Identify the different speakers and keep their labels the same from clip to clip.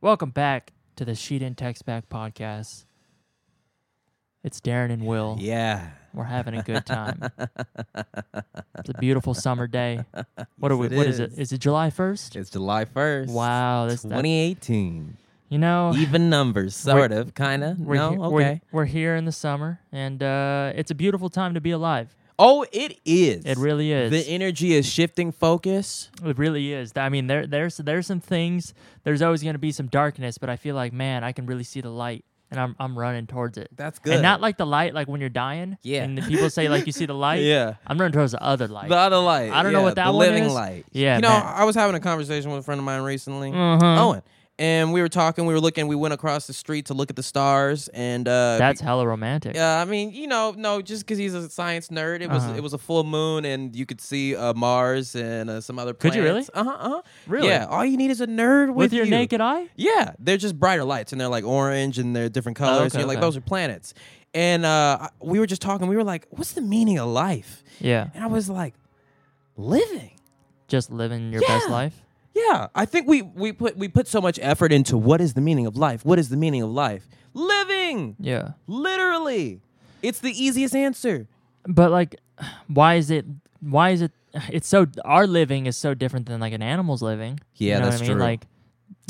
Speaker 1: Welcome back to the She Didn't Text Back podcast. It's Darren and Will.
Speaker 2: Yeah.
Speaker 1: We're having a good time. it's a beautiful summer day. What are
Speaker 2: Yes,
Speaker 1: we?
Speaker 2: it
Speaker 1: What is
Speaker 2: is.
Speaker 1: it? Is it July first?
Speaker 2: It's July 1st.
Speaker 1: Wow, that's that-
Speaker 2: 2018.
Speaker 1: You know,
Speaker 2: Even numbers,
Speaker 1: We're-
Speaker 2: sort of, kind of.
Speaker 1: we're,
Speaker 2: No?
Speaker 1: he- we're-
Speaker 2: okay.
Speaker 1: we're here in the summer, and uh, it's a beautiful time to be alive.
Speaker 2: Oh, it is.
Speaker 1: It really is.
Speaker 2: The energy is shifting focus.
Speaker 1: It really is. I mean, there there's there's some things. There's always going to be some darkness, but I feel like man, I can really see the light, and I'm I'm running towards it.
Speaker 2: That's
Speaker 1: And not like the light, like when you're dying.
Speaker 2: Yeah.
Speaker 1: And the people say like you see the light.
Speaker 2: Yeah.
Speaker 1: I'm running towards the other light.
Speaker 2: the other light.
Speaker 1: I don't know
Speaker 2: yeah,
Speaker 1: what that
Speaker 2: the
Speaker 1: one
Speaker 2: living
Speaker 1: is.
Speaker 2: light.
Speaker 1: Yeah,
Speaker 2: You know,
Speaker 1: man.
Speaker 2: I was having a conversation with a friend of mine recently,
Speaker 1: Mhm.
Speaker 2: Owen, and we were talking. We were looking. We went across the street to look at the stars, and uh,
Speaker 1: That's hella romantic.
Speaker 2: Yeah, I mean, you know, no, just because he's a science nerd, it was
Speaker 1: Uh-huh.
Speaker 2: it was a full moon, and you could see uh, Mars and uh, some other.
Speaker 1: Could
Speaker 2: Planets.
Speaker 1: you really?
Speaker 2: Uh huh. Uh-huh.
Speaker 1: Really?
Speaker 2: Yeah. All you need is a nerd with,
Speaker 1: With, your
Speaker 2: you.
Speaker 1: naked eye?
Speaker 2: Yeah, they're just brighter lights, and they're like orange, and they're different colors.
Speaker 1: Oh, okay,
Speaker 2: You're like,
Speaker 1: okay.
Speaker 2: those are planets. And uh, I- we were just talking. We were like, what's the meaning of life?
Speaker 1: Yeah.
Speaker 2: And I was like, living.
Speaker 1: Just living your best
Speaker 2: Yeah.
Speaker 1: life.
Speaker 2: Yeah, I think we we put we put so much effort into what is the meaning of life. What is the meaning of life? Living,
Speaker 1: Yeah.
Speaker 2: literally. It's the easiest answer.
Speaker 1: But like why is it why is it it's so our living is so different than like an animal's living.
Speaker 2: Yeah,
Speaker 1: you know
Speaker 2: that's
Speaker 1: what I mean?
Speaker 2: true.
Speaker 1: Like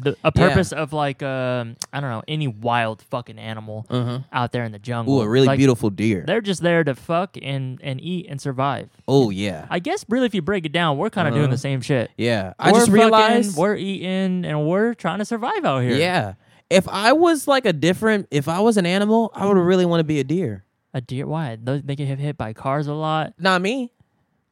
Speaker 1: the, a purpose of like um I don't know any wild fucking animal out there in the jungle.
Speaker 2: Uh-huh. Ooh, a really
Speaker 1: Like,
Speaker 2: beautiful deer.
Speaker 1: They're just there to fuck and and eat and survive.
Speaker 2: Oh yeah,
Speaker 1: I guess really if you break it down, we're kind
Speaker 2: Uh-huh.
Speaker 1: of doing the same shit.
Speaker 2: yeah. I
Speaker 1: We're
Speaker 2: just
Speaker 1: fucking-
Speaker 2: realized.
Speaker 1: we're eating and we're trying to survive out here.
Speaker 2: Yeah, if I was like a different, if I was an animal, I would really want to be a deer.
Speaker 1: A deer why? Those- They get hit- hit by cars a lot.
Speaker 2: Not me.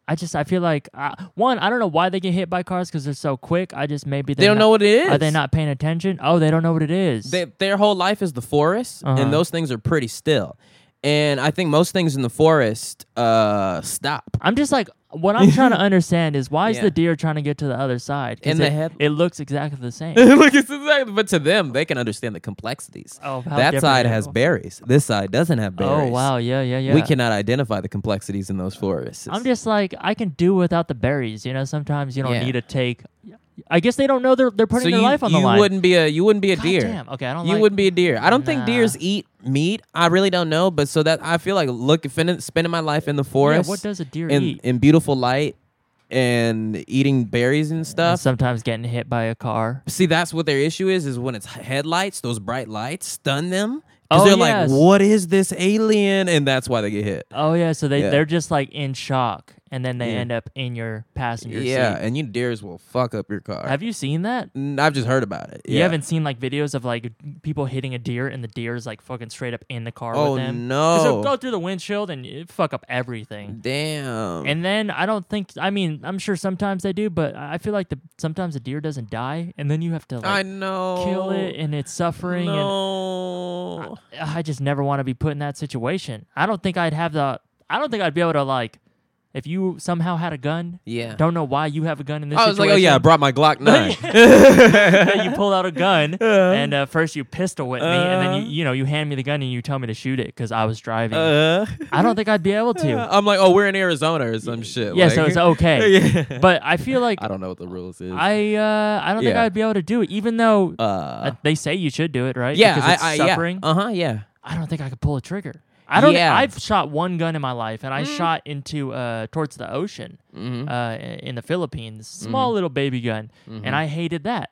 Speaker 1: I just I feel like uh, one I don't know why they get hit by cars because they're so quick. I just maybe
Speaker 2: They
Speaker 1: they're
Speaker 2: don't
Speaker 1: not-
Speaker 2: know what it is.
Speaker 1: Are they not paying attention? Oh, they don't know what it is.
Speaker 2: They, their whole life is the forest,
Speaker 1: Uh-huh.
Speaker 2: and those things are pretty still. And I think most things in the forest uh, stop.
Speaker 1: I'm just like what I'm trying to understand is why is
Speaker 2: Yeah.
Speaker 1: the deer trying to get to the other side? 'Cause
Speaker 2: In the
Speaker 1: it,
Speaker 2: head-
Speaker 1: it looks exactly the same.
Speaker 2: Look, it's exactly, but to them, they can understand the complexities.
Speaker 1: Oh, how
Speaker 2: that
Speaker 1: different
Speaker 2: side
Speaker 1: it
Speaker 2: has
Speaker 1: is.
Speaker 2: berries. This side doesn't have
Speaker 1: oh
Speaker 2: berries.
Speaker 1: wow, yeah, yeah, yeah.
Speaker 2: We cannot identify the complexities in those forests.
Speaker 1: I'm just like I can do without the berries. You know, sometimes you don't
Speaker 2: Yeah.
Speaker 1: need to take. I guess they don't know they're they're putting
Speaker 2: so
Speaker 1: their
Speaker 2: you,
Speaker 1: life on the
Speaker 2: you
Speaker 1: line.
Speaker 2: wouldn't be a you wouldn't be a
Speaker 1: God
Speaker 2: deer.
Speaker 1: damn. Okay, I don't.
Speaker 2: You
Speaker 1: like,
Speaker 2: would be a deer. I don't think
Speaker 1: Nah.
Speaker 2: deers eat meat. I really don't know, but so that I feel like look, fin- spending my life in the forest.
Speaker 1: what does a deer
Speaker 2: in,
Speaker 1: eat?
Speaker 2: In beautiful light and eating berries and
Speaker 1: And
Speaker 2: stuff.
Speaker 1: sometimes getting hit by a car.
Speaker 2: See, that's what their issue is. Is when it's headlights, those bright lights stun them. Because
Speaker 1: Oh,
Speaker 2: they're
Speaker 1: yes.
Speaker 2: like, "What is this alien?" And that's why they get hit.
Speaker 1: Oh yeah, so they
Speaker 2: Yeah.
Speaker 1: they're just like in shock, and then they
Speaker 2: Yeah.
Speaker 1: end up in your passenger
Speaker 2: yeah,
Speaker 1: seat.
Speaker 2: and you deers will fuck up your car.
Speaker 1: Have you seen that?
Speaker 2: Mm, I've just heard about it.
Speaker 1: You
Speaker 2: Yeah.
Speaker 1: haven't seen like videos of like people hitting a deer and the deer is like fucking straight up in the car
Speaker 2: Oh,
Speaker 1: with them.
Speaker 2: no.
Speaker 1: it go through the windshield and it fuck up everything.
Speaker 2: Damn.
Speaker 1: And then I don't think I mean I'm sure sometimes they do, but I I feel like the sometimes the deer doesn't die, and then you have to
Speaker 2: I
Speaker 1: like
Speaker 2: know.
Speaker 1: kill it and it's suffering.
Speaker 2: No.
Speaker 1: And I just never want to be put in that situation. I don't think I'd have the. I don't think I'd be able to like. If you somehow had a gun,
Speaker 2: Yeah.
Speaker 1: don't know why you have a gun in this.
Speaker 2: I was like, oh yeah, I
Speaker 1: situation.
Speaker 2: brought my Glock nine.
Speaker 1: Yeah, you pull out a gun
Speaker 2: Uh-huh.
Speaker 1: and uh, first you pistol with me, and then
Speaker 2: Uh.
Speaker 1: you you know you hand me the gun and you tell me to shoot it because I was driving.
Speaker 2: Uh,
Speaker 1: I don't think I'd be able to.
Speaker 2: I'm like, oh, we're in Arizona or some shit.
Speaker 1: yeah, so
Speaker 2: like-
Speaker 1: it's okay.
Speaker 2: yeah.
Speaker 1: But I feel like
Speaker 2: I don't know what the rules is.
Speaker 1: I uh, I don't think
Speaker 2: Yeah.
Speaker 1: I'd be able to do it, even though
Speaker 2: uh,
Speaker 1: uh, they say you should do it, right?
Speaker 2: yeah,
Speaker 1: because it's
Speaker 2: I, I,
Speaker 1: suffering.
Speaker 2: Yeah. Uh huh. Yeah.
Speaker 1: I don't think I could pull a trigger. I don't.
Speaker 2: Yeah. Mm-hmm.
Speaker 1: I've shot one gun in my life, and I shot into uh, towards the ocean uh, i- in the Philippines. Small
Speaker 2: Mm-hmm.
Speaker 1: little baby gun, and I hated that.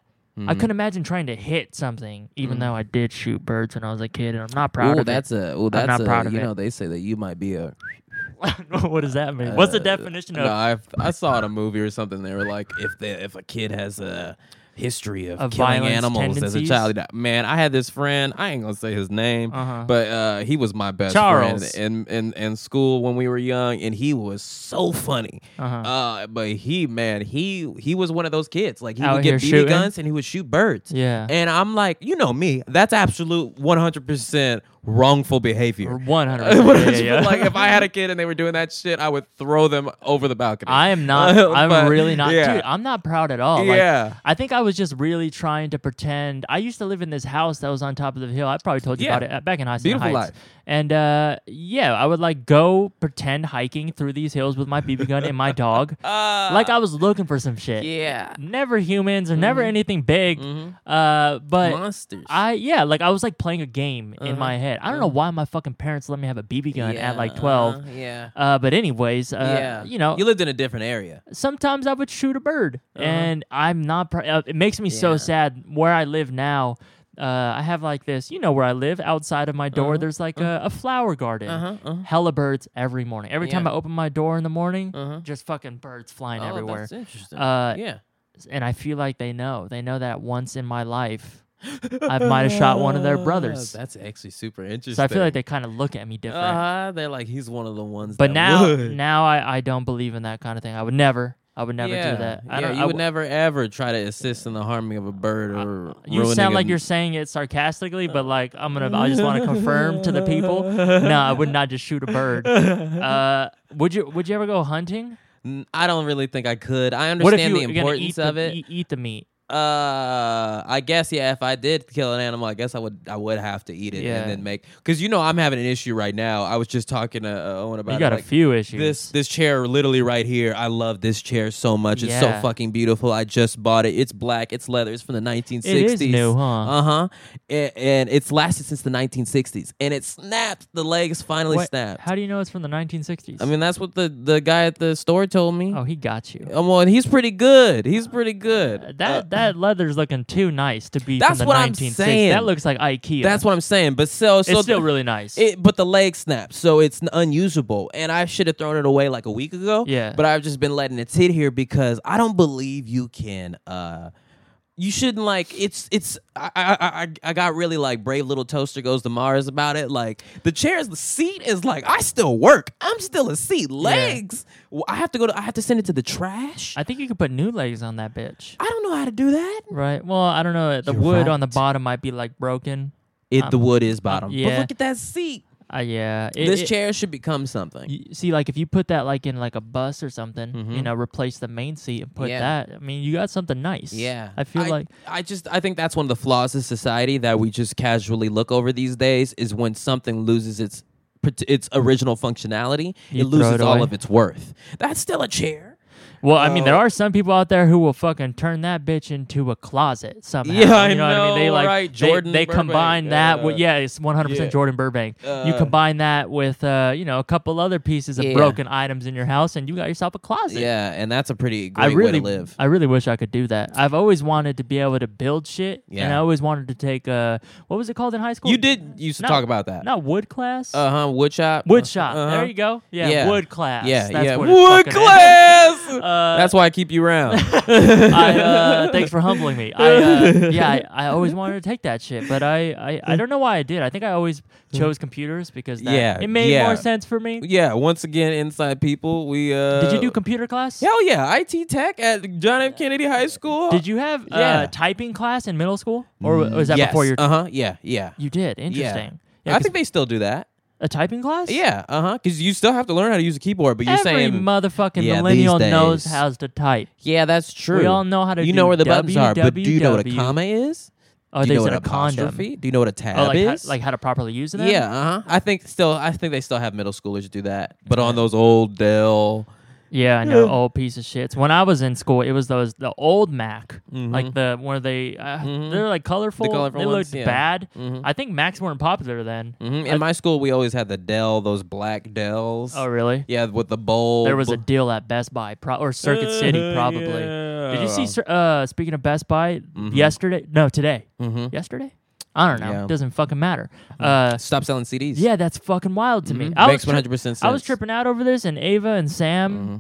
Speaker 1: I couldn't imagine trying to hit something, even though I did shoot birds when I was a kid, and I'm not proud
Speaker 2: Oh,
Speaker 1: of
Speaker 2: Mm. that's a. Oh, that's
Speaker 1: not
Speaker 2: a.
Speaker 1: proud of
Speaker 2: you
Speaker 1: it.
Speaker 2: know, they say that you might be a.
Speaker 1: it. what does that mean? What's the
Speaker 2: uh,
Speaker 1: definition of
Speaker 2: No, I I saw it in a movie or something. They were like, if the if a kid has a history of,
Speaker 1: Of
Speaker 2: killing
Speaker 1: violence
Speaker 2: animals as
Speaker 1: tendencies?
Speaker 2: a child, he die- man, I had this friend. I ain't gonna say his name,
Speaker 1: Uh-huh.
Speaker 2: but uh, he was my best
Speaker 1: Charles.
Speaker 2: friend in, in in school when we were young, and he was so funny.
Speaker 1: Uh-huh.
Speaker 2: Uh, but he, man, he he was one of those kids. Like he
Speaker 1: Out
Speaker 2: would get
Speaker 1: here
Speaker 2: BB
Speaker 1: shooting?
Speaker 2: guns and he would shoot birds.
Speaker 1: Yeah.
Speaker 2: and I'm like, you know me, that's absolute 100 percent wrongful behavior.
Speaker 1: One hundred.
Speaker 2: Which,
Speaker 1: percent. Yeah, yeah.
Speaker 2: Like if I had a kid and they were doing that shit, I would throw them over the balcony.
Speaker 1: I am not. I'm
Speaker 2: But,
Speaker 1: really not.
Speaker 2: yeah.
Speaker 1: Dude, I'm not proud at all. Like,
Speaker 2: Yeah.
Speaker 1: I think I was just really trying to pretend. I used to live in this house that was on top of the hill. I probably told you
Speaker 2: Yeah.
Speaker 1: about it uh, back in high school.
Speaker 2: Beautiful
Speaker 1: Heights.
Speaker 2: life.
Speaker 1: And uh, yeah, I would like go pretend hiking through these hills with my BB gun and my dog,
Speaker 2: Uh,
Speaker 1: like I was looking for some shit.
Speaker 2: yeah, Mm-hmm.
Speaker 1: Never humans or never anything big. Uh, but
Speaker 3: monsters.
Speaker 1: I yeah, like I was like playing a game
Speaker 2: Uh-huh.
Speaker 1: in my head. I don't know why my fucking parents let me have a BB gun at like twelve.
Speaker 3: uh-huh, yeah.
Speaker 1: Uh, but anyways, uh,
Speaker 3: Yeah.
Speaker 1: you know,
Speaker 2: you lived in a different area.
Speaker 1: sometimes I would shoot a bird,
Speaker 2: Uh-huh.
Speaker 1: and I'm not. Pr- uh, it makes me so
Speaker 3: Yeah.
Speaker 1: sad. Where I live now, uh, I have like this. You know where I live. Outside of my door,
Speaker 2: Uh-huh.
Speaker 1: there's like a, a flower garden.
Speaker 2: Oh,
Speaker 1: Hella birds every morning. Every time
Speaker 3: Yeah.
Speaker 1: I open my door in the morning,
Speaker 3: Uh-huh.
Speaker 1: just fucking birds flying
Speaker 3: Oh,
Speaker 1: everywhere.
Speaker 3: That's interesting.
Speaker 1: Uh,
Speaker 3: yeah.
Speaker 1: And I feel like they know. They know that once in my life, I might have shot one of their brothers.
Speaker 2: Oh, That's actually super interesting.
Speaker 1: So I feel like they kind of look at me different.
Speaker 2: uh they're like he's one of the ones.
Speaker 1: But
Speaker 2: that
Speaker 1: now,
Speaker 2: would.
Speaker 1: now I, I don't believe in that kind of thing. I would never. I would never
Speaker 2: yeah.
Speaker 1: do that. I
Speaker 2: yeah,
Speaker 1: don't,
Speaker 2: you
Speaker 1: I
Speaker 2: would
Speaker 1: w-
Speaker 2: never ever try to assist in the harming of a bird or
Speaker 1: You
Speaker 2: ruining
Speaker 1: sound
Speaker 2: a
Speaker 1: like
Speaker 2: m-
Speaker 1: you're saying it sarcastically, but like I'm gonna, I just want to confirm to the people. No, I would not just shoot a bird. Uh, would you? Would you ever go hunting?
Speaker 2: N- I don't really think I could. I
Speaker 1: What if
Speaker 2: understand
Speaker 1: you
Speaker 2: the
Speaker 1: were gonna eat
Speaker 2: importance
Speaker 1: the,
Speaker 2: of it.
Speaker 1: e- eat the meat?
Speaker 2: Uh, I guess yeah. If I did kill an animal, I guess I would. I would have to eat it
Speaker 1: Yeah.
Speaker 2: and then make. Because you know I'm having an issue right now. I was just talking to uh, Owen about.
Speaker 1: You got a
Speaker 2: it, like,
Speaker 1: few issues.
Speaker 2: This this chair literally right here. I love this chair so much. It's
Speaker 1: Yeah.
Speaker 2: so fucking beautiful. I just bought it. It's black. It's leather. It's from the 1960s.
Speaker 1: new, huh?
Speaker 2: Uh huh. And, and it's lasted since the 1960s. And it snapped. The legs finally
Speaker 1: What-
Speaker 2: snapped.
Speaker 1: How do you know it's from the 1960s?
Speaker 2: I mean, that's what the the guy at the store told me.
Speaker 1: oh, he got you.
Speaker 2: Um, well, and he's pretty good. He's pretty good.
Speaker 1: That
Speaker 2: Uh,
Speaker 1: that leather's looking too nice to be
Speaker 2: That's
Speaker 1: from the
Speaker 2: what I'm
Speaker 1: 1960s.
Speaker 2: saying.
Speaker 1: That looks like IKEA.
Speaker 2: that's what I'm saying. But so so
Speaker 1: it's still really nice.
Speaker 2: It, but the leg snapped, so it's n- unusable. And I should have thrown it away like a week ago.
Speaker 1: Yeah.
Speaker 2: But I've just been letting it sit here because I don't believe you can. uh you shouldn't like it's it's I I I- I, I got really like brave little toaster goes to Mars about it like the chairs the seat is like I still work I'm still a seat legs Well, I have to go to I have to send it to the trash I,
Speaker 1: I think you could put new legs on that bitch.
Speaker 2: don't know how to do that
Speaker 1: Right. Well, I don't know. The
Speaker 2: You're
Speaker 1: wood on the
Speaker 2: right.
Speaker 1: bottom might be like broken.
Speaker 2: it the wood is bottom but
Speaker 1: yeah.
Speaker 2: look at that seat
Speaker 1: Uh, yeah. It-
Speaker 2: this
Speaker 1: it-
Speaker 2: chair should become something
Speaker 1: you- see, like if you put that like in like a bus or something, you know, replace the main seat and put
Speaker 2: Mm-hmm. Yeah.
Speaker 1: that. I mean, you got something nice.
Speaker 2: Yeah.
Speaker 1: I feel like
Speaker 2: I just I think that's one of the flaws of society that we just casually look over these days is when something loses its pat- its original functionality,
Speaker 1: You
Speaker 2: it
Speaker 1: throw
Speaker 2: loses
Speaker 1: it
Speaker 2: all
Speaker 1: away.
Speaker 2: of its worth. That's still a chair.
Speaker 1: Well, I mean, there are some people out there who will fucking turn that bitch into a closet somehow.
Speaker 2: Yeah, I
Speaker 1: you know, what I mean. They
Speaker 2: know,
Speaker 1: like
Speaker 2: right?
Speaker 1: they-
Speaker 2: Jordan
Speaker 1: They,
Speaker 2: Burbank,
Speaker 1: combine that with
Speaker 2: uh,
Speaker 1: yeah, it's one hundred
Speaker 2: yeah.
Speaker 1: percent Jordan Burbank. you
Speaker 2: Uh,
Speaker 1: combine that with uh, you know, a couple other pieces of
Speaker 2: Yeah.
Speaker 1: broken items in your house, and you got yourself a closet.
Speaker 2: Yeah, and that's a pretty great
Speaker 1: I really,
Speaker 2: way to live.
Speaker 1: I really wish I could do that. I've always wanted to be able to build shit, and I
Speaker 2: Yeah.
Speaker 1: always wanted to take uh, what was it called in high school?
Speaker 2: You did used to
Speaker 1: No,
Speaker 2: talk about that.
Speaker 1: not wood class,
Speaker 2: Uh huh. Wood shop.
Speaker 1: wood shop.
Speaker 2: Uh-huh.
Speaker 1: There you go. Yeah,
Speaker 2: Yeah.
Speaker 1: wood class.
Speaker 2: Yeah,
Speaker 1: That's
Speaker 2: yeah.
Speaker 1: what it's fucking-
Speaker 2: Wood class.
Speaker 1: Uh,
Speaker 2: that's why I keep you around.
Speaker 1: I, uh, thanks for humbling me. I, uh, yeah, I, I always wanted to take that shit, but I, I, I don't know why I did. I think I always chose computers because that,
Speaker 2: Yeah,
Speaker 1: it made
Speaker 2: yeah.
Speaker 1: more sense for me.
Speaker 2: yeah. Once again, inside people. We uh,
Speaker 1: Did you do computer class?
Speaker 2: Hell yeah! IT tech at John F. Kennedy High School.
Speaker 1: Did you have
Speaker 2: Yeah.
Speaker 1: uh, typing class in middle school, or wa- was that before your?
Speaker 2: Uh huh. Yeah. Yeah.
Speaker 1: you did. Interesting. Yeah,
Speaker 2: I
Speaker 1: 'cause
Speaker 2: think they still do that.
Speaker 1: a typing class.
Speaker 2: Yeah, uh huh. Because you still have to learn how to use a keyboard, but you're
Speaker 1: Every
Speaker 2: saying
Speaker 1: motherfucking
Speaker 2: Yeah, these
Speaker 1: millennial knows
Speaker 2: days.
Speaker 1: how to type.
Speaker 2: yeah, that's true.
Speaker 1: We all know how to
Speaker 2: You
Speaker 1: do
Speaker 2: know where the buttons are, but do you know what a
Speaker 1: WWW?
Speaker 2: comma is?
Speaker 1: Oh,
Speaker 2: do you
Speaker 1: they
Speaker 2: know what
Speaker 1: said
Speaker 2: an
Speaker 1: a condom.
Speaker 2: apostrophe? Do you know what a tab
Speaker 1: Oh, like, how,
Speaker 2: is?
Speaker 1: like how to properly use them.
Speaker 2: yeah, uh huh. I think still, I think they still have middle schoolers do that, but on those old Dell.
Speaker 1: Yeah, I know. Old piece of shits. When I was in school, it was those the old Mac, like the where they uh, they're like colorful.
Speaker 2: Mm-hmm. colorful
Speaker 1: they
Speaker 2: ones,
Speaker 1: looked
Speaker 2: yeah. Mm-hmm.
Speaker 1: bad. I think Macs weren't popular then.
Speaker 2: Mhm. In my school, we always had the Dell, those black Dells.
Speaker 1: Oh, really?
Speaker 2: Yeah, with the bowl.
Speaker 1: There was a deal at Best Buy pro- or Circuit
Speaker 2: Uh,
Speaker 1: City, probably. Did
Speaker 2: Oh.
Speaker 1: you see? Cir- Uh, speaking of Best Buy, yesterday? No, today.
Speaker 2: Mhm.
Speaker 1: Yesterday? I don't know.
Speaker 2: Mm-hmm. Yeah.
Speaker 1: Doesn't fucking matter. Uh,
Speaker 2: Stop selling CDs.
Speaker 1: yeah, that's fucking wild to me.
Speaker 2: Mhm.
Speaker 1: I
Speaker 2: makes
Speaker 1: was
Speaker 2: one
Speaker 1: tri-
Speaker 2: hundred percent sense.
Speaker 1: I was tripping out over this, and Ava and Sam.
Speaker 2: Mm-hmm.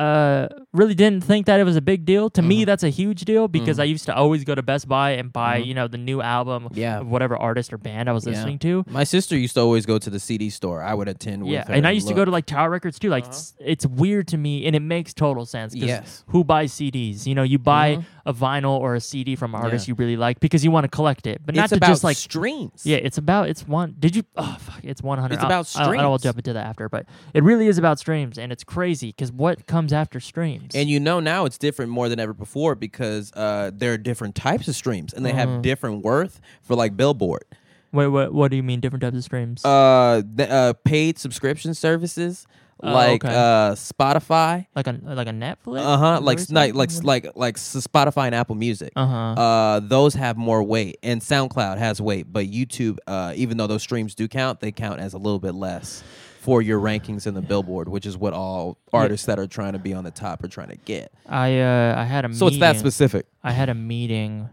Speaker 1: uh, really didn't think that it was a big deal. To me, that's a huge deal because
Speaker 2: Mm-hmm.
Speaker 1: I used to always go to Best Buy and buy, you know, the new album
Speaker 2: Yeah.
Speaker 1: of whatever artist or band I was
Speaker 2: Yeah.
Speaker 1: listening to.
Speaker 2: My sister used to always go to the CD store. I would attend with
Speaker 1: Yeah,
Speaker 2: her.
Speaker 1: and I used to go to
Speaker 2: look.
Speaker 1: like Tower Records too. Like it's, it's weird to me, and it makes total sense. 'cause
Speaker 2: Yes. Mm-hmm.
Speaker 1: who buys CDs? You know, you buy a vinyl or a CD from an artist you really like because you want to collect it, but not
Speaker 2: it's
Speaker 1: to
Speaker 2: about
Speaker 1: just like
Speaker 2: streams.
Speaker 1: yeah, it's about it's one. Did you? Oh fuck, it's one hundred.
Speaker 2: It's about
Speaker 1: I'll, I'll, I'll
Speaker 2: streams.
Speaker 1: jump into that after, but it really is about streams, and it's crazy because what comes after streams?
Speaker 2: And you know now it's different more than ever before because uh, there are different types of streams and they
Speaker 1: Mm-hmm.
Speaker 2: have different worth for like Billboard.
Speaker 1: wait, what? What do you mean different types of streams?
Speaker 2: Uh, the, uh, paid subscription services
Speaker 1: Oh,
Speaker 2: like
Speaker 1: okay.
Speaker 2: uh, Spotify.
Speaker 1: like a like a Netflix?
Speaker 2: Uh
Speaker 1: or
Speaker 2: huh. Like s- like
Speaker 1: something?
Speaker 2: like s- like like s- Spotify and Apple Music.
Speaker 1: Uh-huh.
Speaker 2: Uh, those have more weight, and SoundCloud has weight, but YouTube, uh, even though those streams do count, they count as a little bit less for your rankings in the Billboard, which is what all artists that are trying to be on the top are trying to get.
Speaker 1: I uh I had a
Speaker 2: So it's that
Speaker 1: meeting-
Speaker 2: specific.
Speaker 1: I had a meeting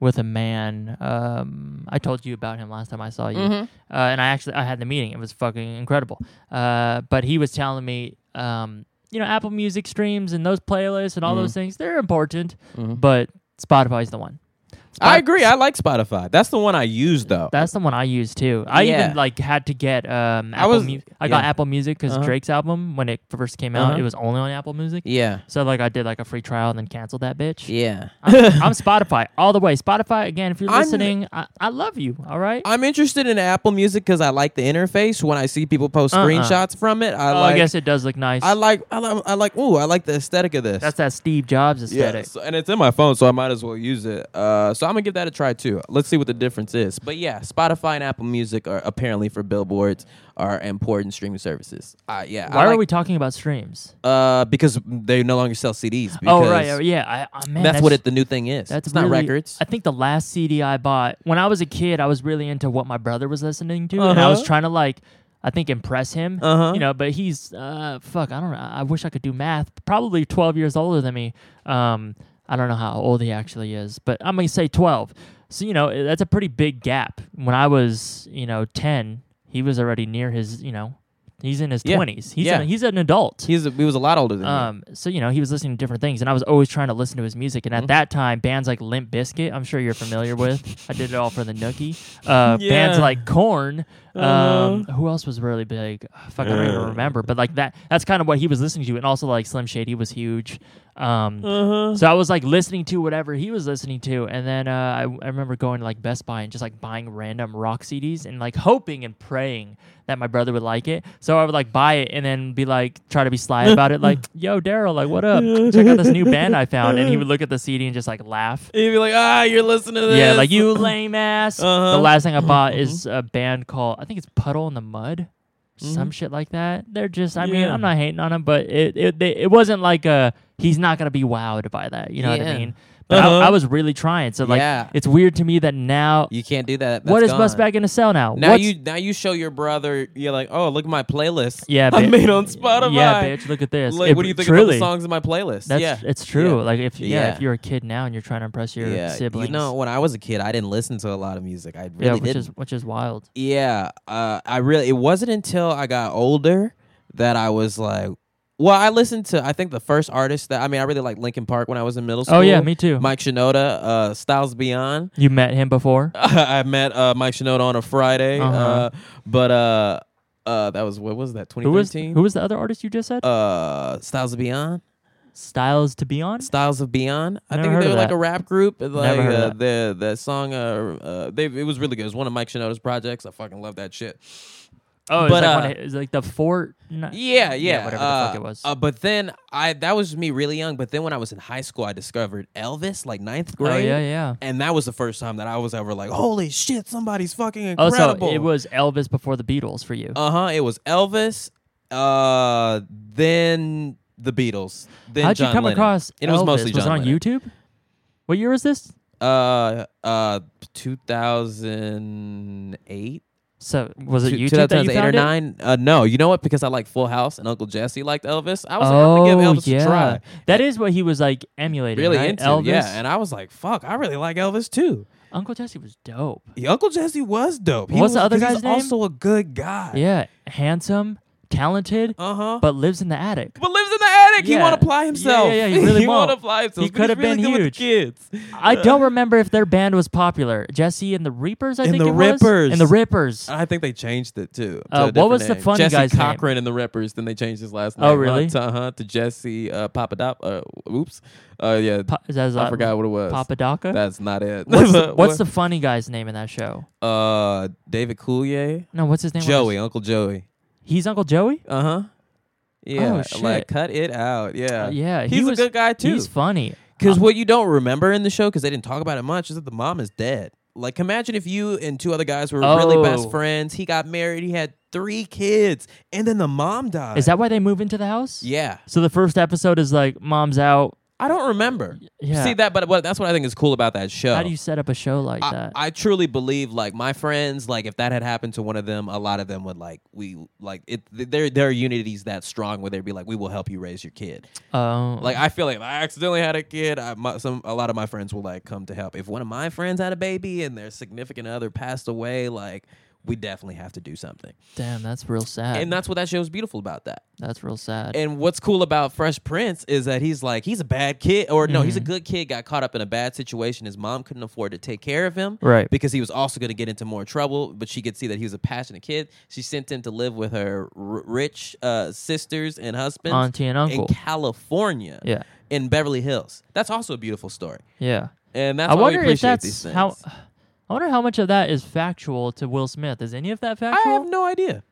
Speaker 1: with a man. Um, I told you about him last time I saw you,
Speaker 2: Mm-hmm.
Speaker 1: uh, and I actually I had the meeting. It was fucking incredible. Uh, but he was telling me, um, you know, Apple Music streams and those playlists and all
Speaker 2: Mm-hmm.
Speaker 1: those things they're important, but Spotify's the one.
Speaker 2: I agree. I like Spotify. That's the one I use though.
Speaker 1: That's the one I use too. I
Speaker 2: Yeah.
Speaker 1: even like had to get um
Speaker 2: I
Speaker 1: Apple
Speaker 2: was-
Speaker 1: Mu- I got
Speaker 2: yeah.
Speaker 1: Apple Music because
Speaker 2: Uh-huh.
Speaker 1: Drake's album when it first came out,
Speaker 2: Uh-huh.
Speaker 1: it was only on Apple Music.
Speaker 2: yeah.
Speaker 1: So like I did like a free trial and then canceled that bitch.
Speaker 2: Yeah.
Speaker 1: I'm, I'm Spotify all the way. Spotify again. If you're
Speaker 2: I'm-
Speaker 1: listening, I, I love you. All right.
Speaker 2: I'm interested in Apple Music because I like the interface. When I see people post
Speaker 1: Uh-uh.
Speaker 2: screenshots from it, I
Speaker 1: oh,
Speaker 2: like.
Speaker 1: I guess it does look nice.
Speaker 2: I like. I like. I like. Ooh, I like the aesthetic of this.
Speaker 1: That's that Steve Jobs aesthetic.
Speaker 2: so- and it's in my phone, so I might as well use it. Uh, so I'm gonna give that a try too. Let's see what the difference is. But yeah, Spotify and Apple Music are apparently for billboards are important streaming services. Uh, yeah, I
Speaker 1: Why are
Speaker 2: like-
Speaker 1: we talking about streams?
Speaker 2: Uh, because they no longer sell CDs.
Speaker 1: Oh
Speaker 2: because
Speaker 1: right, oh, yeah. I, oh, man,
Speaker 2: that's, what it, the new thing is.
Speaker 1: That's
Speaker 2: it's not
Speaker 1: really-
Speaker 2: records.
Speaker 1: I think the last CD I bought when I was a kid, I was really into what my brother was listening to, and I
Speaker 2: Uh-huh.
Speaker 1: was trying to like, I think impress him.
Speaker 2: Uh-huh.
Speaker 1: You know, but he's uh fuck. I don't know. I wish I could do math. Probably twelve years older than me. Um, I don't know how old he actually is, but I'm gonna say twelve. So you know, that's a pretty big gap. When I was you know ten, he was already near his you know. He's in his
Speaker 2: Yeah.
Speaker 1: twenties. He's
Speaker 2: Yeah.
Speaker 1: an, he's an adult.
Speaker 2: He's a, he was a lot older than me.
Speaker 1: Um, so you know, he was listening to different things, and I was always trying to listen to his music.
Speaker 2: Mm-hmm.
Speaker 1: And at that time, bands like Limp Bizkit, I'm sure you're familiar with. I did it all for the Nookie. Uh, Bands
Speaker 2: Yeah.
Speaker 1: like Corn. Um, who else was really big? Ah, Fuck, I don't even remember. But like that, that's kind of what he was listening to, and also like Slim Shady was huge. Um, so I was like listening to whatever he was listening to, and then uh, I, I remember going to like Best Buy and just like buying random rock CDs and like hoping and praying that my brother would like it. So I would like buy it and then be like try to be sly about it, like "Yo, Daryl, like what up? Check out this new band I found." And he would look at the CD and just like laugh.
Speaker 2: He'd be like, ah, you're listening to this.
Speaker 1: Yeah, like you lame ass.
Speaker 2: Uh-huh. mm-hmm.
Speaker 1: The last thing I bought is a band called I think it's Puddle in the Mud, some shit like that. They're just I mean
Speaker 2: Yeah.
Speaker 1: I'm not hating on them, but it it they, it wasn't like a he's not gonna be wowed by that. You know what
Speaker 2: Yeah.
Speaker 1: I mean? But
Speaker 2: Uh-huh.
Speaker 1: I, I was really trying. So like
Speaker 2: Yeah.
Speaker 1: it's weird to me that now
Speaker 2: You can't do that.
Speaker 1: what is
Speaker 2: That's
Speaker 1: Bus
Speaker 2: gone.
Speaker 1: Back in a Cell now?
Speaker 2: Now
Speaker 1: What's-
Speaker 2: you now you show your brother. You're like, oh, look at my playlist.
Speaker 1: yeah
Speaker 2: I
Speaker 1: bi-
Speaker 2: made on Spotify.
Speaker 1: Yeah, bitch, look at this.
Speaker 2: Like,
Speaker 1: It-
Speaker 2: what do you think about
Speaker 1: truly,
Speaker 2: the songs in my playlist?
Speaker 1: That's
Speaker 2: yeah,
Speaker 1: it's true.
Speaker 2: Yeah.
Speaker 1: Like if yeah,
Speaker 2: Yeah.
Speaker 1: if you're a kid now and you're trying to impress your
Speaker 2: yeah.
Speaker 1: siblings,
Speaker 2: You know, when I was a kid, I didn't listen to a lot of music. I really
Speaker 1: yeah, which
Speaker 2: didn't.
Speaker 1: is which is wild.
Speaker 2: yeah, uh, I really. It wasn't until I got older that I was like, well, I listened to. I think the first artist that I mean, I really liked Linkin Park when I was in middle
Speaker 1: Oh,
Speaker 2: school.
Speaker 1: yeah, me too.
Speaker 2: Mike Shinoda, uh, Styles Beyond.
Speaker 1: You met him before?
Speaker 2: I met uh, Mike Shinoda on a Friday, uh
Speaker 1: Uh-huh.
Speaker 2: but uh, uh, that was what was that
Speaker 1: Who was
Speaker 2: 2013?
Speaker 1: who was the other artist you just said?
Speaker 2: uh, Styles of Beyond?
Speaker 1: Styles to be on?
Speaker 2: Styles of Beyond. I
Speaker 1: Never
Speaker 2: think
Speaker 1: heard
Speaker 2: they
Speaker 1: of
Speaker 2: were like
Speaker 1: that.
Speaker 2: a rap group. and, Like
Speaker 1: heard of
Speaker 2: uh,
Speaker 1: that.
Speaker 2: the the song, uh, uh, they it was really good. It was one of Mike Shinoda's projects. I fucking love that shit.
Speaker 1: Oh,
Speaker 2: But,
Speaker 1: it's like,
Speaker 2: uh,
Speaker 1: when it- it's like the fort. n-
Speaker 2: Yeah, yeah.
Speaker 1: whatever
Speaker 2: uh,
Speaker 1: the fuck it was.
Speaker 2: Uh, but then I that was me really young. But then when I was in high school, I discovered Elvis, like ninth
Speaker 1: oh
Speaker 2: grade.
Speaker 1: yeah, yeah.
Speaker 2: And that was the first time that I was ever like, holy shit, somebody's fucking
Speaker 1: Oh,
Speaker 2: incredible.
Speaker 1: so it was Elvis before the Beatles for you.
Speaker 2: Uh huh. It was Elvis, uh, then the Beatles, then
Speaker 1: How'd you
Speaker 2: John
Speaker 1: come
Speaker 2: Lennon.
Speaker 1: across
Speaker 2: It was
Speaker 1: Elvis?
Speaker 2: mostly
Speaker 1: was
Speaker 2: John
Speaker 1: it on
Speaker 2: Lennon.
Speaker 1: YouTube? What year was this?
Speaker 2: Uh, uh, two thousand eight.
Speaker 1: So was it
Speaker 2: Two
Speaker 1: YouTube that
Speaker 2: thousand
Speaker 1: you
Speaker 2: eight or
Speaker 1: found it?
Speaker 2: nine? Uh, no, you know what? Because I like Full House and Uncle Jesse liked Elvis. I was
Speaker 1: Oh
Speaker 2: like, I'm gonna give Elvis
Speaker 1: yeah,
Speaker 2: a try.
Speaker 1: that is what he was like emulating.
Speaker 2: Really
Speaker 1: right?
Speaker 2: into
Speaker 1: Elvis.
Speaker 2: yeah, and I was like, "Fuck, I really like Elvis too."
Speaker 1: Uncle Jesse was dope.
Speaker 2: Yeah, Uncle Jesse was dope. He
Speaker 1: What's
Speaker 2: was,
Speaker 1: the other
Speaker 2: 'cause
Speaker 1: guy's name?
Speaker 2: He's also a good guy.
Speaker 1: Yeah, handsome, talented,
Speaker 2: Uh huh.
Speaker 1: but lives in the attic.
Speaker 2: But lives in the attic. He
Speaker 1: Yeah.
Speaker 2: want to apply himself.
Speaker 1: Yeah, yeah, yeah, he really
Speaker 2: want to
Speaker 1: won't.
Speaker 2: apply himself.
Speaker 1: He
Speaker 2: but
Speaker 1: could
Speaker 2: he's
Speaker 1: have been
Speaker 2: really good with
Speaker 1: huge.
Speaker 2: Kids.
Speaker 1: I don't remember if their band was popular. Jesse and the Reapers, I
Speaker 2: And
Speaker 1: think
Speaker 2: the
Speaker 1: it was?
Speaker 2: Rippers.
Speaker 1: And the Rippers.
Speaker 2: I think they changed it too.
Speaker 1: Uh,
Speaker 2: to a
Speaker 1: what was
Speaker 2: different
Speaker 1: the funny
Speaker 2: Jesse
Speaker 1: guy's name?
Speaker 2: Cochran and the Rippers. Then they changed his last name.
Speaker 1: Oh, really?
Speaker 2: Uh huh. To Jesse uh, Papadop. Uh, oops. Uh, yeah.
Speaker 1: Pa- is that his
Speaker 2: I
Speaker 1: la-
Speaker 2: forgot what it was.
Speaker 1: Papadaka?
Speaker 2: That's not it.
Speaker 1: what's, the, what's the funny guy's name in that show?
Speaker 2: the uh David Coulier?
Speaker 1: No, what's his name? on the
Speaker 2: Joey,
Speaker 1: sh-
Speaker 2: Uncle Joey.
Speaker 1: He's Uncle Joey?
Speaker 2: Uh huh. Yeah.
Speaker 1: Oh, shit.
Speaker 2: Like cut it out. Yeah.
Speaker 1: Uh, yeah,
Speaker 2: He's
Speaker 1: he
Speaker 2: a
Speaker 1: was-
Speaker 2: good guy too.
Speaker 1: He's funny.
Speaker 2: Because what you don't remember in the show, because they didn't talk about it much, is that the mom is dead. Like, imagine if you and two other guys were really best
Speaker 1: Oh.
Speaker 2: friends. He got married. He had three kids, and then the mom died.
Speaker 1: Is that why they move into the house?
Speaker 2: Yeah,
Speaker 1: So the first episode is like, mom's out.
Speaker 2: I don't remember.
Speaker 1: yeah.
Speaker 2: See that, but what, that's what I think is cool about that show.
Speaker 1: How do you set up a show like
Speaker 2: Oh. I,
Speaker 1: that?
Speaker 2: I truly believe, like my friends, like if that had happened to one of them, a lot of them would like we like it. th- Their their unity's that strong where they'd be like, "We will help you raise your kid."
Speaker 1: Oh,
Speaker 2: Like I feel like if I accidentally had a kid, I, my, some a lot of my friends will like come to help. If one of my friends had a baby and their significant other passed away, like we definitely have to do something.
Speaker 1: damn, that's real sad.
Speaker 2: And that's what that show is beautiful about that.
Speaker 1: that's real sad.
Speaker 2: And what's cool about Fresh Prince is that he's like he's a bad kid, or no, he's a
Speaker 1: Mm-hmm.
Speaker 2: good kid. Got caught up in a bad situation. His mom couldn't afford to take care of him,
Speaker 1: Right.
Speaker 2: Because he was also going to get into more trouble. But she could see that he was a passionate kid. She sent him to live with her r- rich uh, sisters and husbands,
Speaker 1: Auntie and uncle.
Speaker 2: in California,
Speaker 1: Yeah.
Speaker 2: in Beverly Hills. That's also a beautiful story,
Speaker 1: yeah.
Speaker 2: and that's
Speaker 1: I
Speaker 2: why we
Speaker 1: wonder if
Speaker 2: appreciate
Speaker 1: that's
Speaker 2: these things.
Speaker 1: how. I wonder how much of that is factual to Will Smith. Is any of that
Speaker 2: I
Speaker 1: factual?
Speaker 2: have no idea.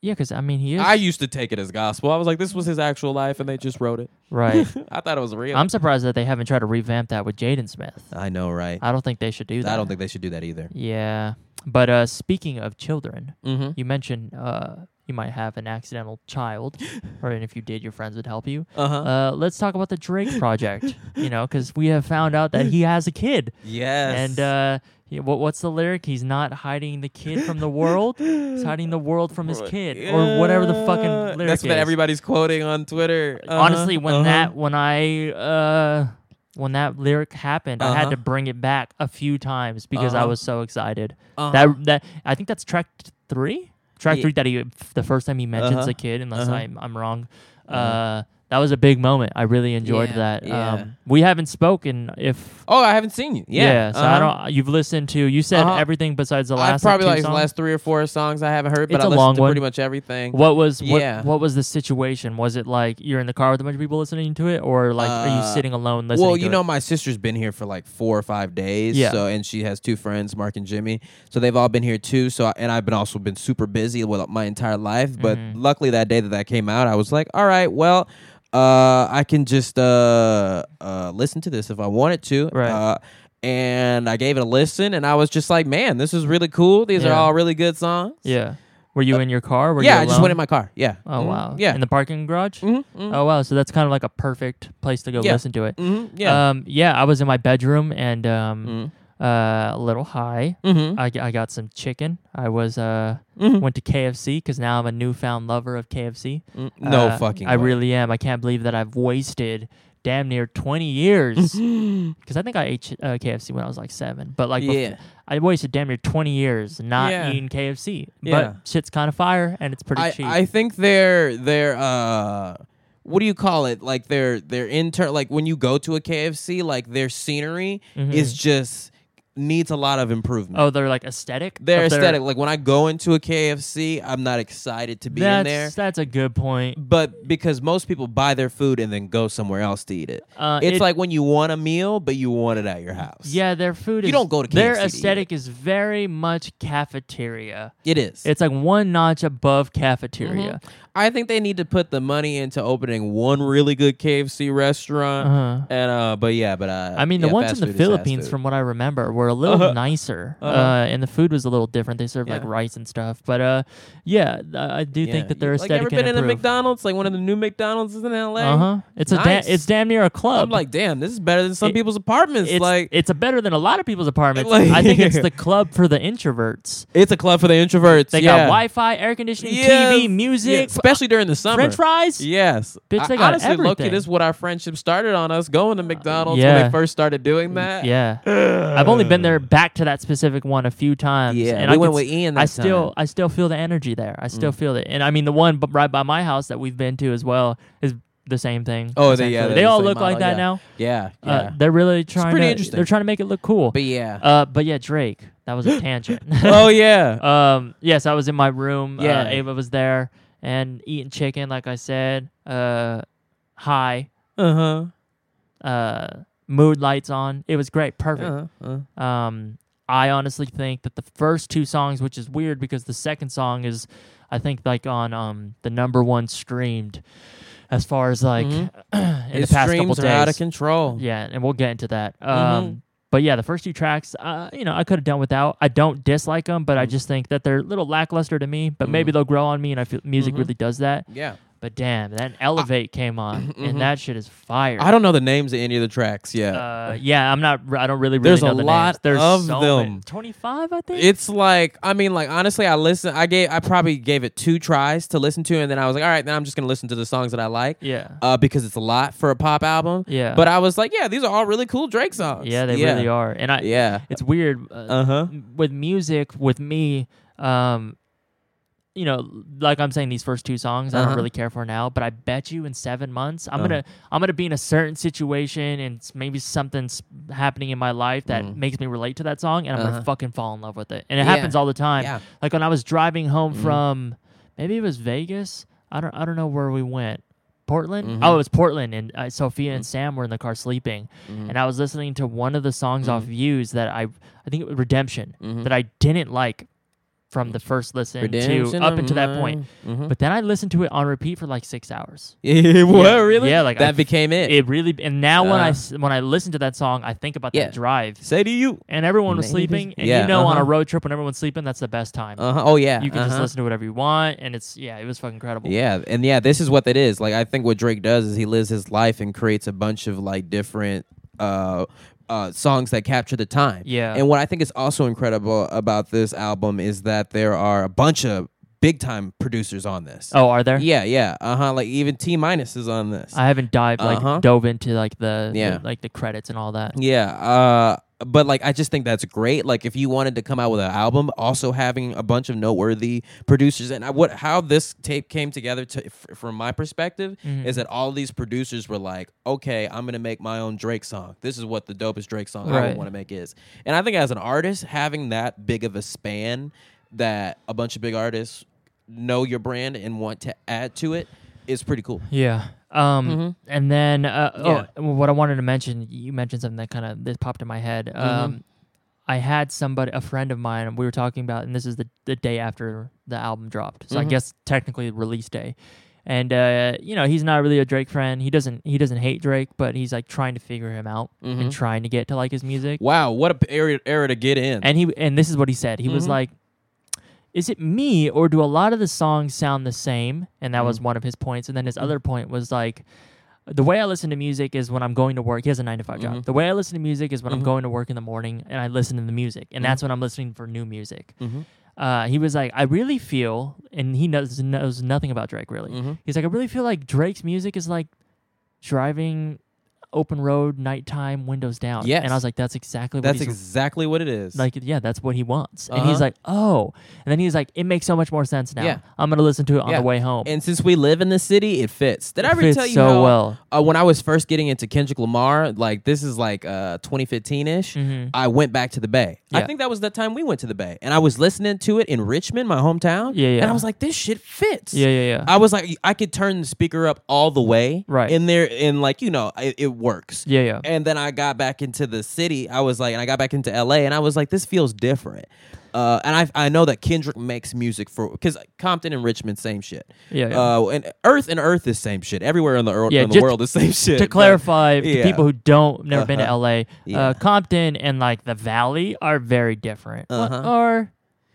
Speaker 1: yeah, because I mean he is
Speaker 2: I used to take it as gospel. I was like, this was his actual life, and they just wrote it.
Speaker 1: right.
Speaker 2: I thought it was real.
Speaker 1: I'm surprised that they haven't tried to revamp that with Jaden Smith.
Speaker 2: I know, right?
Speaker 1: I don't think they should do that.
Speaker 2: I don't think they should do that either.
Speaker 1: Yeah, but uh, speaking of children,
Speaker 2: Mm-hmm.
Speaker 1: you mentioned uh, you might have an accidental child, or and if you did, your friends would help you.
Speaker 2: Uh-huh.
Speaker 1: Uh, let's talk about the Drake project. you know, because we have found out that he has a kid.
Speaker 2: Yes.
Speaker 1: And uh, he- what, what's the lyric? He's not hiding the kid from the world. He's hiding the world from his kid, or whatever the fucking
Speaker 2: Yeah.
Speaker 1: lyric
Speaker 2: That's
Speaker 1: is.
Speaker 2: what everybody's quoting on Twitter. Uh-huh,
Speaker 1: Honestly, when
Speaker 2: uh-huh.
Speaker 1: that when I uh, when that lyric happened, I
Speaker 2: Uh-huh.
Speaker 1: had to bring it back a few times because I
Speaker 2: Uh-huh.
Speaker 1: was so excited.
Speaker 2: Uh-huh.
Speaker 1: That that I think that's track t- three. Track
Speaker 2: Ye-
Speaker 1: three that he the first time he mentions
Speaker 2: Uh-huh.
Speaker 1: a kid, unless
Speaker 2: Uh-huh.
Speaker 1: I'm I'm wrong. Uh, that was a big moment. I really enjoyed
Speaker 2: Yeah,
Speaker 1: that.
Speaker 2: yeah.
Speaker 1: Um, we haven't spoken if
Speaker 2: oh, I haven't seen you. Yeah.
Speaker 1: so
Speaker 2: uh-huh.
Speaker 1: I don't. You've listened to. You said
Speaker 2: Uh-huh.
Speaker 1: everything besides the
Speaker 2: I've
Speaker 1: last. like,
Speaker 2: probably
Speaker 1: two
Speaker 2: like the
Speaker 1: songs?
Speaker 2: last three or four songs I haven't heard, but
Speaker 1: It's
Speaker 2: I
Speaker 1: a
Speaker 2: listened
Speaker 1: long
Speaker 2: to
Speaker 1: one.
Speaker 2: pretty much everything.
Speaker 1: What was what,
Speaker 2: Yeah.
Speaker 1: what was the situation? Was it like you're in the car with a bunch of people listening to it, or like are
Speaker 2: Uh,
Speaker 1: you sitting alone listening?
Speaker 2: Well,
Speaker 1: to
Speaker 2: you
Speaker 1: it?
Speaker 2: know, my sister's been here for like four or five days.
Speaker 1: Yeah.
Speaker 2: So, and she has two friends, Mark and Jimmy. So they've all been here too. So, and I've been also been super busy with my entire life. But
Speaker 1: Mm-hmm.
Speaker 2: luckily, that day that that came out, I was like, all right, well, uh, I can just uh, uh, listen to this if I wanted to.
Speaker 1: Right.
Speaker 2: Uh, and I gave it a listen, and I was just like, man, this is really cool. These are
Speaker 1: Yeah.
Speaker 2: all really good songs.
Speaker 1: yeah. Were you in your car? Were
Speaker 2: uh, Yeah,
Speaker 1: you
Speaker 2: I just went
Speaker 1: alone?
Speaker 2: in my car. Yeah.
Speaker 1: Oh
Speaker 2: Mhm.
Speaker 1: wow!
Speaker 2: Yeah. Mm-hmm.
Speaker 1: in the parking garage. Oh wow! So that's kind of like a perfect place to go
Speaker 2: Yeah.
Speaker 1: listen to it.
Speaker 2: Mhm. Yeah. Mm-hmm.
Speaker 1: Um, yeah, I was in my bedroom and um, uh, a little high.
Speaker 2: Mhm.
Speaker 1: I, g- I got some chicken. I was uh
Speaker 2: Mm-hmm.
Speaker 1: went to KFC because now I'm a newfound lover of KFC.
Speaker 2: no
Speaker 1: Uh,
Speaker 2: fucking
Speaker 1: I
Speaker 2: way.
Speaker 1: really am. I can't believe that I've wasted damn near 20 years because I think I ate uh, KFC when I was like seven. But like, bef-
Speaker 2: Yeah.
Speaker 1: I wasted damn near 20 years not
Speaker 2: Yeah.
Speaker 1: eating KFC.
Speaker 2: Yeah.
Speaker 1: But shit's kind of fire and it's pretty
Speaker 2: I,
Speaker 1: cheap.
Speaker 2: I think their their uh what do you call it? Like their their intern like when you go to a KFC, like their scenery is just needs a lot of improvement.
Speaker 1: Mm-hmm. oh, they're like aesthetic.
Speaker 2: their
Speaker 1: Of
Speaker 2: aesthetic, like when I go into a KFC, I'm not excited to be
Speaker 1: That's
Speaker 2: in there.
Speaker 1: that's a good point.
Speaker 2: But because most people buy their food and then go somewhere else to eat it.
Speaker 1: Uh,
Speaker 2: it's
Speaker 1: it-
Speaker 2: like when you want a meal, but you want it at your house.
Speaker 1: Yeah, their food.
Speaker 2: You
Speaker 1: is,
Speaker 2: don't go to
Speaker 1: Their
Speaker 2: KFC to eat
Speaker 1: aesthetic is very much cafeteria.
Speaker 2: It is.
Speaker 1: It's like one notch above cafeteria.
Speaker 2: I think they need to put the money into opening one really good KFC restaurant.
Speaker 1: Uh-huh.
Speaker 2: And uh, but yeah, but uh,
Speaker 1: I mean, the
Speaker 2: yeah,
Speaker 1: ones
Speaker 2: fast
Speaker 1: in the
Speaker 2: food is fast
Speaker 1: Philippines,
Speaker 2: food. Uh-huh.
Speaker 1: from what I remember, were a little nicer, uh and the food was a little different. They served like
Speaker 2: Yeah.
Speaker 1: rice and stuff, but uh, yeah, th- I do
Speaker 2: Yeah.
Speaker 1: think that their
Speaker 2: like, you
Speaker 1: aesthetic
Speaker 2: ever
Speaker 1: can
Speaker 2: been in a
Speaker 1: improve.
Speaker 2: McDonald's? Like one of the new McDonald's is in LA.
Speaker 1: Uh huh. It's a
Speaker 2: Nice.
Speaker 1: da- it's damn near a club.
Speaker 2: I'm like, damn, this is better than some
Speaker 1: It-
Speaker 2: people's apartments.
Speaker 1: it's
Speaker 2: like
Speaker 1: it's a better than a lot of people's apartments.
Speaker 2: Like-
Speaker 1: I think it's the club for the introverts.
Speaker 2: it's a club for the introverts.
Speaker 1: They
Speaker 2: yeah.
Speaker 1: got Wi-Fi, air conditioning,
Speaker 2: Yes.
Speaker 1: TV,
Speaker 2: Yeah,
Speaker 1: music,
Speaker 2: especially during the summer.
Speaker 1: French fries.
Speaker 2: Yes,
Speaker 1: Bitch,
Speaker 2: I-
Speaker 1: they got
Speaker 2: honestly, Loki,
Speaker 1: everything. Uh,
Speaker 2: this is what our friendship started on us going to McDonald's when
Speaker 1: yeah.
Speaker 2: they first started doing that.
Speaker 1: Yeah. I've only been been there back to that specific one a few times.
Speaker 2: Yeah,
Speaker 1: and
Speaker 2: we
Speaker 1: I
Speaker 2: went
Speaker 1: could
Speaker 2: with
Speaker 1: s-
Speaker 2: Ian
Speaker 1: I
Speaker 2: that
Speaker 1: still
Speaker 2: time. Mm.
Speaker 1: I still feel the energy there. I still feel it. And I mean the one b- right by my house that we've been to as well is the same thing.
Speaker 2: Oh, they- yeah,
Speaker 1: essentially.
Speaker 2: they're
Speaker 1: they
Speaker 2: the
Speaker 1: all
Speaker 2: same
Speaker 1: look like
Speaker 2: model,
Speaker 1: that
Speaker 2: yeah.
Speaker 1: now.
Speaker 2: Yeah, yeah.
Speaker 1: Uh, they're really trying
Speaker 2: pretty
Speaker 1: to
Speaker 2: interesting.
Speaker 1: they're trying to make it look cool.
Speaker 2: but yeah.
Speaker 1: uh, but yeah, Drake. That was a tangent.
Speaker 2: oh yeah.
Speaker 1: um, yes, I was in my room.
Speaker 2: Yeah.
Speaker 1: Uh, Ava was there and eating chicken, like I said. Uh, hi.
Speaker 2: Uh huh.
Speaker 1: Uh, mood lights on. It was great. Perfect.
Speaker 2: Uh huh.
Speaker 1: Um, I honestly think that the first two songs, which is weird because the second song is, I think, like on um the number one streamed, as far as like in the
Speaker 2: His
Speaker 1: past couple
Speaker 2: Mm-hmm. streams
Speaker 1: days.
Speaker 2: are out of control. Mm-hmm.
Speaker 1: Yeah, and we'll get into that. Um, But yeah, the first two tracks, uh, you know, I could have done without. I don't dislike them, but I
Speaker 2: Mm-hmm.
Speaker 1: just think that they're a little lackluster to me. But maybe they'll grow on me, and I feel music
Speaker 2: Mm-hmm.
Speaker 1: really does that.
Speaker 2: Yeah.
Speaker 1: But damn, that Elevate came on, and that shit is fire.
Speaker 2: Mm-hmm. I don't know the names of any of the tracks. Yeah.
Speaker 1: Uh, yeah, I'm not. I don't really. really
Speaker 2: Oh. There's
Speaker 1: know
Speaker 2: a
Speaker 1: the
Speaker 2: lot
Speaker 1: names. There's
Speaker 2: of
Speaker 1: so
Speaker 2: them.
Speaker 1: Twenty five, I think.
Speaker 2: it's like I mean, like honestly, I listen. I gave. I probably gave it two tries to listen to, and then I was like, all right, then I'm just gonna listen to the songs that I like.
Speaker 1: yeah.
Speaker 2: Uh, because it's a lot for a pop album.
Speaker 1: Yeah.
Speaker 2: But I was like, yeah, these are all really cool Drake songs.
Speaker 1: Yeah, they really are. And I,
Speaker 2: Yeah.
Speaker 1: it's weird. Uh,
Speaker 2: Uh-huh.
Speaker 1: m- With music, with me, um, you know, like I'm saying, these first two songs I
Speaker 2: Uh-huh.
Speaker 1: don't really care for now, but I bet you in seven months I'm gonna I'm gonna be in a certain situation and s- maybe something's happening in my life that makes me relate to that song, and I'm
Speaker 2: Mm. Uh-huh.
Speaker 1: gonna fucking fall in love with it. And it
Speaker 2: Yeah.
Speaker 1: happens all the time.
Speaker 2: Yeah. Mm-hmm.
Speaker 1: Like when I was driving home from maybe it was Vegas. I don't I don't know where we went. Portland?
Speaker 2: Mm-hmm.
Speaker 1: Oh, it was Portland, and uh, Sophia
Speaker 2: Mm.
Speaker 1: and Sam were in the car sleeping,
Speaker 2: Mm-hmm.
Speaker 1: and I was listening to one of the songs off Views that I, I think it was Redemption,
Speaker 2: Mm-hmm.
Speaker 1: that I didn't like from the first listen
Speaker 2: Redemption
Speaker 1: to up
Speaker 2: of
Speaker 1: until that point. But then I listened to it on repeat for like six hours.
Speaker 2: Yeah. Mm-hmm. what
Speaker 1: Yeah,
Speaker 2: really?
Speaker 1: yeah, like, I
Speaker 2: that
Speaker 1: f-
Speaker 2: became it.
Speaker 1: It really, and now when I
Speaker 2: Uh.
Speaker 1: s- when I listen to that song, I think about
Speaker 2: Yeah.
Speaker 1: that drive.
Speaker 2: Say to you.
Speaker 1: And everyone was
Speaker 2: Maybe-
Speaker 1: sleeping, and
Speaker 2: Yeah,
Speaker 1: you know, on a
Speaker 2: uh-huh.
Speaker 1: road trip when everyone's sleeping, that's the best time.
Speaker 2: Uh-huh. Oh yeah.
Speaker 1: you can just
Speaker 2: uh-huh.
Speaker 1: listen to whatever you want, and it's yeah, it was fucking incredible.
Speaker 2: Yeah, and yeah, this is what that is. Like I think what Drake does is he lives his life and creates a bunch of like different uh uh songs that capture the time.
Speaker 1: Yeah.
Speaker 2: And what I think is also incredible about this album is that there are a bunch of big time producers on this.
Speaker 1: Oh, are there?
Speaker 2: Yeah, yeah. Uh-huh. Like even T minus is on this.
Speaker 1: I haven't dived like
Speaker 2: Uh-huh.
Speaker 1: dove into like the, the-
Speaker 2: Yeah.
Speaker 1: like the credits and all that.
Speaker 2: Yeah. Uh but like I just think that's great. Like if you wanted to come out with an album, also having a bunch of noteworthy producers and I, what how this tape came together to, f- from my perspective is that all these producers were like, okay, I'm gonna make my own Drake song. This is what the dopest Drake song I
Speaker 1: Right.
Speaker 2: would want to make is. And I think as an artist, having that big of a span that a bunch of big artists know your brand and want to add to it is pretty cool.
Speaker 1: Yeah. Um, and then uh,
Speaker 2: Mm-hmm. Yeah.
Speaker 1: oh, well, what I wanted to mention, you mentioned something that kind of this popped in my head.
Speaker 2: Mm-hmm.
Speaker 1: Um, I had somebody, a friend of mine, we were talking about, and this is the the day after the album dropped, so
Speaker 2: Mm-hmm.
Speaker 1: I guess technically release day. And uh, you know, he's not really a Drake friend. He doesn't he doesn't hate Drake, but he's like trying to figure him out
Speaker 2: Mm-hmm.
Speaker 1: and trying to get to like his music.
Speaker 2: Wow, what a p- era, era to get in.
Speaker 1: And he and this is what he said. He was
Speaker 2: Mm-hmm.
Speaker 1: like, "Is it me or do a lot of the songs sound the same?" And that
Speaker 2: Mm.
Speaker 1: was one of his points. And then his other point was like, "The way I listen to music is when I'm going to work." He has a nine to 5
Speaker 2: Mm-hmm.
Speaker 1: job. The way I listen to music is when I'm going to work in the morning and I listen to the music,
Speaker 2: Mm-hmm.
Speaker 1: and that's when I'm listening for new music. Uh, he was like, I really feel, and he knows knows nothing about Drake really.
Speaker 2: Mm. Mm-hmm.
Speaker 1: He's like, I really feel like Drake's music is like driving open road, nighttime, windows down.
Speaker 2: Yes.
Speaker 1: and I was like, that's exactly what
Speaker 2: That's
Speaker 1: he's
Speaker 2: exactly what it is.
Speaker 1: like yeah that's what he wants and he's
Speaker 2: Uh-huh.
Speaker 1: like oh and then he's like it makes so much more sense now
Speaker 2: Yeah.
Speaker 1: i'm gonna listen to it on
Speaker 2: Yeah.
Speaker 1: the way home
Speaker 2: And since we live in the city, it fits. Did I
Speaker 1: It
Speaker 2: ever
Speaker 1: fits
Speaker 2: tell you
Speaker 1: so
Speaker 2: how,
Speaker 1: well.
Speaker 2: Uh, when I was first getting into Kendrick Lamar, like this is like uh 2015 ish. I went back to the Bay. I
Speaker 1: Mm-hmm. Yeah.
Speaker 2: think that was the time we went to the Bay, and I was listening to it in Richmond, my hometown.
Speaker 1: Yeah, yeah.
Speaker 2: And I was like, this shit fits.
Speaker 1: yeah yeah yeah
Speaker 2: I was like, I could turn the speaker up all the way,
Speaker 1: Right.
Speaker 2: In there, and like you know, it, it works.
Speaker 1: yeah yeah
Speaker 2: And then I got back into the city. I was like, and I got back into LA, and I was like, this feels different. Uh, and I I know that Kendrick makes music for because Compton and Richmond same shit.
Speaker 1: Yeah, yeah.
Speaker 2: Uh, and Earth and Earth is same shit. Everywhere in the earth,
Speaker 1: Yeah,
Speaker 2: in the
Speaker 1: just
Speaker 2: world is same shit.
Speaker 1: to
Speaker 2: but-
Speaker 1: clarify to
Speaker 2: yeah. Uh-huh.
Speaker 1: people who don't never been to la
Speaker 2: Yeah.
Speaker 1: uh, compton and like the valley are very different What
Speaker 2: Uh-huh.
Speaker 1: are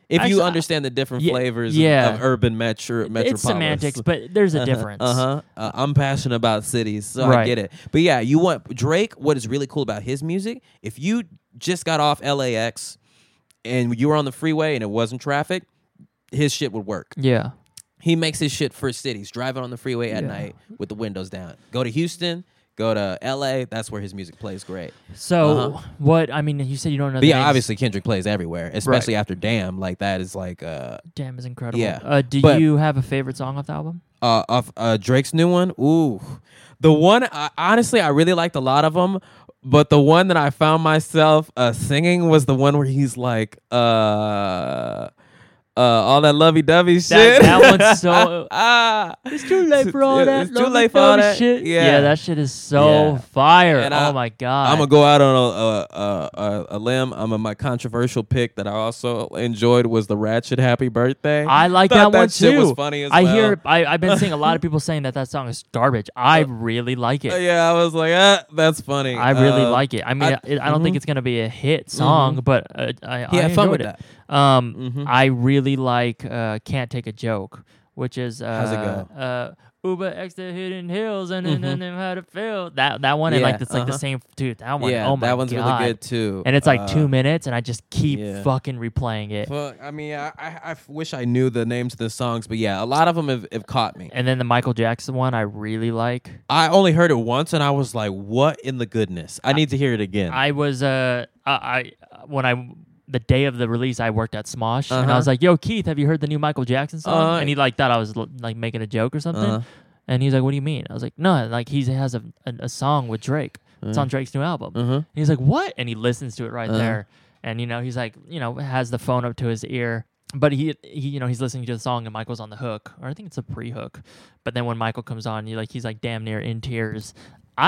Speaker 2: if you
Speaker 1: actually, I-
Speaker 2: understand the different
Speaker 1: yeah,
Speaker 2: flavors
Speaker 1: yeah.
Speaker 2: of urban metro metropolis,
Speaker 1: it's semantics but there's a difference
Speaker 2: Uh-huh. Uh, I'm passionate about cities, so I
Speaker 1: Right.
Speaker 2: get it. But yeah, you want Drake, what is really cool about his music, if you just got off LAX and you were on the freeway and it wasn't traffic, his shit would work.
Speaker 1: yeah
Speaker 2: He makes his shit for cities, driving on the freeway at
Speaker 1: Yeah.
Speaker 2: night with the windows down. Go to Houston, Go to L.A. That's where his music plays great.
Speaker 1: So what? I mean, you said you don't know.
Speaker 2: Uh-huh. But
Speaker 1: the
Speaker 2: yeah,
Speaker 1: names.
Speaker 2: obviously Kendrick plays everywhere, especially after Damn. Like that is like uh,
Speaker 1: Damn is incredible.
Speaker 2: Yeah,
Speaker 1: Uh, do
Speaker 2: but-
Speaker 1: you have a favorite song off the album?
Speaker 2: uh, of uh, Drake's new one. Ooh, the one I honestly I really liked a lot of them, but the one that I found myself uh, singing was the one where he's like, uh, uh, all that lovey dovey shit.
Speaker 1: that one's so-
Speaker 2: ah,
Speaker 1: It's too late for all
Speaker 2: It's
Speaker 1: that.
Speaker 2: too late for all that.
Speaker 1: Shit.
Speaker 2: Yeah.
Speaker 1: that shit is so
Speaker 2: Yeah.
Speaker 1: fire.
Speaker 2: And
Speaker 1: oh
Speaker 2: I-
Speaker 1: my god.
Speaker 2: I'm gonna go out on a a, a, a, a limb. I'm a, my controversial pick that I also enjoyed was the Ratchet Happy Birthday.
Speaker 1: I like
Speaker 2: Thought
Speaker 1: that, one
Speaker 2: shit
Speaker 1: too.
Speaker 2: Was funny as
Speaker 1: I
Speaker 2: well.
Speaker 1: hear. I, I've been seeing a lot of people saying that that song is garbage. I really like it.
Speaker 2: Uh, yeah, I was like, ah, that's funny.
Speaker 1: I really
Speaker 2: Uh,
Speaker 1: like it. I mean, I,
Speaker 2: I- mm-hmm.
Speaker 1: it, I don't think it's gonna be a hit song, but uh, I, I
Speaker 2: Yeah,
Speaker 1: enjoyed
Speaker 2: fun with Mm-hmm.
Speaker 1: it. Um, I really like uh, "Can't Take a Joke," which is uh,
Speaker 2: it go? Mm-hmm.
Speaker 1: Uh, Uber X the hidden hills and then and then how to feel that that one and
Speaker 2: Yeah,
Speaker 1: like it's like the
Speaker 2: uh-huh.
Speaker 1: same dude that one
Speaker 2: Yeah,
Speaker 1: oh my
Speaker 2: that one's
Speaker 1: God.
Speaker 2: really good too.
Speaker 1: and it's like
Speaker 2: Uh,
Speaker 1: two minutes and I just keep
Speaker 2: yeah.
Speaker 1: fucking replaying it
Speaker 2: Well, I mean, I, I, I wish I knew the names of the songs, but yeah, a lot of them have, have caught me.
Speaker 1: and then the Michael Jackson one I really like
Speaker 2: I only heard it once, and I was like, "What in the goodness? I need to hear it again."
Speaker 1: I was uh I, I when I the day of the release I worked at Smosh and I
Speaker 2: Uh-huh.
Speaker 1: was like, "Yo, Keith, have you heard the new Michael Jackson song?"
Speaker 2: Uh,
Speaker 1: and he like thought I was l- like making a joke or something.
Speaker 2: Uh-huh.
Speaker 1: And he's like, "What do you mean?" I was like, "No, like he has a a, a song with Drake. It's
Speaker 2: Uh-huh.
Speaker 1: on Drake's new album."
Speaker 2: Mm-hmm.
Speaker 1: And he's like, "What?" And he listens to it right there. And you know, he's like, you know, has the phone up to his ear. But he, he, you know, he's listening to the song and Michael's on the hook, or I think it's a pre-hook. But then when Michael comes on, you like he's like damn near in tears.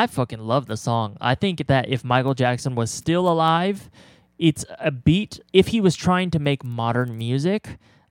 Speaker 1: I fucking love the song. I think that if Michael Jackson was still alive, it's a beat. If he was trying to make modern music,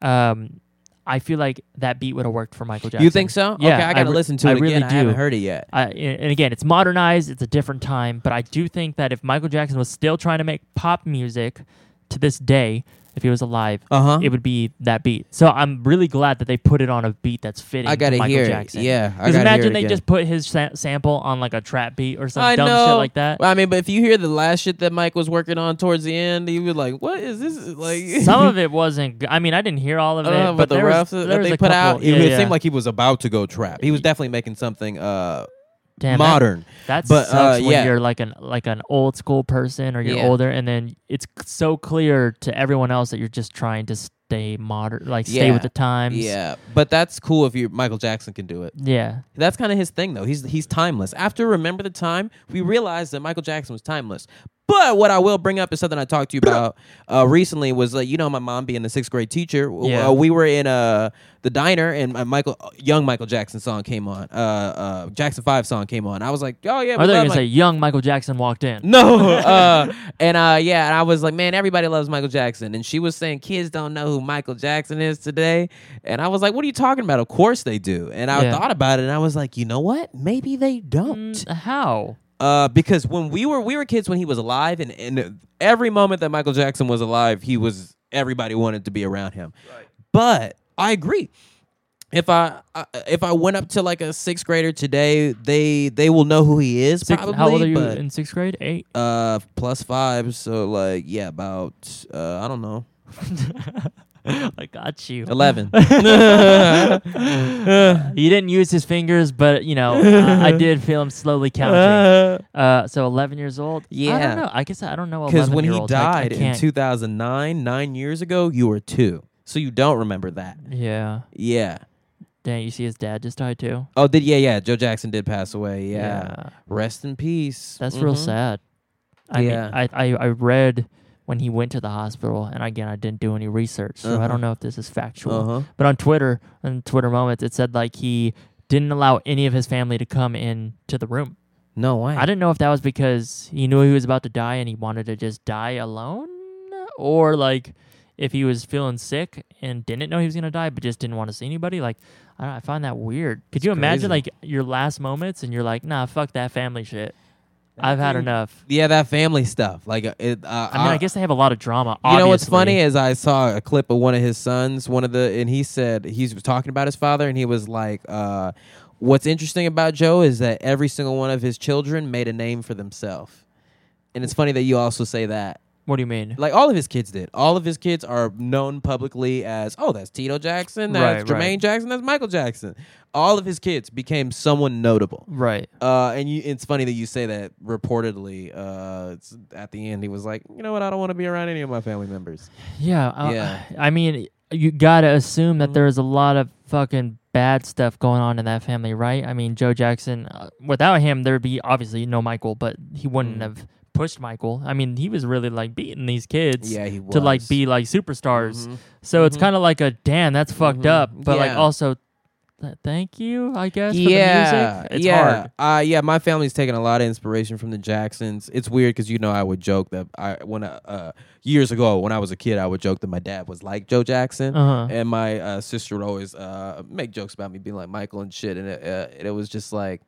Speaker 1: um, I feel like that beat would have worked for Michael Jackson.
Speaker 2: you think so?
Speaker 1: Yeah,
Speaker 2: okay, I gotta
Speaker 1: re-
Speaker 2: listen to it
Speaker 1: I
Speaker 2: again.
Speaker 1: Really
Speaker 2: I
Speaker 1: do.
Speaker 2: haven't heard it yet.
Speaker 1: I, and again, it's modernized. It's a different time, but I do think that if Michael Jackson was still trying to make pop music to this day, if he was alive,
Speaker 2: Uh-huh.
Speaker 1: it would be that beat. So I'm really glad that they put it on a beat that's fitting.
Speaker 2: I gotta
Speaker 1: to Michael
Speaker 2: hear it.
Speaker 1: Jackson.
Speaker 2: Yeah, I
Speaker 1: because
Speaker 2: gotta hear
Speaker 1: imagine
Speaker 2: it
Speaker 1: they
Speaker 2: again.
Speaker 1: just put his sa- sample on like a trap beat or some
Speaker 2: I
Speaker 1: dumb
Speaker 2: know.
Speaker 1: shit like that.
Speaker 2: Well, I mean, but if you hear the last shit that Mike was working on towards the end, he was like, "What is this?" Like
Speaker 1: some of it wasn't. G- I mean, I didn't hear all of
Speaker 2: I
Speaker 1: it,
Speaker 2: don't know,
Speaker 1: but
Speaker 2: Ah, but the
Speaker 1: there
Speaker 2: rough
Speaker 1: was,
Speaker 2: that
Speaker 1: there was
Speaker 2: they
Speaker 1: a
Speaker 2: put
Speaker 1: couple-
Speaker 2: out,
Speaker 1: yeah,
Speaker 2: it, it
Speaker 1: yeah.
Speaker 2: seemed like he was about to go trap. He was definitely making something uh,
Speaker 1: Damn, that-
Speaker 2: modern.
Speaker 1: That
Speaker 2: But,
Speaker 1: sucks
Speaker 2: uh,
Speaker 1: when
Speaker 2: yeah.
Speaker 1: you're like an like an old school person or you're
Speaker 2: Yeah.
Speaker 1: older, and then it's c- so clear to everyone else that you're just trying to stay modern, like stay with
Speaker 2: Yeah.
Speaker 1: the times.
Speaker 2: Yeah, but that's cool if you Michael Jackson can do it.
Speaker 1: yeah.
Speaker 2: That's kind of his thing, though. He's he's timeless. After Remember the Time, we realized that Michael Jackson was timeless. But what I will bring up is something I talked to you about uh, recently was like you know my mom being a sixth grade teacher. w-
Speaker 1: Yeah.
Speaker 2: Uh, we were in uh, the diner and my Michael uh, young Michael Jackson song came on. Uh, uh, Jackson Five song came on. I was like,
Speaker 1: Or
Speaker 2: oh yeah, we
Speaker 1: they're
Speaker 2: love
Speaker 1: gonna
Speaker 2: Mike-
Speaker 1: say young Michael Jackson walked in.
Speaker 2: no. Uh, and uh, yeah, and I was like, man, everybody loves Michael Jackson. And she was saying kids don't know who Michael Jackson is today. And I was like, what are you talking about? Of course they do. And I
Speaker 1: Yeah.
Speaker 2: thought about it, and I was like, you know what? Maybe they don't.
Speaker 1: Mm, how?
Speaker 2: Uh, because when we were we were kids when he was alive, and and every moment that Michael Jackson was alive, he was everybody wanted to be around him. But I agree. If I, I if I went up to like a sixth grader today, they they will know who he is.
Speaker 1: Six,
Speaker 2: probably,
Speaker 1: how old are you
Speaker 2: but-
Speaker 1: in sixth grade? Eight.
Speaker 2: uh, plus five, so like yeah, about uh, I don't know,
Speaker 1: I got you.
Speaker 2: eleven.
Speaker 1: He didn't use his fingers, but you know, I, I did feel him slowly counting.
Speaker 2: Because
Speaker 1: Uh, so 11 years old. I
Speaker 2: Yeah.
Speaker 1: don't know. I guess I don't know.
Speaker 2: when he
Speaker 1: 11-year-olds. I- I
Speaker 2: died in
Speaker 1: can't-
Speaker 2: 2009, nine years ago, you were two, so you don't remember that.
Speaker 1: Yeah.
Speaker 2: Yeah.
Speaker 1: Dang, you see his dad just died too.
Speaker 2: Oh, did yeah, yeah. Joe Jackson did pass away. Yeah.
Speaker 1: Yeah.
Speaker 2: Rest in peace.
Speaker 1: That's real
Speaker 2: Mhm.
Speaker 1: sad. I
Speaker 2: Yeah.
Speaker 1: mean, I, I, I read when he went to the hospital, and again, I didn't do any research, so I
Speaker 2: Uh-huh.
Speaker 1: don't know if this is factual.
Speaker 2: Uh-huh.
Speaker 1: But on Twitter, on Twitter moments, it said like he didn't allow any of his family to come in to the room.
Speaker 2: No way.
Speaker 1: I didn't know if that was because he knew he was about to die and he wanted to just die alone, or like if he was feeling sick and didn't know he was gonna die but just didn't want to see anybody. Like I, don't, I find that weird. Could you imagine
Speaker 2: crazy.
Speaker 1: like your last moments and you're like, nah, fuck that family shit. I've had enough.
Speaker 2: yeah, that family stuff. Like uh, it. Uh,
Speaker 1: I mean, I guess they have a lot of drama.
Speaker 2: You know what's
Speaker 1: obviously.
Speaker 2: funny is I saw a clip of one of his sons, one of the, and he said he was talking about his father, and he was like, uh, "What's interesting about Joe is that every single one of his children made a name for themselves." And it's funny that you also say that
Speaker 1: What do you mean?
Speaker 2: Like all of his kids did. All of his kids are known publicly as, oh, that's Tito Jackson,
Speaker 1: Right,
Speaker 2: that's Jermaine
Speaker 1: right.
Speaker 2: Jackson, that's Michael Jackson. All of his kids became someone notable.
Speaker 1: Right.
Speaker 2: Uh, and you, it's funny that you say that. Reportedly, uh, it's- at the end, he was like, "You know what? I don't want to be around any of my family members."
Speaker 1: Yeah. I,
Speaker 2: Yeah.
Speaker 1: I mean, you gotta assume that there is a lot of fucking bad stuff going on in that family, right? I mean, Joe Jackson. Uh, without him, there'd be obviously no Michael, but he wouldn't have pushed Michael. I mean, he was really like beating these kids.
Speaker 2: Yeah, he
Speaker 1: To like
Speaker 2: was.
Speaker 1: be like
Speaker 2: Mm-hmm.
Speaker 1: superstars. So it's kind of like a damn, that's fucked up, but like
Speaker 2: Yeah.
Speaker 1: also. th- Thank you, I guess. for the music. it's
Speaker 2: yeah,
Speaker 1: hard.
Speaker 2: Uh, yeah. My family's taken a lot of inspiration from the Jacksons. It's weird because you know I would joke that I when uh, uh, years ago when I was a kid I would joke that my dad was like Joe Jackson,
Speaker 1: Uh-huh.
Speaker 2: and my uh, sister would always uh, make jokes about me being like Michael and shit, and it, uh, it was just like.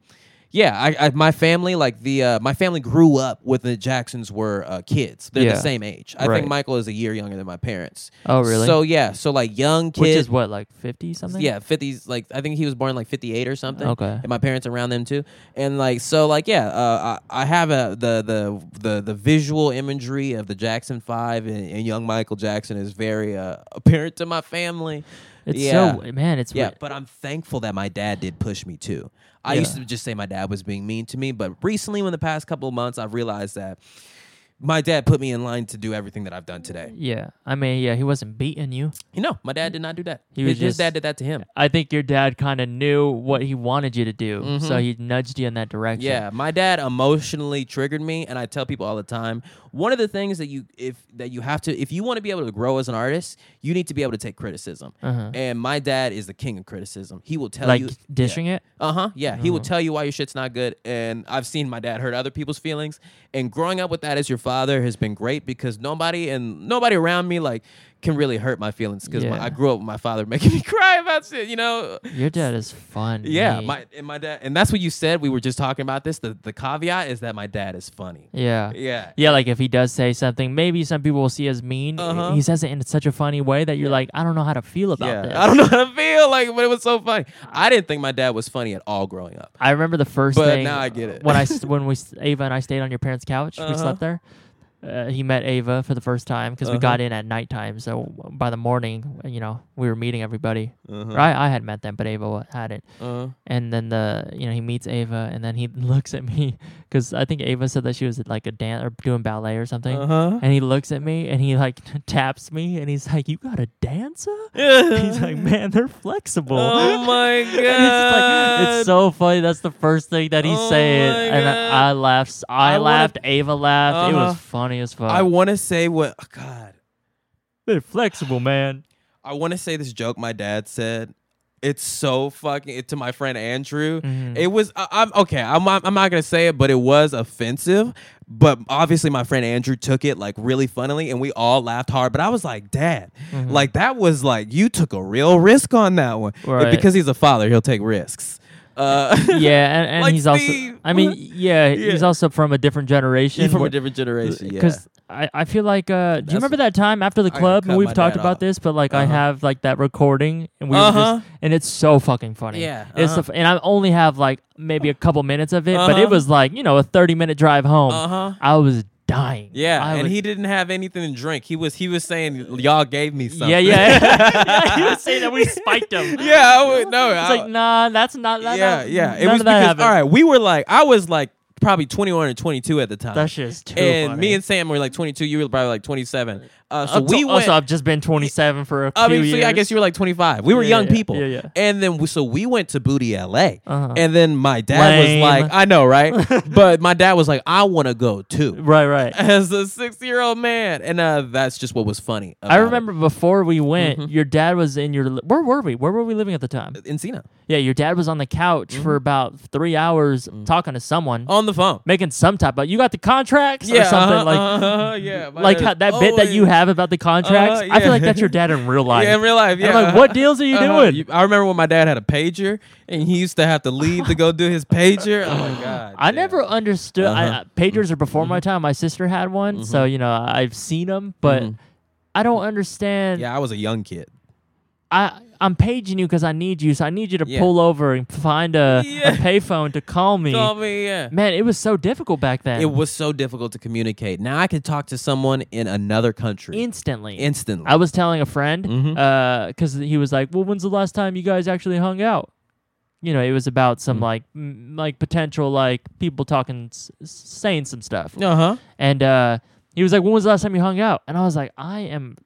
Speaker 2: Yeah, I, I my family like the uh, my family grew up with the Jacksons were uh, kids. They're
Speaker 1: Yeah.
Speaker 2: the same age. I
Speaker 1: Right.
Speaker 2: think Michael is a year younger than my parents.
Speaker 1: Oh, really?
Speaker 2: So yeah, so like young kids,
Speaker 1: Which is what, like fifty something?
Speaker 2: yeah, fifties. Like I think he was born like fifty eight or something.
Speaker 1: Okay.
Speaker 2: and my parents around them too. And like so, like yeah, uh, I, I have a the the the the visual imagery of the Jackson Five and, and young Michael Jackson is very uh, apparent to my family.
Speaker 1: It's
Speaker 2: yeah.
Speaker 1: so man. It's
Speaker 2: yeah,
Speaker 1: weird.
Speaker 2: but I'm thankful that my dad did push me too. I
Speaker 1: Yeah.
Speaker 2: used to just say my dad was being mean to me, but recently, in the past couple of months, I've realized that my dad put me in line to do everything that I've done today.
Speaker 1: Yeah, I mean, yeah, he wasn't beating you.
Speaker 2: You know, my dad did not do that.
Speaker 1: He was
Speaker 2: his, his
Speaker 1: just-
Speaker 2: dad did that to him.
Speaker 1: I think your dad kind of knew what he wanted you to do, so he nudged you in that direction.
Speaker 2: Mm-hmm. Yeah, my dad emotionally triggered me, and I tell people all the time one of the things that you if that you have to if you want to be able to grow as an artist, you need to be able to take criticism. And my dad is the king of criticism. He will tell
Speaker 1: Uh-huh. like
Speaker 2: you
Speaker 1: dishing it. Oh.
Speaker 2: Uh huh. Yeah, he will tell you why your shit's not good. And I've seen my dad hurt other people's feelings. And growing up with that as your father has been great because nobody and nobody around me like can really hurt my feelings because
Speaker 1: Yeah.
Speaker 2: I grew up with my father making me cry about shit. You know,
Speaker 1: Your dad is fun.
Speaker 2: yeah,
Speaker 1: me.
Speaker 2: my and my dad, and that's what you said. We were just talking about this. The the caveat is that my dad is funny.
Speaker 1: yeah.
Speaker 2: Yeah,
Speaker 1: Yeah, like if he does say something, maybe some people will see as mean.
Speaker 2: Uh-huh.
Speaker 1: He says it in such a funny way that you're like, I don't know how to feel about
Speaker 2: yeah.
Speaker 1: this.
Speaker 2: I don't know how to feel like, but it was so funny. I didn't think my dad was funny at all growing up.
Speaker 1: I remember the first
Speaker 2: But
Speaker 1: thing.
Speaker 2: now I get it. Uh-huh.
Speaker 1: when I s- when we s- Ava and I stayed on your parents' couch, we slept there. Uh, he met Ava for the first time because
Speaker 2: Uh-huh.
Speaker 1: we got in at nighttime. So by the morning, you know, we were meeting everybody.
Speaker 2: Uh-huh.
Speaker 1: Or I, I had met them, but Ava wa- hadn't.
Speaker 2: Uh,
Speaker 1: And then the you know he meets Ava, and then he looks at me because I think Ava said that she was like a dance or doing ballet or something.
Speaker 2: Uh-huh.
Speaker 1: And he looks at me, and he like taps me, and he's like, "You got a dancer?" he's like, "Man, they're flexible."
Speaker 2: Uh-huh. oh my god!
Speaker 1: And it's just like it's so funny. That's the first thing that he
Speaker 2: Oh my
Speaker 1: said, and
Speaker 2: God.
Speaker 1: I, I laughed. I,
Speaker 2: I wanna-
Speaker 1: laughed. Ava laughed. It
Speaker 2: Uh-huh.
Speaker 1: was funny as fuck.
Speaker 2: I want to say what oh, God.
Speaker 1: They're flexible, man.
Speaker 2: I want to say this joke my dad said. It's so fucking it, to my friend Andrew.
Speaker 1: Mm-hmm,
Speaker 2: It was I, I'm okay. I'm I'm not gonna say it, but it was offensive. But obviously, my friend Andrew took it like really funnily, and we all laughed hard. But I was like, Dad,
Speaker 1: mm-hmm.
Speaker 2: like that was like you took a real risk on that one And
Speaker 1: Right.
Speaker 2: because he's a father. He'll take risks. Uh,
Speaker 1: Yeah, and, and
Speaker 2: Like
Speaker 1: he's also.
Speaker 2: Steve.
Speaker 1: I mean, yeah, he's
Speaker 2: Yeah.
Speaker 1: also from a different generation.
Speaker 2: he's from a
Speaker 1: wh-
Speaker 2: different generation. Yeah.
Speaker 1: Because I, I feel like, uh, do
Speaker 2: That's-
Speaker 1: you remember that time after the
Speaker 2: gotta
Speaker 1: club?
Speaker 2: cut
Speaker 1: And we've
Speaker 2: my
Speaker 1: talked
Speaker 2: dad
Speaker 1: about
Speaker 2: off.
Speaker 1: this, but like I
Speaker 2: Uh-huh.
Speaker 1: have like that recording, and we were
Speaker 2: Uh-huh.
Speaker 1: just, and it's so fucking funny.
Speaker 2: Yeah,
Speaker 1: it's the
Speaker 2: uh-huh.
Speaker 1: f- and I only have like maybe a couple minutes of it, but it
Speaker 2: Uh-huh.
Speaker 1: was like you know a thirty minute drive home.
Speaker 2: Uh-huh.
Speaker 1: I was dying.
Speaker 2: Yeah,
Speaker 1: um, I
Speaker 2: and
Speaker 1: was-
Speaker 2: he didn't have anything to drink. He was he was saying y'all gave me something.
Speaker 1: Yeah, yeah. yeah, he was saying that we spiked him.
Speaker 2: yeah. I would, no, I,
Speaker 1: It's like nah, that's not. That,
Speaker 2: yeah,
Speaker 1: that-
Speaker 2: yeah.
Speaker 1: None
Speaker 2: It was
Speaker 1: of that
Speaker 2: because
Speaker 1: happened.
Speaker 2: all right, we were like I was like probably 21 or 22 at the time.
Speaker 1: That's just too
Speaker 2: and
Speaker 1: funny.
Speaker 2: me and Sam were like 22. You were probably like 27. Uh, so
Speaker 1: Up till-
Speaker 2: we went.
Speaker 1: Also, I've just been 27 for a
Speaker 2: I
Speaker 1: few
Speaker 2: mean, so
Speaker 1: years.
Speaker 2: yeah, I guess you were like 25. We were
Speaker 1: Yeah,
Speaker 2: young
Speaker 1: yeah,
Speaker 2: people.
Speaker 1: yeah, yeah.
Speaker 2: And then we, so we went to Booty LA.
Speaker 1: Uh-huh.
Speaker 2: And then my dad
Speaker 1: Lame.
Speaker 2: was like, I know, right? but my dad was like, I want to go too.
Speaker 1: right, right.
Speaker 2: As a six year old man. And uh, that's just what was funny.
Speaker 1: I
Speaker 2: about it.
Speaker 1: remember before we went,
Speaker 2: mm-hmm.
Speaker 1: your dad was in your. li- Where were we? Where were we living at the time?
Speaker 2: Encino
Speaker 1: Yeah, your dad was on the couch
Speaker 2: mm-hmm.
Speaker 1: for about three hours
Speaker 2: Mm.
Speaker 1: talking to someone,
Speaker 2: on the phone.
Speaker 1: making some type of. You got the contracts or something
Speaker 2: Oh. uh-huh,
Speaker 1: like.
Speaker 2: uh-huh, yeah. my
Speaker 1: Like
Speaker 2: dad
Speaker 1: how,
Speaker 2: is
Speaker 1: that bit that you have
Speaker 2: always-
Speaker 1: about the contracts,
Speaker 2: Uh-huh,
Speaker 1: I feel
Speaker 2: yeah.
Speaker 1: like that's your dad in real life.
Speaker 2: Yeah, in real life.
Speaker 1: And
Speaker 2: Yeah.
Speaker 1: I'm like, what deals are you
Speaker 2: Uh-huh.
Speaker 1: doing?
Speaker 2: You- I remember when my dad had a pager, and he used to have to leave to go do his pager. Oh my god!
Speaker 1: I
Speaker 2: damn.
Speaker 1: never understood. I,
Speaker 2: Uh-huh. Mm-hmm.
Speaker 1: pagers are before my time. My sister had one,
Speaker 2: Mm-hmm.
Speaker 1: so you know I've seen them, but I don't understand.
Speaker 2: Yeah, I was a young kid.
Speaker 1: I I'm paging you because I need you, so I need you to
Speaker 2: Yeah.
Speaker 1: pull over and find a,
Speaker 2: Yeah.
Speaker 1: a payphone to call me.
Speaker 2: Call me, yeah.
Speaker 1: Man, it was so difficult back then.
Speaker 2: It was so difficult to communicate. Now I can talk to someone in another country
Speaker 1: instantly.
Speaker 2: instantly.
Speaker 1: I was telling a friend
Speaker 2: Mhm.
Speaker 1: because he was like, "Well, when's the last time you guys actually hung out?" You know, it was about
Speaker 2: Mm.
Speaker 1: some like m- like potential like people talking, s- s- saying some stuff,
Speaker 2: Uh huh.
Speaker 1: and uh, he was like, "When was the last time you hung out?" And I was like, "I am,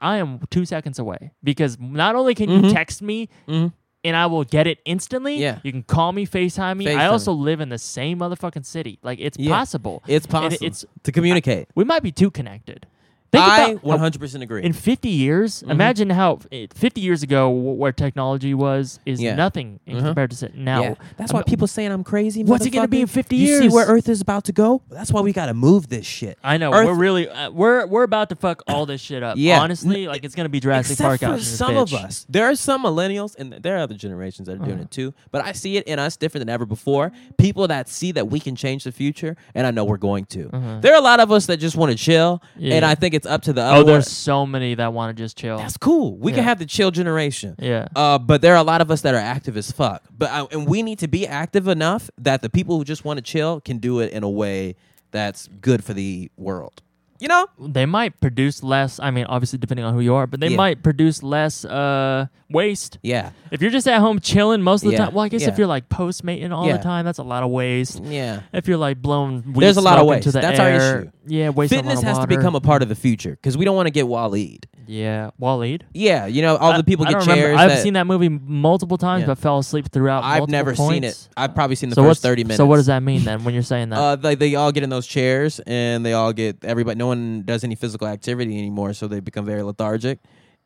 Speaker 1: I am two seconds away because not only can you
Speaker 2: Mhm.
Speaker 1: text me."
Speaker 2: Mhm.
Speaker 1: And I will get it instantly.
Speaker 2: Yeah.
Speaker 1: You can call me, FaceTime me. I
Speaker 2: FaceTime.
Speaker 1: also live in the same motherfucking city. Like, it's
Speaker 2: Yeah.
Speaker 1: possible.
Speaker 2: It's
Speaker 1: And
Speaker 2: possible
Speaker 1: it's-
Speaker 2: to communicate.
Speaker 1: we might be too connected. Think
Speaker 2: I
Speaker 1: about
Speaker 2: Mm-hmm.
Speaker 1: how
Speaker 2: 100% agree.
Speaker 1: in 50 years imagine how eh, 50 years ago wh- where technology was is
Speaker 2: Yeah.
Speaker 1: nothing in
Speaker 2: Mhm.
Speaker 1: compared to si- now
Speaker 2: Yeah. That's
Speaker 1: I'm-
Speaker 2: why people saying I'm crazy.
Speaker 1: What's it gonna be in
Speaker 2: motherfucker?
Speaker 1: 50
Speaker 2: You
Speaker 1: years?
Speaker 2: see where Earth is about to go? That's why we got to move this shit.
Speaker 1: I know
Speaker 2: Earth-
Speaker 1: we're really uh, we're we're about to fuck all this shit up.
Speaker 2: Yeah.
Speaker 1: honestly, like it's gonna be Jurassic
Speaker 2: Except
Speaker 1: Park out
Speaker 2: for
Speaker 1: in this
Speaker 2: some of
Speaker 1: bitch. Mm.
Speaker 2: us. There are some millennials, and there are other generations that are doing it too. But I see it in us different than ever before. People that see that we can change the future, and I know we're going to. There are a lot of us that just want to chill, and
Speaker 1: Mm-hmm. Yeah.
Speaker 2: I think it's up to the
Speaker 1: Oh,
Speaker 2: other.
Speaker 1: there's so many that want to just chill.
Speaker 2: That's cool. We
Speaker 1: Yeah.
Speaker 2: can have the chill generation.
Speaker 1: Yeah.
Speaker 2: Uh, but there are a lot of us that are active as fuck. But I, and we need to be active enough that the people who just want to chill can do it in a way that's good for the world. You know?
Speaker 1: they might produce less. I mean, obviously depending on who you are, but they
Speaker 2: Yeah.
Speaker 1: might produce less uh, waste.
Speaker 2: Yeah.
Speaker 1: If you're just at home chilling most of the
Speaker 2: Yeah.
Speaker 1: time, well, I guess if
Speaker 2: Yeah.
Speaker 1: you're like postmating all
Speaker 2: Yeah.
Speaker 1: the time, that's a lot of waste.
Speaker 2: Yeah.
Speaker 1: If you're like blown, weed
Speaker 2: There's a lot of
Speaker 1: smoke into
Speaker 2: waste.
Speaker 1: the
Speaker 2: That's our
Speaker 1: air,
Speaker 2: issue.
Speaker 1: Yeah, waste a lot
Speaker 2: Fitness
Speaker 1: of
Speaker 2: has to
Speaker 1: water.
Speaker 2: become a part of the future because we don't want to get walled.
Speaker 1: Yeah, Waleed.
Speaker 2: Yeah, you know, all the people
Speaker 1: I
Speaker 2: get
Speaker 1: don't
Speaker 2: chairs.
Speaker 1: remember. I've
Speaker 2: that-
Speaker 1: seen that movie multiple times,
Speaker 2: Yeah.
Speaker 1: but fell asleep throughout.
Speaker 2: I've
Speaker 1: multiple
Speaker 2: never seen it.
Speaker 1: points.
Speaker 2: I've probably seen the
Speaker 1: so what's
Speaker 2: first thirty minutes.
Speaker 1: So what does that mean then when you're saying that?
Speaker 2: Uh, they, they all get in those chairs and they all get everybody. No one does any physical activity anymore, so they become very lethargic.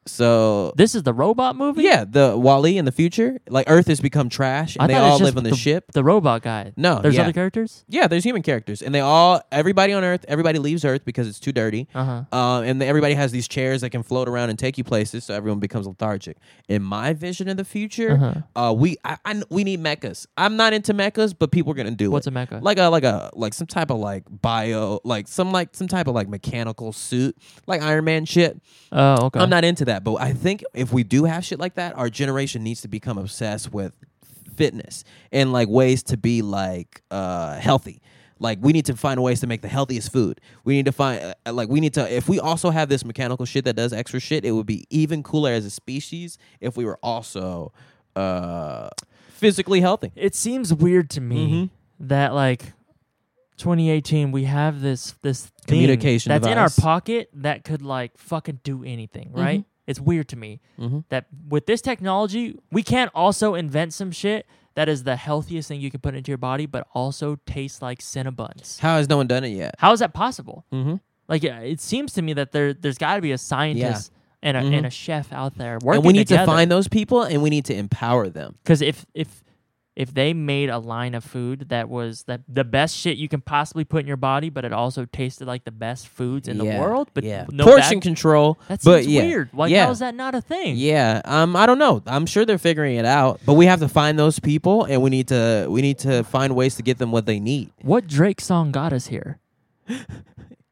Speaker 2: So
Speaker 1: this is the robot movie.
Speaker 2: Yeah, the Wally in the future, like Earth has become trash, and
Speaker 1: I
Speaker 2: they
Speaker 1: thought
Speaker 2: all
Speaker 1: it's just
Speaker 2: live on the, ship.
Speaker 1: The robot guy.
Speaker 2: No,
Speaker 1: there's
Speaker 2: yeah.
Speaker 1: other characters.
Speaker 2: Yeah, there's human characters, and they all, everybody on Earth, everybody leaves Earth because it's too dirty.
Speaker 1: Uh huh.
Speaker 2: Uh, and then everybody has these chairs that can float around and take you places, so everyone becomes lethargic. In my vision of the future,
Speaker 1: Uh-huh.
Speaker 2: uh we I, I kn- we need mechas. I'm not into mechas, but people are gonna do
Speaker 1: What's
Speaker 2: it.
Speaker 1: a mecha?
Speaker 2: Like a like a like some type of like bio, like some like some type of like mechanical suit, like Iron Man shit.
Speaker 1: Oh, okay.
Speaker 2: I'm not into that, but I think if we do have shit like that, our generation needs to become obsessed with fitness and like ways to be like uh healthy. Like we need to find ways to make the healthiest food. We need to find uh, like we need to if we also have this mechanical shit that does extra shit, it would be even cooler as a species if we were also uh physically healthy.
Speaker 1: It seems weird to
Speaker 2: Mm-hmm.
Speaker 1: me that like 2018 we have this this thing
Speaker 2: Communication
Speaker 1: that's in our
Speaker 2: device.
Speaker 1: pocket that could like fucking do anything, right? It's weird to me
Speaker 2: Mhm.
Speaker 1: that with this technology we can also invent some shit that is the healthiest thing you can put into your body, but also tastes like Cinnabons.
Speaker 2: How has no one done it yet?
Speaker 1: How is that possible?
Speaker 2: Mhm.
Speaker 1: Like uh, it seems to me that there there's got to be a scientist and a and a chef out there working
Speaker 2: Mm-hmm. And we need
Speaker 1: together.
Speaker 2: to find those people and we need to empower them.
Speaker 1: Because if if if they made a line of food that was that the best shit you can possibly put in your body, but it also tasted like the best foods in the
Speaker 2: Yeah,
Speaker 1: world, but
Speaker 2: yeah.
Speaker 1: no
Speaker 2: portion
Speaker 1: bag-
Speaker 2: control.
Speaker 1: that
Speaker 2: but
Speaker 1: seems
Speaker 2: yeah.
Speaker 1: weird. Like
Speaker 2: yeah.
Speaker 1: how is that not a thing?
Speaker 2: Yeah, um, I don't know. I'm sure they're figuring it out, but we have to find those people, and we need to we need to find ways to get them what they need.
Speaker 1: What Drake song got us here?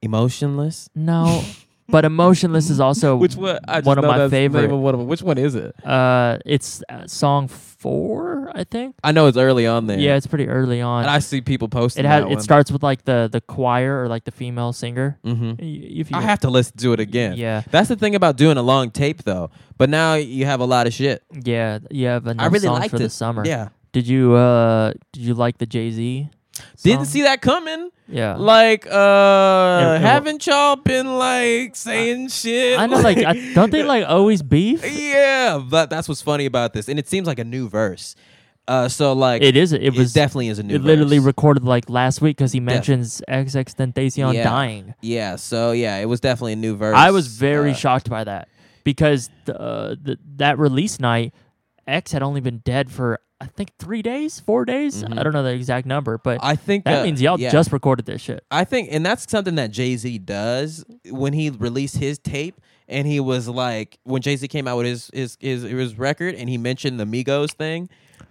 Speaker 2: Emotionless,
Speaker 1: No, but emotionless is also one of my favorite.
Speaker 2: one of them. Which one is it?
Speaker 1: Uh, it's uh, song four, I think.
Speaker 2: I know it's early on there.
Speaker 1: Yeah, it's pretty early on.
Speaker 2: and I see people posting
Speaker 1: it has.
Speaker 2: that
Speaker 1: It
Speaker 2: one.
Speaker 1: starts with like the the choir or like the female singer.
Speaker 2: Mhm.
Speaker 1: Y- If you
Speaker 2: I have to listen to it again.
Speaker 1: Yeah.
Speaker 2: that's the thing about doing a long tape though. But now you have a lot of shit.
Speaker 1: Yeah, th- you have enough
Speaker 2: I really
Speaker 1: songs
Speaker 2: liked
Speaker 1: for the
Speaker 2: it.
Speaker 1: summer.
Speaker 2: Yeah,
Speaker 1: Did you uh did you like the Jay Z?
Speaker 2: didn't see that coming.
Speaker 1: Yeah.
Speaker 2: Like, uh,
Speaker 1: it wa-
Speaker 2: haven't y'all been like saying shit?
Speaker 1: I know, like, I, don't they like always beef?
Speaker 2: yeah, but that's what's funny about this, and it seems like a new verse. Uh, so like
Speaker 1: It is. It was.
Speaker 2: definitely is a new.
Speaker 1: it literally
Speaker 2: verse.
Speaker 1: recorded like last week because he mentions XXXTentacion
Speaker 2: Yeah.
Speaker 1: dying.
Speaker 2: yeah. So yeah, it was definitely a new verse.
Speaker 1: I was very
Speaker 2: Uh,
Speaker 1: shocked by that because the, uh, the, that release night, X had only been dead for I think three days, four days. I don't know the exact number, but
Speaker 2: Mm-hmm. I think
Speaker 1: that
Speaker 2: uh,
Speaker 1: means y'all
Speaker 2: yeah.
Speaker 1: just recorded this shit.
Speaker 2: I think, and that's something that Jay Z does when he released his tape, and he was like, when Jay Z came out with his his his, his record, and he mentioned the Migos thing.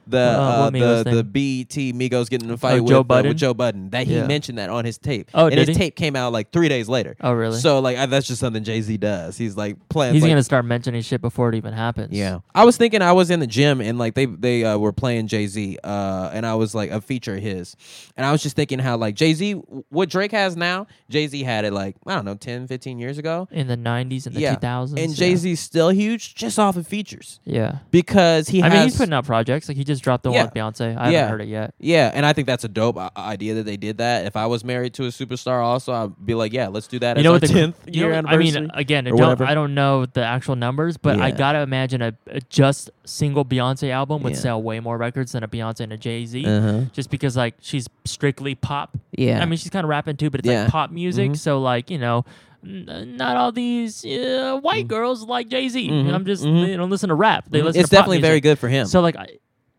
Speaker 2: the
Speaker 1: Uh,
Speaker 2: uh,
Speaker 1: what Migos
Speaker 2: the, the BET Migos getting in a fight
Speaker 1: Oh,
Speaker 2: with,
Speaker 1: Joe
Speaker 2: uh,
Speaker 1: Budden?
Speaker 2: with Joe Budden that he
Speaker 1: Yeah.
Speaker 2: mentioned that on his tape.
Speaker 1: Oh,
Speaker 2: and
Speaker 1: did
Speaker 2: his
Speaker 1: he?
Speaker 2: tape came out like three days later.
Speaker 1: Oh, really?
Speaker 2: So like I, that's just something Jay Z does. He's like playing.
Speaker 1: He's
Speaker 2: like,
Speaker 1: gonna start mentioning shit before it even happens.
Speaker 2: yeah, I was thinking I was in the gym and like they they uh, were playing Jay Z, uh, and I was like a feature of his, and I was just thinking how like Jay Z, what Drake has now, Jay Z had it like I don't know 10, 15 years ago,
Speaker 1: In the '90s and the
Speaker 2: yeah,
Speaker 1: 2000s.
Speaker 2: and
Speaker 1: yeah.
Speaker 2: Jay Z's still huge just off of features
Speaker 1: Yeah.
Speaker 2: because he
Speaker 1: I
Speaker 2: has.
Speaker 1: mean, he's putting out projects. Like he just dropped the
Speaker 2: Yeah.
Speaker 1: one with Beyonce. I
Speaker 2: Yeah.
Speaker 1: haven't heard it yet.
Speaker 2: yeah, and I think that's a dope i- idea that they did that. If I was married to a superstar, also I'd be like, yeah, let's do that.
Speaker 1: You
Speaker 2: as
Speaker 1: know
Speaker 2: our
Speaker 1: what the
Speaker 2: 10th
Speaker 1: you know
Speaker 2: year
Speaker 1: what-
Speaker 2: anniversary.
Speaker 1: I mean, again, I
Speaker 2: or
Speaker 1: don't,
Speaker 2: whatever.
Speaker 1: I don't know the actual numbers, but I
Speaker 2: Yeah.
Speaker 1: gotta imagine a, a just single Beyonce album would
Speaker 2: Yeah.
Speaker 1: sell way more records than a Beyonce and a Jay Z,
Speaker 2: Uh-huh.
Speaker 1: just because like she's strictly pop.
Speaker 2: Yeah.
Speaker 1: I mean, she's kind of rapping too, but it's
Speaker 2: Yeah. Mm-hmm.
Speaker 1: like pop music. So like you know, n- not all these uh,
Speaker 2: Mm.
Speaker 1: white girls like Jay Z.
Speaker 2: Mhm.
Speaker 1: I'm just
Speaker 2: Mhm.
Speaker 1: they don't listen to rap. They listen.
Speaker 2: it's
Speaker 1: to pop
Speaker 2: definitely very
Speaker 1: music.
Speaker 2: good for him.
Speaker 1: So like. I,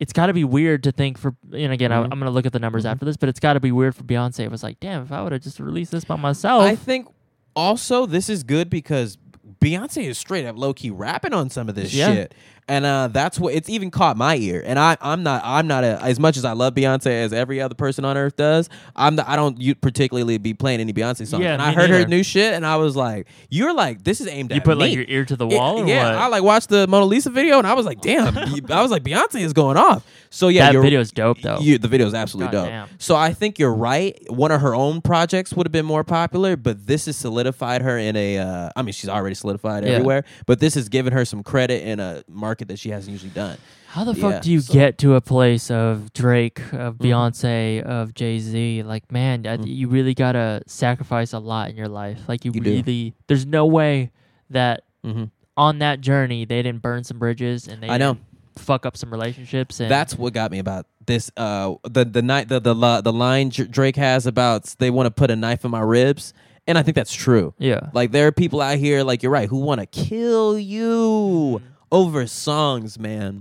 Speaker 1: it's got to be weird to think for, and again,
Speaker 2: Mm-hmm.
Speaker 1: I, I'm gonna look at the numbers after this, but it's got to be weird for Beyonce. It was like, damn, if I would have just released this by myself,
Speaker 2: I think also this is good because Beyonce is straight up low key rapping on some of this
Speaker 1: Yeah.
Speaker 2: shit, and uh, that's what it's even caught my ear. And I, I'm not, I'm not a, as much as I love Beyonce as every other person on earth does. I'm, the, I don't you particularly be playing any Beyonce songs.
Speaker 1: Yeah,
Speaker 2: and I
Speaker 1: me
Speaker 2: heard her
Speaker 1: neither.
Speaker 2: new shit, and I was like, you're like, this is aimed at
Speaker 1: You put like
Speaker 2: me.
Speaker 1: your ear to the
Speaker 2: It-
Speaker 1: wall, or
Speaker 2: yeah,
Speaker 1: what?
Speaker 2: I like watched the Mona Lisa video, and I was like, damn, I was like, Beyonce is going off. So yeah,
Speaker 1: that
Speaker 2: you're-
Speaker 1: video's dope though.
Speaker 2: you, the video is absolutely dope.
Speaker 1: Goddamn.
Speaker 2: So I think you're right. One of her own projects would have been more popular, but this has solidified her in a. Uh, I mean, she's already solidified
Speaker 1: Yeah.
Speaker 2: everywhere, but this has given her some credit in a market that she hasn't usually done.
Speaker 1: How the fuck
Speaker 2: yeah,
Speaker 1: do you
Speaker 2: so- Mm-hmm.
Speaker 1: get to a place of Drake, of Beyonce, of Jay Z? Like, man, I, you really gotta sacrifice a lot in your life. Like, you,
Speaker 2: Mm. You do.
Speaker 1: really, there's no way that
Speaker 2: Mhm.
Speaker 1: on that journey they didn't burn some bridges and they
Speaker 2: I know.
Speaker 1: didn't fuck up some relationships. And
Speaker 2: That's what got me about this. Uh, the the night the the li- the line Dr- Drake has about s- they want to put a knife in my ribs, and I think that's true.
Speaker 1: yeah,
Speaker 2: Like there are people out here, like you're right, who want to kill you over songs, man.
Speaker 1: Mm-hmm.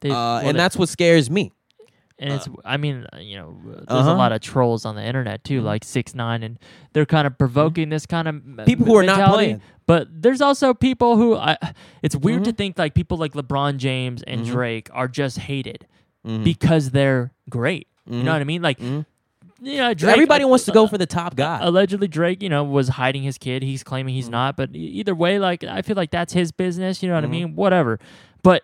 Speaker 1: They-
Speaker 2: Uh,
Speaker 1: well,
Speaker 2: and
Speaker 1: they-
Speaker 2: that's what scares me.
Speaker 1: and it's I mean uh, you know uh, there's
Speaker 2: uh-huh. Mm-hmm.
Speaker 1: a lot of trolls on the internet too, like six nine, and they're kind of provoking this kind of m-
Speaker 2: People who are not
Speaker 1: mentality,
Speaker 2: playing. Mm-hmm.
Speaker 1: But there's also people who I, it's weird to think like people like LeBron James and Drake are just hated
Speaker 2: Mm-hmm.
Speaker 1: because they're great. You know what I mean? Like, you know, Drake,
Speaker 2: Mm-hmm. Everybody
Speaker 1: uh,
Speaker 2: wants to go for the top guy.
Speaker 1: allegedly Drake, you know, was hiding his kid. He's claiming
Speaker 2: Mm.
Speaker 1: he's not, but e- either way, like I feel like that's his business. You know what I
Speaker 2: Mm-hmm.
Speaker 1: mean? Whatever. But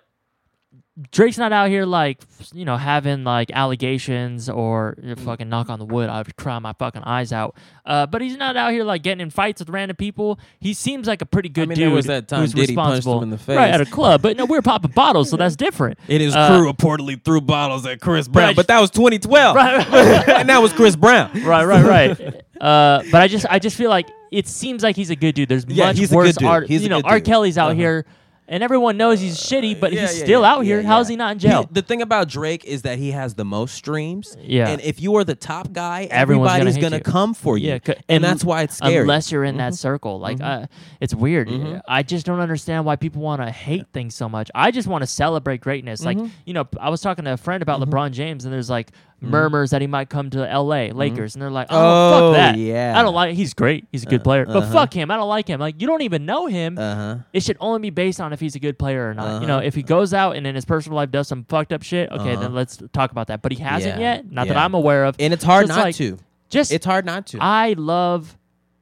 Speaker 1: Drake's not out here like f- you know having like allegations or uh,
Speaker 2: Mm.
Speaker 1: fucking knock on the wood. I would cry my fucking eyes out. Uh, but he's not out here like getting in fights with random people. He seems like a pretty good
Speaker 2: I mean,
Speaker 1: dude.
Speaker 2: there was that time
Speaker 1: who's
Speaker 2: Diddy punched
Speaker 1: responsible
Speaker 2: him in the
Speaker 1: right
Speaker 2: face.
Speaker 1: at a club. But no, we were popping bottles, so that's different.
Speaker 2: And his
Speaker 1: Uh,
Speaker 2: crew reportedly threw bottles at Chris Brown,
Speaker 1: Right.
Speaker 2: but that was 2012,
Speaker 1: Right,
Speaker 2: and that was Chris Brown.
Speaker 1: right, right, right. uh, but I just, I just feel like it seems like he's a good dude. There's
Speaker 2: Yeah,
Speaker 1: much
Speaker 2: he's a
Speaker 1: worse
Speaker 2: good dude.
Speaker 1: art.
Speaker 2: He's a
Speaker 1: you know,
Speaker 2: good
Speaker 1: R.
Speaker 2: dude.
Speaker 1: Kelly's out
Speaker 2: Uh-huh.
Speaker 1: here, and everyone knows he's shitty, but
Speaker 2: Uh, Yeah,
Speaker 1: he's
Speaker 2: yeah,
Speaker 1: still
Speaker 2: yeah,
Speaker 1: out here.
Speaker 2: yeah,
Speaker 1: How is
Speaker 2: yeah.
Speaker 1: he not in jail?
Speaker 2: the thing about Drake is that he has the most streams.
Speaker 1: Yeah.
Speaker 2: and if you are the top guy,
Speaker 1: Everyone's gonna
Speaker 2: everybody's
Speaker 1: hate
Speaker 2: gonna
Speaker 1: you.
Speaker 2: come for you.
Speaker 1: Yeah, c-
Speaker 2: and
Speaker 1: un-
Speaker 2: that's why it's scary.
Speaker 1: Unless you're in
Speaker 2: Mm-hmm.
Speaker 1: that circle, like uh, it's weird. I just don't understand why people want to hate things so much. I just want to celebrate greatness.
Speaker 2: Mm-hmm.
Speaker 1: Like you know, I was talking to a friend about LeBron James, and there's like murmurs that he might come to L.A. Lakers, and they're like, "Oh,
Speaker 2: Mm-hmm. Oh,
Speaker 1: fuck that!
Speaker 2: yeah.
Speaker 1: I don't like. He's great. He's a good player, but fuck him. I don't like him. Like you don't even know him.
Speaker 2: uh-huh.
Speaker 1: It should only be based on if he's a good player or not. You know, if he goes out and in his personal life does some fucked up shit, okay, then let's talk about that. But he hasn't
Speaker 2: Uh-huh. Yeah.
Speaker 1: yet, not that
Speaker 2: Yeah.
Speaker 1: I'm aware of.
Speaker 2: And it's hard
Speaker 1: So
Speaker 2: not
Speaker 1: like,
Speaker 2: to.
Speaker 1: Just
Speaker 2: It's Mm-hmm. hard not to.
Speaker 1: I love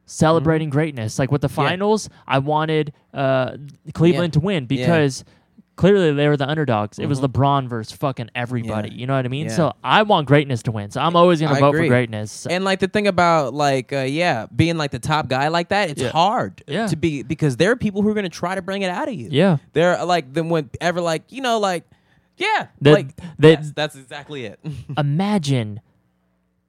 Speaker 1: celebrating greatness. Like with the finals, I wanted uh, Cleveland to win because clearly they were the underdogs. It was LeBron versus fucking everybody.
Speaker 2: Mm-hmm. Yeah.
Speaker 1: You know what I mean?
Speaker 2: Yeah.
Speaker 1: So I want greatness to win. So I'm always gonna
Speaker 2: I
Speaker 1: vote
Speaker 2: agree.
Speaker 1: for greatness.
Speaker 2: and like the thing about like uh, yeah, being like the top guy like that, it's
Speaker 1: Yeah.
Speaker 2: hard
Speaker 1: Yeah.
Speaker 2: to be because there are people who are gonna try to bring it out of you.
Speaker 1: yeah.
Speaker 2: They're uh, like then whenever like you know like yeah
Speaker 1: The-
Speaker 2: like
Speaker 1: the-
Speaker 2: yes, that's exactly it.
Speaker 1: Imagine.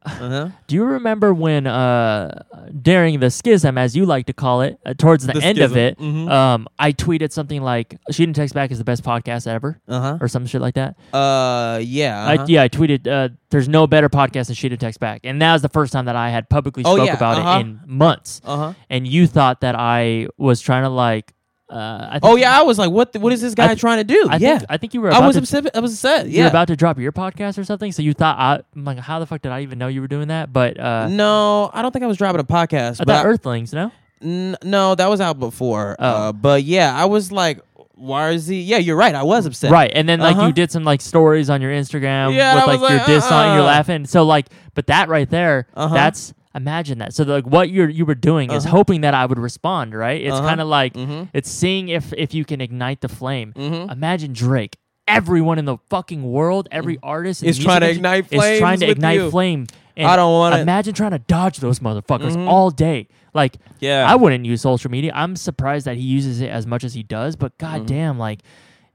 Speaker 2: uh-huh.
Speaker 1: Do you remember when uh, during the schism, as you like to call it, uh, towards the,
Speaker 2: The
Speaker 1: end of
Speaker 2: schism. Mm-hmm.
Speaker 1: it, um, I tweeted something like "She didn't text back" is the best podcast ever,
Speaker 2: Uh-huh.
Speaker 1: or some shit like that.
Speaker 2: Uh yeah.
Speaker 1: I, yeah, I tweeted, uh, there's no better podcast than She to Text Back. And that was the first time that I had publicly
Speaker 2: Oh,
Speaker 1: spoke
Speaker 2: yeah,
Speaker 1: about
Speaker 2: uh-huh.
Speaker 1: it in months.
Speaker 2: Uh-huh.
Speaker 1: And you thought that I was trying to like, uh, I think,
Speaker 2: Oh yeah, I was like, what? The, what is this guy
Speaker 1: th-
Speaker 2: trying to do?
Speaker 1: I
Speaker 2: yeah,
Speaker 1: think, I think you were
Speaker 2: I,
Speaker 1: about
Speaker 2: was
Speaker 1: to,
Speaker 2: upset. I was upset.
Speaker 1: you were
Speaker 2: Yeah.
Speaker 1: about to drop your podcast or something. So you thought I, I'm like, how the fuck did I even know you were doing that? But, uh,
Speaker 2: no, I don't think I was dropping a podcast.
Speaker 1: I
Speaker 2: but
Speaker 1: thought Oh.
Speaker 2: I-
Speaker 1: Earthlings, no?
Speaker 2: n- no, that was out before. Uh, but yeah, I was like, Warzy. Yeah, you're right. I was upset.
Speaker 1: Right, and then like
Speaker 2: Uh-huh.
Speaker 1: you did some like stories on your Instagram
Speaker 2: Yeah,
Speaker 1: with
Speaker 2: and I
Speaker 1: like,
Speaker 2: was
Speaker 1: your
Speaker 2: like,
Speaker 1: diss on, you're
Speaker 2: uh-uh.
Speaker 1: laughing. So like, but that right there,
Speaker 2: Uh-huh.
Speaker 1: that's imagine that. So like, what you are you were doing is
Speaker 2: Uh-huh.
Speaker 1: hoping that I would respond, right? It's
Speaker 2: Uh-huh.
Speaker 1: kind of like
Speaker 2: Mhm.
Speaker 1: it's seeing if if you can ignite the flame.
Speaker 2: Mhm.
Speaker 1: Imagine Drake. Everyone in the fucking world, every artist and
Speaker 2: Mm. Is trying to
Speaker 1: music
Speaker 2: ignite
Speaker 1: engineer is trying
Speaker 2: flames
Speaker 1: to
Speaker 2: with
Speaker 1: ignite
Speaker 2: you.
Speaker 1: flame. And
Speaker 2: I don't Mm-hmm. want it.
Speaker 1: Imagine trying to dodge those motherfuckers all day. Like,
Speaker 2: Yeah.
Speaker 1: I wouldn't use social media. I'm surprised that he uses it as much as he does, but
Speaker 2: Mm-hmm.
Speaker 1: goddamn, like,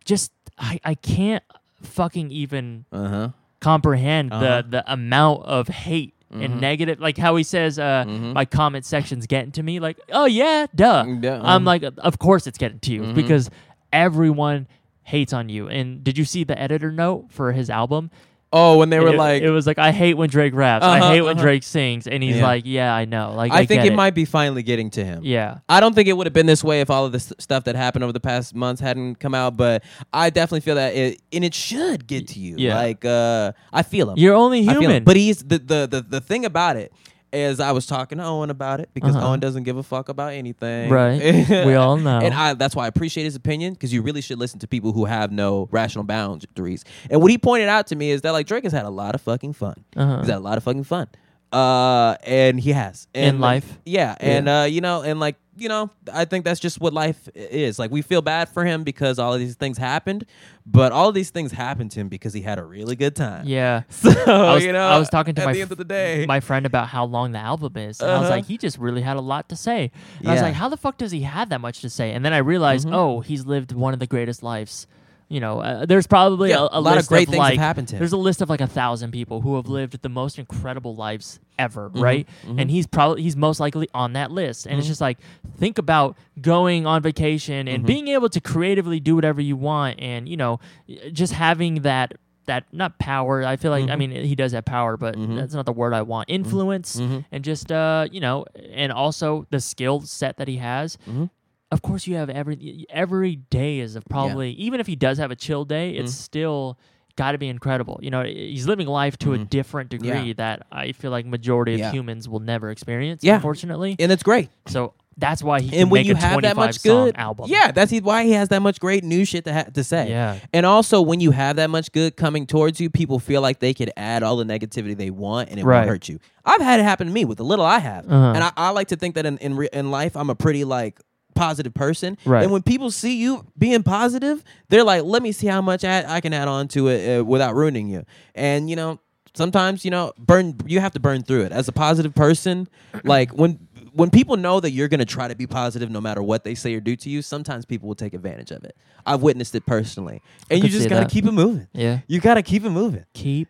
Speaker 1: just I, I can't fucking even
Speaker 2: Uh huh.
Speaker 1: comprehend
Speaker 2: Uh-huh. Mm-hmm.
Speaker 1: the the amount of hate and negative. Like how he says, uh, my comment section's getting to me. Like, oh yeah, duh.
Speaker 2: Yeah, Mm-hmm.
Speaker 1: I'm
Speaker 2: um.
Speaker 1: like, of course it's getting to you because everyone hates on you. And did you see the editor note for his album?
Speaker 2: Oh, when they were
Speaker 1: it,
Speaker 2: like,
Speaker 1: it was like, I hate when Drake raps.
Speaker 2: Uh-huh,
Speaker 1: I hate when
Speaker 2: uh-huh.
Speaker 1: Drake sings. And he's
Speaker 2: Yeah.
Speaker 1: like, yeah, I know. Like,
Speaker 2: I think
Speaker 1: get
Speaker 2: it might be finally getting to him.
Speaker 1: Yeah.
Speaker 2: I don't think it would have been this way if all of this stuff that happened over the past months hadn't come out, but I definitely feel that it and it should get to you.
Speaker 1: Yeah.
Speaker 2: Like uh I feel him.
Speaker 1: You're only
Speaker 2: I feel him.
Speaker 1: human.
Speaker 2: But he's the, the the the thing about it is I was talking to Owen about it because
Speaker 1: Uh-huh.
Speaker 2: Owen doesn't give a fuck about anything.
Speaker 1: Right. We all know.
Speaker 2: And I that's why I appreciate his opinion because you really should listen to people who have no rational boundaries. And what he pointed out to me is that like Drake has had a lot of fucking fun.
Speaker 1: Uh-huh.
Speaker 2: He's had a lot of fucking fun. Uh, and he has
Speaker 1: In
Speaker 2: And, like,
Speaker 1: life?
Speaker 2: yeah, and uh, you know, and like you know, I think that's just what life i- is. Like we feel bad for him because all of these things happened, but all of these things happened to him because he had a really good time.
Speaker 1: yeah.
Speaker 2: So
Speaker 1: I was,
Speaker 2: you know,
Speaker 1: I was talking to
Speaker 2: at
Speaker 1: my
Speaker 2: the end
Speaker 1: f-
Speaker 2: of the day,
Speaker 1: my friend about how long the album is, and I was
Speaker 2: Uh-huh.
Speaker 1: like, he just really had a lot to say. And I was
Speaker 2: Yeah. Mm-hmm.
Speaker 1: like, how the fuck does he have that much to say? And then I realized, oh, he's lived one of the greatest lives. You know, uh, there's probably
Speaker 2: Yeah,
Speaker 1: a,
Speaker 2: a lot of
Speaker 1: list
Speaker 2: great things have
Speaker 1: like,
Speaker 2: happened to him.
Speaker 1: There's a list of like a thousand people who have lived the most incredible lives ever,
Speaker 2: Mm-hmm,
Speaker 1: right? And he's probably he's most likely on that list. And it's just like think about going on vacation
Speaker 2: Mm-hmm.
Speaker 1: and being able to creatively do whatever you want, and you know, y- just having that that not power. I feel like
Speaker 2: Mm-hmm.
Speaker 1: I mean he does have power, but that's not the word I want. Influence
Speaker 2: Mm-hmm.
Speaker 1: and just uh you know, and also the skill set that he has.
Speaker 2: Mm-hmm.
Speaker 1: Of course, you have every every day is a probably even if he does have a chill day, it's
Speaker 2: Mm-hmm.
Speaker 1: still got to be incredible. You know, he's living life to a different degree that I feel like majority of
Speaker 2: Mm-hmm. Yeah.
Speaker 1: humans will never experience.
Speaker 2: Yeah.
Speaker 1: unfortunately.
Speaker 2: and it's great.
Speaker 1: so that's why he can
Speaker 2: and when
Speaker 1: make
Speaker 2: you
Speaker 1: a
Speaker 2: have that
Speaker 1: twenty-five
Speaker 2: much
Speaker 1: song
Speaker 2: good
Speaker 1: album.
Speaker 2: yeah, that's he- why he has that much great new shit to ha- to say.
Speaker 1: Yeah.
Speaker 2: and also when you have that much good coming towards you, people feel like they could add all the negativity they want, and it
Speaker 1: Right.
Speaker 2: won't hurt you. I've had it happen to me with the little I have,
Speaker 1: Uh-huh.
Speaker 2: and I, I like to think that in in, re- in life I'm a pretty like positive person
Speaker 1: Right.
Speaker 2: and when people see you being positive they're like let me see how much I, I can add on to it uh, without ruining you and you know sometimes you know burn you have to burn through it as a positive person like when when people know that you're going to try to be positive no matter what they say or do to you sometimes people will take advantage of it i've witnessed it personally and you
Speaker 1: could
Speaker 2: just
Speaker 1: see
Speaker 2: got to
Speaker 1: that.
Speaker 2: keep it moving
Speaker 1: yeah.
Speaker 2: you got to keep it moving
Speaker 1: Keep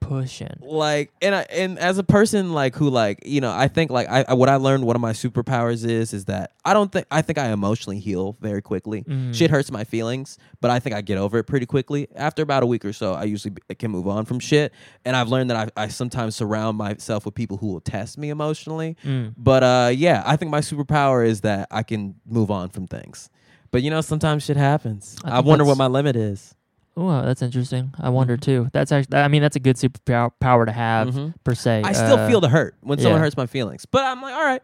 Speaker 1: pushing.
Speaker 2: like and I, and as a person like who like you know I think like I, I what I learned one of my superpowers is is that I don't think I think I emotionally heal very quickly.
Speaker 1: Mm.
Speaker 2: Shit hurts my feelings, but I think I get over it pretty quickly. After about a week or so, I usually b- can move on from shit. And I've learned that I, I sometimes surround myself with people who will test me emotionally.
Speaker 1: Mm.
Speaker 2: But uh, yeah, I think my superpower is that I can move on from things. But you know, sometimes shit happens.
Speaker 1: I
Speaker 2: I,
Speaker 1: think
Speaker 2: wonder what
Speaker 1: that's-
Speaker 2: my limit is.
Speaker 1: Oh, that's interesting. I wonder
Speaker 2: Mm-hmm.
Speaker 1: too. That's actually. I mean, that's a good superpower power to have per se.
Speaker 2: I still
Speaker 1: Uh,
Speaker 2: feel the hurt when someone
Speaker 1: yeah.
Speaker 2: hurts my feelings, but I'm like, all right.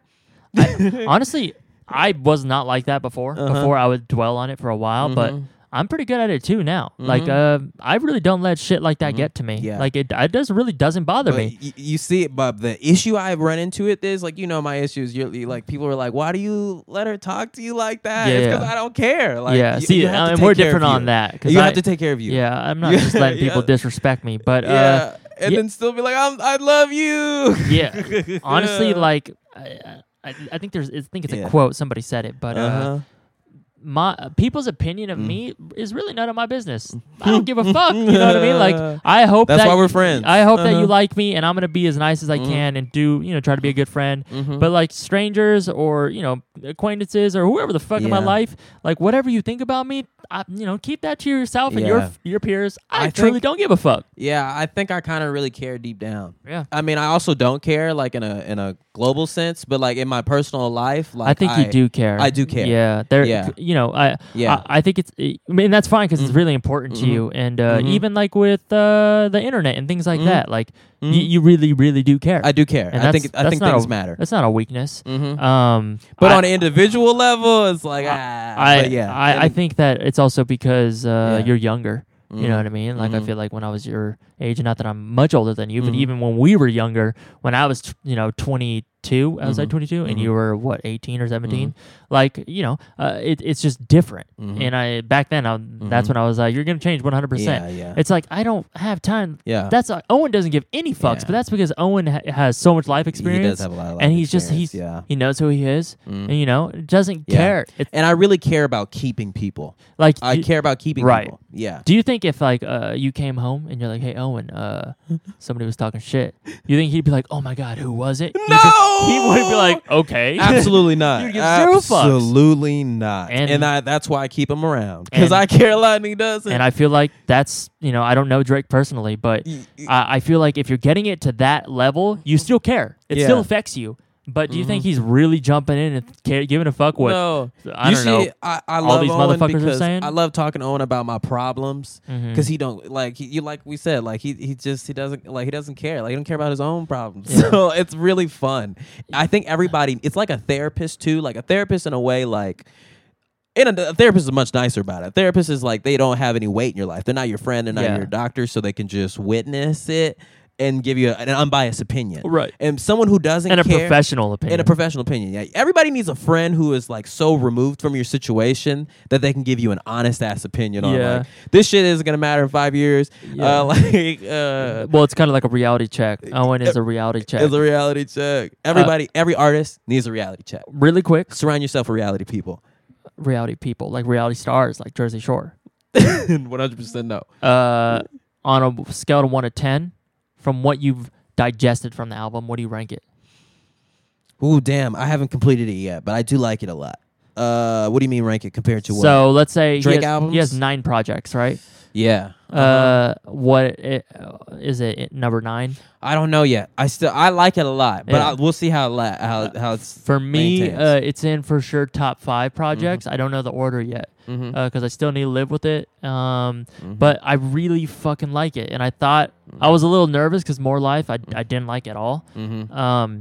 Speaker 1: honestly, I was not like that before.
Speaker 2: Uh-huh.
Speaker 1: Before I would dwell on it for a while, but
Speaker 2: Mm-hmm.
Speaker 1: I'm pretty good at it too now. Like, uh, I really don't let shit like that get to me.
Speaker 2: Mm-hmm. Yeah.
Speaker 1: Like it, it does really doesn't bother
Speaker 2: But
Speaker 1: me.
Speaker 2: y- you see it, but the issue I've run into it is like you know my issue is you're, you like people are like, why do you let her talk to you like that? It's
Speaker 1: Yeah.
Speaker 2: because I don't care. Like,
Speaker 1: yeah,
Speaker 2: you-
Speaker 1: see,
Speaker 2: you have to
Speaker 1: and
Speaker 2: take
Speaker 1: we're
Speaker 2: care of
Speaker 1: different on
Speaker 2: you.
Speaker 1: that. 'cause
Speaker 2: You
Speaker 1: I,
Speaker 2: have to take care of you.
Speaker 1: Yeah, I'm not just letting people
Speaker 2: Yeah.
Speaker 1: disrespect me, but
Speaker 2: yeah,
Speaker 1: uh,
Speaker 2: and
Speaker 1: yeah.
Speaker 2: then still be like, I'm, I love you.
Speaker 1: yeah. Honestly,
Speaker 2: Yeah.
Speaker 1: like. I, I, I think there's. I think it's
Speaker 2: Yeah.
Speaker 1: a quote. Somebody said it, but uh,
Speaker 2: Uh-huh.
Speaker 1: my uh, people's opinion
Speaker 2: Mm.
Speaker 1: of me is really none of my business. I don't give a fuck. You know what I mean? Like I hope
Speaker 2: That's
Speaker 1: that
Speaker 2: why we're friends.
Speaker 1: I hope that
Speaker 2: Uh-huh. Mm.
Speaker 1: you like me, and I'm gonna be as nice as I can and do you know try to be a good friend.
Speaker 2: Mm-hmm.
Speaker 1: But like strangers or you know acquaintances or whoever the fuck in my
Speaker 2: Yeah.
Speaker 1: life, like whatever you think about me, I, you know keep that to yourself and your
Speaker 2: Yeah.
Speaker 1: your peers. I,
Speaker 2: I
Speaker 1: truly
Speaker 2: think-
Speaker 1: don't give a fuck.
Speaker 2: Yeah, I think I kind of really care deep down.
Speaker 1: Yeah.
Speaker 2: I mean, I also don't care like in a in a global sense, but like in my personal life, like
Speaker 1: I think you do care.
Speaker 2: I do care.
Speaker 1: Yeah, there.
Speaker 2: Yeah.
Speaker 1: You know, I.
Speaker 2: Yeah. Mm-hmm.
Speaker 1: I, I think it's. I mean, that's fine because it's really important to you, and uh, even like with uh, the internet and things like that, like y- you really, really do care.
Speaker 2: Mm-hmm. I do care.
Speaker 1: And
Speaker 2: I
Speaker 1: that's-
Speaker 2: think I
Speaker 1: that's
Speaker 2: think
Speaker 1: not
Speaker 2: things
Speaker 1: a,
Speaker 2: matter. Mm-hmm.
Speaker 1: That's not a weakness. Um,
Speaker 2: But
Speaker 1: I-
Speaker 2: on an individual level, it's like ah,
Speaker 1: I
Speaker 2: but yeah,
Speaker 1: I, I think that it's also because uh,
Speaker 2: Yeah. Mm-hmm.
Speaker 1: you're younger. You know what I mean? Like I feel like when I was your age, and not that I'm much older than you,
Speaker 2: Mm-hmm.
Speaker 1: but even when we were younger, when I was t- you know 22, I was
Speaker 2: Mm-hmm.
Speaker 1: like 22, and you were what 18 or 17. Like you know, uh, it, it's just different.
Speaker 2: Mm-hmm.
Speaker 1: And I back then, I, that's when I was like, you're gonna change 100. percent
Speaker 2: Yeah, yeah.
Speaker 1: It's like I don't have time.
Speaker 2: Yeah.
Speaker 1: That's uh, Owen doesn't give any fucks,
Speaker 2: Yeah.
Speaker 1: but that's because Owen ha- has so much life experience.
Speaker 2: have a lot of life
Speaker 1: and he's just
Speaker 2: experience,
Speaker 1: he's
Speaker 2: yeah. Mm.
Speaker 1: he knows who he is, and you know doesn't
Speaker 2: Yeah.
Speaker 1: care. It's
Speaker 2: and I really care about keeping people.
Speaker 1: like
Speaker 2: I
Speaker 1: do-
Speaker 2: care about keeping
Speaker 1: Right.
Speaker 2: people. Yeah.
Speaker 1: Do you think if like uh, you came home and you're like, "Hey Owen, uh, somebody was talking shit," you think he'd be like, "Oh my god, who was it?" He'd be-
Speaker 2: No!
Speaker 1: he would be like, "Okay,
Speaker 2: Absolutely not.
Speaker 1: You'd give zero fucks.
Speaker 2: Absolutely not.
Speaker 1: And-
Speaker 2: And, I, that's why I keep him around because
Speaker 1: And-
Speaker 2: I care a lot and he doesn't.
Speaker 1: And I feel like that's you know I don't know Drake personally, but
Speaker 2: Y- y- Mm-hmm.
Speaker 1: I, I feel like if you're getting it to that level, you still care. It
Speaker 2: Yeah. Mm-hmm.
Speaker 1: still affects you. But do you think he's really jumping in and care, giving a fuck what?
Speaker 2: No,
Speaker 1: I
Speaker 2: you
Speaker 1: don't
Speaker 2: see,
Speaker 1: know.
Speaker 2: I, I love
Speaker 1: these
Speaker 2: Owen
Speaker 1: motherfuckers are
Speaker 2: because
Speaker 1: saying? Mm-hmm.
Speaker 2: I love talking to Owen about my problems because he don't like he, you like we said like he he just he doesn't like he doesn't care like he don't care about his own problems. So it's really fun. I think everybody it's like a therapist too, like a therapist in a way like. And a, a therapist is much nicer about it. A therapist is like they don't have any weight in your life. They're not your friend. They're not
Speaker 1: Yeah.
Speaker 2: your doctor, so they can just witness it and give you an unbiased opinion.
Speaker 1: Right.
Speaker 2: And someone who doesn't
Speaker 1: In a
Speaker 2: care,
Speaker 1: professional opinion.
Speaker 2: in a professional opinion, yeah. Everybody needs a friend who is like so removed from your situation that they can give you an honest ass opinion on
Speaker 1: Yeah.
Speaker 2: like this shit isn't gonna matter in five years.
Speaker 1: Yeah.
Speaker 2: Uh, like uh,
Speaker 1: well, it's kind of like a reality check. Owen is a reality check. Uh.
Speaker 2: it's a reality check. Everybody, every artist needs a reality check.
Speaker 1: really quick,
Speaker 2: Surround yourself with reality people.
Speaker 1: reality people like reality stars, like Jersey Shore.
Speaker 2: One hundred percent no.
Speaker 1: uh, on a scale of one to ten, from what you've digested from the album, what do you rank it?
Speaker 2: Ooh, damn! I haven't completed it yet, but I do like it a lot. Uh, what do you mean rank it compared to what?
Speaker 1: So let's say
Speaker 2: Drake
Speaker 1: he has,
Speaker 2: albums? Uh-huh.
Speaker 1: He has nine projects, right?
Speaker 2: yeah,
Speaker 1: Uh, what it, uh, is it? at Number nine
Speaker 2: I don't know yet. I still I like it a lot, but
Speaker 1: Yeah. Uh,
Speaker 2: I, we'll see how it la- how how it's
Speaker 1: for me.
Speaker 2: maintains.
Speaker 1: Uh, it's in for sure top
Speaker 2: Mm-hmm.
Speaker 1: five projects. I don't know the order yet because I still need to live with it. Um,
Speaker 2: Mm-hmm.
Speaker 1: but I really fucking like it, and I thought I was a little nervous because More Life I, I didn't like at all. Um,
Speaker 2: Mm-hmm. yeah,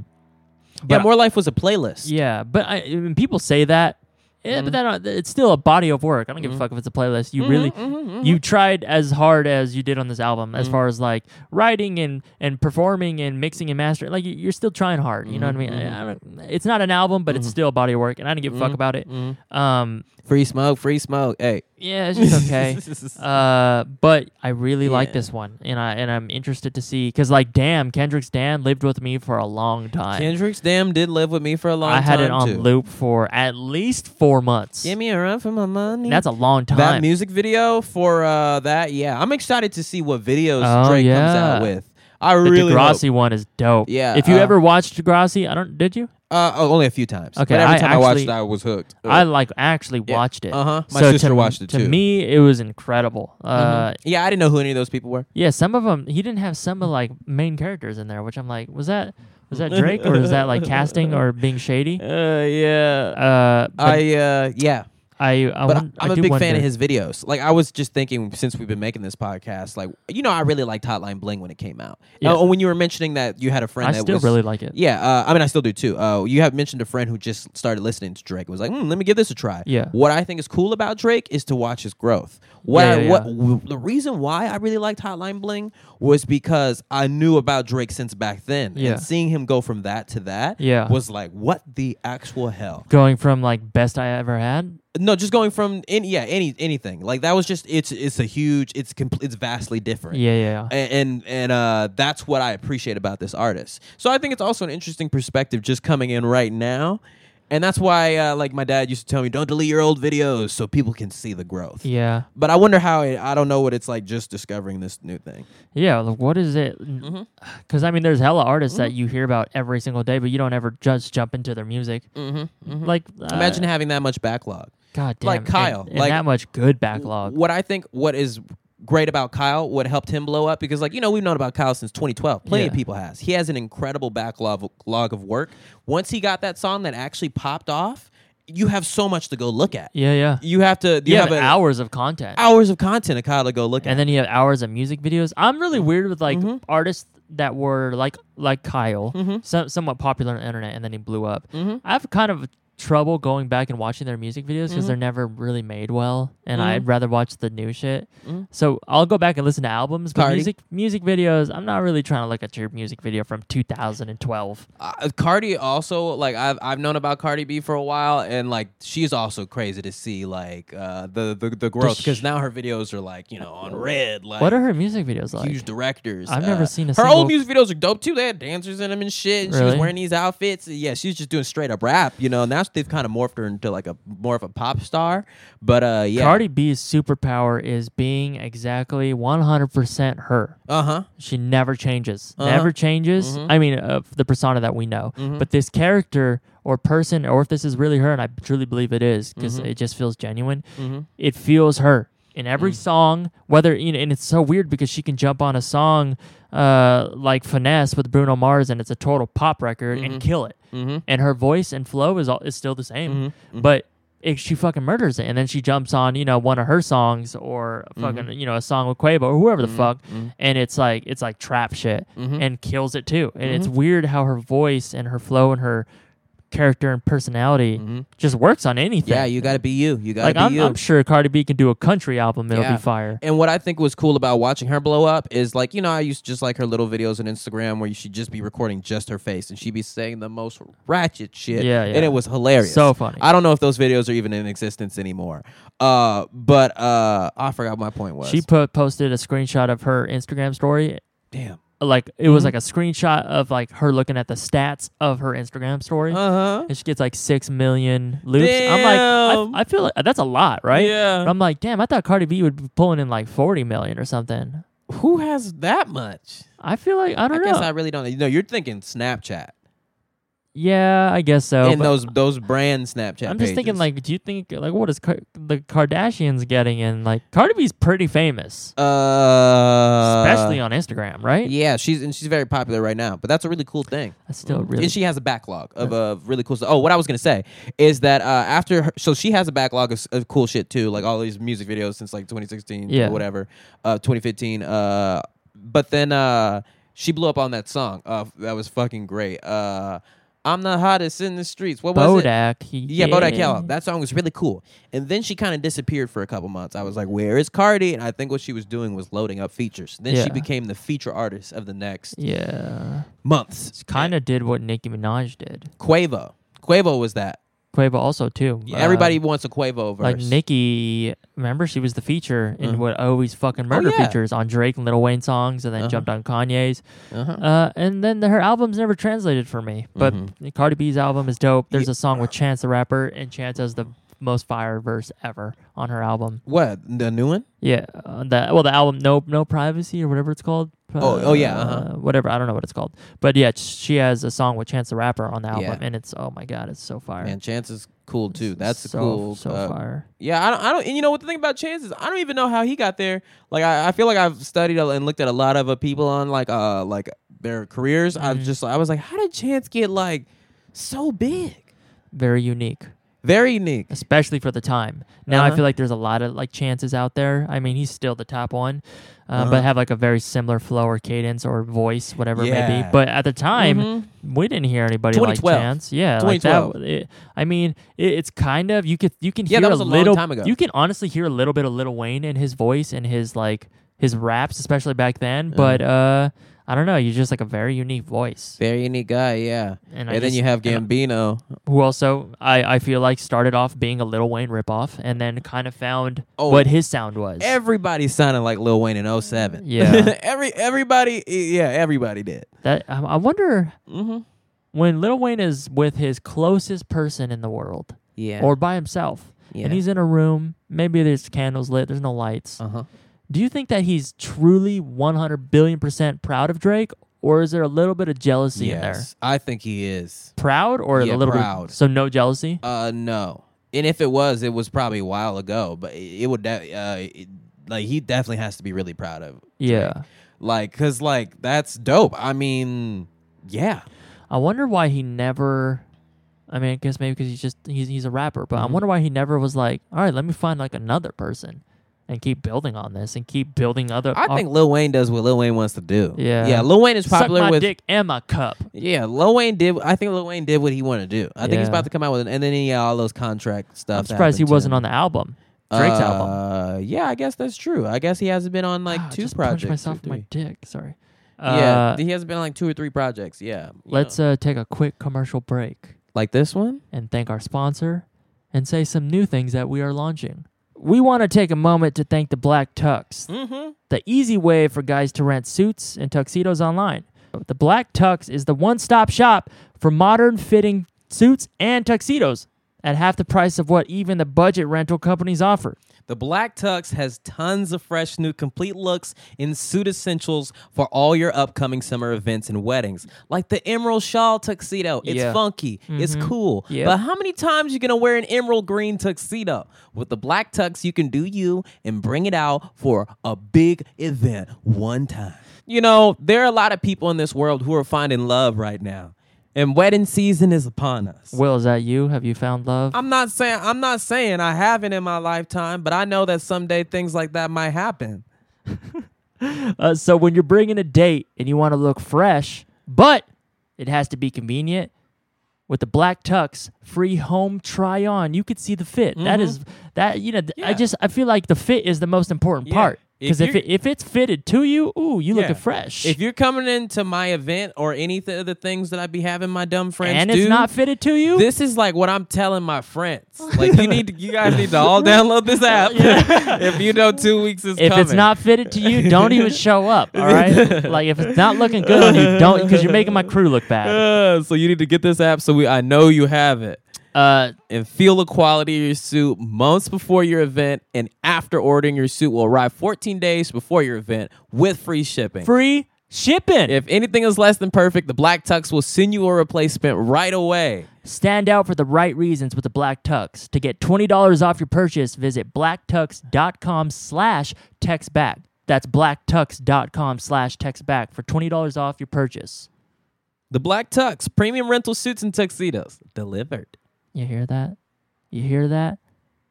Speaker 1: but
Speaker 2: Mm-hmm. more life was a playlist.
Speaker 1: Yeah, but I, I mean, people say that. Yeah, but that don't- it's still a body of work. I don't give a fuck if it's a playlist.
Speaker 2: Mm-hmm,
Speaker 1: You really, you tried as hard as you did on this album, as far as like writing and and performing and mixing and mastering. Like you- you're still trying hard. You know what I mean? I- I don't- it's not an album, but it's still a body of work, and I don't give a fuck about it. Um,
Speaker 2: Free smoke, free smoke. Hey,
Speaker 1: yeah, it's just okay. uh, but I really like this one, and I and I'm interested to see because like, damn, Kendrick's Dan lived with me for a long time.
Speaker 2: Kendrick's damn did live with me for a long time.
Speaker 1: I had it on
Speaker 2: too.
Speaker 1: loop for at least four months.
Speaker 2: Give me a run for my money.
Speaker 1: That's a long time.
Speaker 2: that music video for uh that. Yeah, I'm excited to see what videos
Speaker 1: Oh,
Speaker 2: Drake comes
Speaker 1: yeah.
Speaker 2: out with. I
Speaker 1: the
Speaker 2: really hope-
Speaker 1: Degrassi one is dope.
Speaker 2: Yeah,
Speaker 1: If you
Speaker 2: uh,
Speaker 1: ever watched Degrassi, I don't. Did you?
Speaker 2: Uh, oh, only a few times.
Speaker 1: Okay,
Speaker 2: but every
Speaker 1: I
Speaker 2: time I watched
Speaker 1: actually-
Speaker 2: it, I was hooked.
Speaker 1: I like actually watched it.
Speaker 2: Uh, Uh-huh. My
Speaker 1: So
Speaker 2: sister
Speaker 1: to,
Speaker 2: watched it,
Speaker 1: to
Speaker 2: too. Mm-hmm.
Speaker 1: me, it was incredible. Uh,
Speaker 2: yeah, I didn't know who any of those people were.
Speaker 1: yeah. Some of them, he didn't have some of like main characters in there, which I'm like, was that was that Drake or is that like casting or being shady?
Speaker 2: Uh, yeah.
Speaker 1: Uh, but
Speaker 2: I uh yeah.
Speaker 1: I I,
Speaker 2: But
Speaker 1: won- Oh,
Speaker 2: I'm
Speaker 1: I
Speaker 2: a
Speaker 1: do
Speaker 2: big fan
Speaker 1: wonder-
Speaker 2: of his videos. Like I was just thinking since we've been making this podcast, like you know, I really liked Hotline Bling when it came out.
Speaker 1: Yeah.
Speaker 2: Uh, when you were mentioning that you had a friend,
Speaker 1: I
Speaker 2: that
Speaker 1: still
Speaker 2: was,
Speaker 1: really like it.
Speaker 2: Yeah, uh, I mean, I still do too. Uh, you have mentioned a friend who just started listening to Drake. It was like, hmm, let me give this a try.
Speaker 1: Yeah.
Speaker 2: What I think is cool about Drake is to watch his growth. What,
Speaker 1: Yeah,
Speaker 2: I,
Speaker 1: yeah,
Speaker 2: what
Speaker 1: yeah.
Speaker 2: w- the reason why I really liked Hotline Bling was because I knew about Drake since back then,
Speaker 1: Yeah.
Speaker 2: and seeing him go from that to that,
Speaker 1: Yeah.
Speaker 2: was like, what the actual hell?
Speaker 1: Going from like best I ever had.
Speaker 2: No, just going from any, yeah, any anything like that was just it's it's a huge, it's compl- it's vastly different
Speaker 1: Yeah, yeah. yeah.
Speaker 2: and and, and uh, that's what I appreciate about this artist. So I think it's also an interesting perspective just coming in right now, and that's why uh, like my dad used to tell me, don't delete your old videos so people can see the growth.
Speaker 1: yeah.
Speaker 2: But I wonder how it, I don't know what it's like just discovering this new thing.
Speaker 1: Yeah, like what is it?
Speaker 2: Mm-hmm.
Speaker 1: Because I mean, there's hella artists that you hear about every single day, but you don't ever just jump into their music. Mm-hmm, Like uh,
Speaker 2: Imagine having that much backlog.
Speaker 1: God damn,
Speaker 2: like
Speaker 1: and-
Speaker 2: Kyle,
Speaker 1: and,
Speaker 2: like-
Speaker 1: that much good backlog.
Speaker 2: What I think what is great about Kyle, what helped him blow up, because like you know we've known about Kyle since 2012. Plenty of
Speaker 1: Yeah.
Speaker 2: people has. He has an incredible backlog log of work. Once he got that song that actually popped off, you have so much to go look at.
Speaker 1: yeah, yeah. You,
Speaker 2: You have to. You,
Speaker 1: have,
Speaker 2: have, a-
Speaker 1: hours of content,
Speaker 2: hours of content to kind of go look at.
Speaker 1: and then you have hours of music videos. I'm really
Speaker 2: Mm-hmm.
Speaker 1: weird with like artists that
Speaker 2: Mm-hmm.
Speaker 1: were like like Kyle, some, somewhat popular on the internet, and then he blew up. I've kind of trouble going back and watching their music videos because
Speaker 2: Mm-hmm.
Speaker 1: they're never really made well, and
Speaker 2: Mhm.
Speaker 1: I'd rather watch the new shit.
Speaker 2: Mhm.
Speaker 1: So I'll go back and listen to albums, but
Speaker 2: Cardi.
Speaker 1: music music videos. I'm not really trying to look at your music video from 2012.
Speaker 2: uh, Cardi also like I've I've known about Cardi B for a while, and like she's also crazy to see like uh, the the the growth
Speaker 1: sh-
Speaker 2: because now her videos are like you know on red like.
Speaker 1: what are her music videos like?
Speaker 2: Huge directors.
Speaker 1: I've never
Speaker 2: Uh,
Speaker 1: seen a
Speaker 2: her
Speaker 1: single-
Speaker 2: old music videos are dope too. They had dancers in them and shit. And She was
Speaker 1: Really?
Speaker 2: wearing these outfits. Yeah, she's just doing straight up rap, you know. And that's they've kind of morphed her into like a more of a pop star. But uh, yeah,
Speaker 1: Cardi B's superpower is being exactly 100% her.
Speaker 2: Uh huh.
Speaker 1: She never changes.
Speaker 2: Uh-huh.
Speaker 1: Never changes. I mean, of the persona that we know. But this character or person, or if this is really her, and I truly believe it is, because it just feels genuine. It feels her in every song. Whether you know, and it's so weird because she can jump on a song uh, like "Finesse" with Bruno Mars, and it's a total pop record and kill it. And her voice and flow is all, is still the same, but. It, she fucking murders it, and then she jumps on you know one of her songs or
Speaker 2: Mm-hmm.
Speaker 1: fucking you know a song with Quavo or whoever the fuck, and it's like it's like trap shit
Speaker 2: Mm-hmm.
Speaker 1: and kills it too. And it's weird how her voice and her flow and her character and personality just works on anything.
Speaker 2: Mm-hmm. Yeah, you gotta be you. You gotta
Speaker 1: like
Speaker 2: be
Speaker 1: I'm,
Speaker 2: you.
Speaker 1: I'm sure Cardi B can do a country album. It'll
Speaker 2: Yeah.
Speaker 1: be fire.
Speaker 2: And what I think was cool about watching her blow up is like, you know, I used to just like her little videos on Instagram where she'd just be recording just her face and she'd be saying the most ratchet shit.
Speaker 1: Yeah,
Speaker 2: And
Speaker 1: yeah.
Speaker 2: it was hilarious.
Speaker 1: So funny.
Speaker 2: I don't know if those videos are even in existence anymore. Uh, but uh, I forgot what my point was.
Speaker 1: She put posted a screenshot of her Instagram story.
Speaker 2: Damn.
Speaker 1: Like it
Speaker 2: Mm-hmm.
Speaker 1: was like a screenshot of like her looking at the stats of her Instagram story.
Speaker 2: Uh huh.
Speaker 1: and she gets like six million loops. I'm
Speaker 2: Damn.
Speaker 1: like, I, I feel like that's a lot, right?
Speaker 2: Yeah.
Speaker 1: But I'm like, damn, I thought Cardi B would be pulling in like forty million or something.
Speaker 2: Who has that much?
Speaker 1: I feel like I
Speaker 2: I,
Speaker 1: don't know.
Speaker 2: guess I really don't. You know, you're thinking Snapchat
Speaker 1: yeah, I guess so.
Speaker 2: and
Speaker 1: but
Speaker 2: those those brand Snapchat.
Speaker 1: I'm just thinking,
Speaker 2: pages.
Speaker 1: like, do you think like what is Car- the Kardashians getting in? Like, Cardi B's pretty famous,
Speaker 2: uh,
Speaker 1: especially on Instagram, right?
Speaker 2: Yeah, she's and she's very popular right now. But that's a really cool thing.
Speaker 1: That's still really
Speaker 2: and she has a backlog of, of really cool stuff. Oh, what I was gonna say is that uh, after her, so she has a backlog of, s- of cool shit too, like all these music videos since like 2016,
Speaker 1: Yeah.
Speaker 2: or whatever, uh, 2015. Uh, but then uh, she blew up on that song. Uh, that was fucking great. Uh, I'm the hottest in the streets. What was it?
Speaker 1: Bodak. he-
Speaker 2: Yeah, Bodak Yellow. That song was really cool. And then she kind of disappeared for a couple months. I was like, where is Cardi? And I think what she was doing was loading up features. Then she
Speaker 1: Yeah.
Speaker 2: became the feature artist of the next
Speaker 1: Yeah,
Speaker 2: months.
Speaker 1: kind of did what Nicki Minaj did.
Speaker 2: Quavo. Quavo was that.
Speaker 1: Quavo also too.
Speaker 2: Yeah,
Speaker 1: Uh,
Speaker 2: Everybody wants a Quavo verse.
Speaker 1: Like Nicki, remember she was the feature in what always fucking murder
Speaker 2: Uh-huh. Oh, yeah.
Speaker 1: features on Drake and Lil Wayne songs, and then jumped on Kanye's.
Speaker 2: Uh-huh.
Speaker 1: Uh, and then the, her albums never translated for me. But
Speaker 2: Mm-hmm.
Speaker 1: Cardi B's album is dope. There's a song with Chance the Rapper, and Chance has the most fire verse ever on her album.
Speaker 2: What the new one?
Speaker 1: Yeah, uh, the well the album no no privacy or whatever it's called.
Speaker 2: Oh, oh, yeah, uh-huh.
Speaker 1: uh, whatever I don't know what it's called. But yeah, ch- she has a song with Chance the Rapper on the album,
Speaker 2: Yeah.
Speaker 1: and it's oh my god, it's so fire.
Speaker 2: Man, Chance is cool too.
Speaker 1: It's
Speaker 2: That's a
Speaker 1: so,
Speaker 2: cool.
Speaker 1: so
Speaker 2: uh,
Speaker 1: fire.
Speaker 2: yeah, I don't. I don't. And you know what the thing about Chance is, I don't even know how he got there. Like, I, I feel like I've studied a- and looked at a lot of uh, people on like uh like their careers. I
Speaker 1: Mm-hmm.
Speaker 2: was just I was like, how did Chance get like so big?
Speaker 1: Very unique.
Speaker 2: Very unique.
Speaker 1: especially for the time. Now
Speaker 2: Uh-huh.
Speaker 1: I feel like there's a lot of like chances out there. I mean, he's still the top one, uh,
Speaker 2: Uh-huh.
Speaker 1: but have like a very similar flow or cadence or voice, whatever it may
Speaker 2: Yeah. Mm-hmm.
Speaker 1: be. But at the time, we didn't hear anybody like
Speaker 2: 2012.
Speaker 1: Chance. Yeah, like that.
Speaker 2: 2012.
Speaker 1: It, I mean, it, it's kind of you could you can
Speaker 2: Yeah,
Speaker 1: hear
Speaker 2: that was
Speaker 1: a
Speaker 2: a long
Speaker 1: little
Speaker 2: time ago.
Speaker 1: You can honestly hear a little bit of Little Wayne in his voice and his like his raps, especially back then. But
Speaker 2: Uh-huh.
Speaker 1: uh, I don't know. You're just like a very unique voice.
Speaker 2: Very unique guy. Yeah.
Speaker 1: And
Speaker 2: And,
Speaker 1: I
Speaker 2: then
Speaker 1: just-
Speaker 2: you have
Speaker 1: and-
Speaker 2: Gambino.
Speaker 1: who also I, I feel like started off being a Little Wayne ripoff and then kind of found
Speaker 2: Oh.
Speaker 1: what his sound was.
Speaker 2: Everybody sounded like Lil Wayne in 07.
Speaker 1: Yeah.
Speaker 2: Every everybody. e, Yeah. Everybody did.
Speaker 1: that I, I wonder
Speaker 2: Mm-hmm.
Speaker 1: when Little Wayne is with his closest person in the world
Speaker 2: Yeah.
Speaker 1: or by himself,
Speaker 2: Yeah.
Speaker 1: and he's in a room. Maybe there's candles lit. There's no lights.
Speaker 2: uh huh.
Speaker 1: Do you think that he's truly 100 billion percent proud of Drake, or is there a little bit of jealousy in there?
Speaker 2: I think he is.
Speaker 1: Proud or
Speaker 2: Yeah,
Speaker 1: a little
Speaker 2: proud.
Speaker 1: bit? So no jealousy.
Speaker 2: Uh, no. And if it was, it was probably a while ago. But it, it would, de- uh, it- like, he definitely has to be really proud of,
Speaker 1: yeah.
Speaker 2: like, cause like that's dope. I mean, yeah.
Speaker 1: I wonder why he never. I mean, I guess Mm-hmm. maybe because he's just he's he's a rapper, but I wonder why he never was like, all right, let me find like another person, and and keep building on this and keep building other.
Speaker 2: I
Speaker 1: op-
Speaker 2: think Lil Wayne does what Lil Wayne wants to do.
Speaker 1: Yeah.
Speaker 2: yeah. Lil Wayne is
Speaker 1: suck
Speaker 2: popular
Speaker 1: my
Speaker 2: with
Speaker 1: dick and my cup.
Speaker 2: yeah. Lil Wayne did. I think Lil Wayne did what he wanted to do. I think he's
Speaker 1: Yeah.
Speaker 2: about to come out with, and then he got all those contract stuff.
Speaker 1: I'm surprised he wasn't on the album, Uh, Drake's album.
Speaker 2: album. Uh, Yeah, I guess that's true. I guess he hasn't been on like
Speaker 1: Ah,
Speaker 2: two
Speaker 1: just
Speaker 2: projects.
Speaker 1: Punch myself
Speaker 2: two,
Speaker 1: in my
Speaker 2: three.
Speaker 1: dick. Sorry.
Speaker 2: yeah,
Speaker 1: Uh,
Speaker 2: he hasn't been on like two or three projects. Yeah, you
Speaker 1: let's
Speaker 2: know.
Speaker 1: uh, take a quick commercial break
Speaker 2: like this one.
Speaker 1: and thank our sponsor and say some new things that we are launching. We want to take a moment to thank the Black Tux,
Speaker 2: Mm-hmm.
Speaker 1: the easy way for guys to rent suits and tuxedos online. The Black Tux is the one stop shop for modern fitting suits and tuxedos at half the price of what even the budget rental companies offer.
Speaker 2: The Black Tux has tons of fresh new complete looks and suit essentials for all your upcoming summer events and weddings. Like the emerald shawl tuxedo. It's
Speaker 1: Yeah. Mm-hmm.
Speaker 2: funky. It's cool.
Speaker 1: Yep.
Speaker 2: But how many times you going to wear an emerald green tuxedo? With the Black Tux, you can do you and bring it out for a big event one time. You know, there are a lot of people in this world who are finding love right now. And wedding season is upon us.
Speaker 1: Will, is that you? Have you found love?
Speaker 2: I'm not saying I'm not saying I haven't in my lifetime, but I know that someday things like that might happen.
Speaker 1: Uh, so when you're bringing a date and you want to look fresh, but it has to be convenient, with the Black Tux free home try on, you could see the fit. That is that you know. th-
Speaker 2: Mm-hmm. Yeah.
Speaker 1: I just I feel like the fit is the most important
Speaker 2: Yeah.
Speaker 1: part
Speaker 2: If
Speaker 1: because if
Speaker 2: you're-
Speaker 1: it, if it's fitted to you, ooh, you
Speaker 2: Yeah.
Speaker 1: looking fresh.
Speaker 2: If you're coming into my event or any th- of the things that I be having my dumb friends
Speaker 1: and
Speaker 2: do,
Speaker 1: it's not fitted to you,
Speaker 2: this is like what I'm telling my friends. Like you need, to, you guys need to all download this app. if you know two weeks is
Speaker 1: if
Speaker 2: coming,
Speaker 1: it's not fitted to you, don't even show up. All right, like if it's not looking good on you, don't because you're making my crew look bad.
Speaker 2: Uh, so you need to get this app. So we, I know you have it.
Speaker 1: Uh,
Speaker 2: and feel the quality of your suit months before your event and after ordering your suit will arrive 14 days before your event with free shipping.
Speaker 1: free shipping.
Speaker 2: if anything is less than perfect, the Black Tux will send you a replacement right away.
Speaker 1: Stand out for the right reasons with the Black Tux. To get $20 off your purchase, visit blacktux.com slash textback. That's blacktux.com slash textback for $20 off your purchase.
Speaker 2: The Black Tux, premium rental suits and tuxedos, delivered.
Speaker 1: You hear that? You hear that?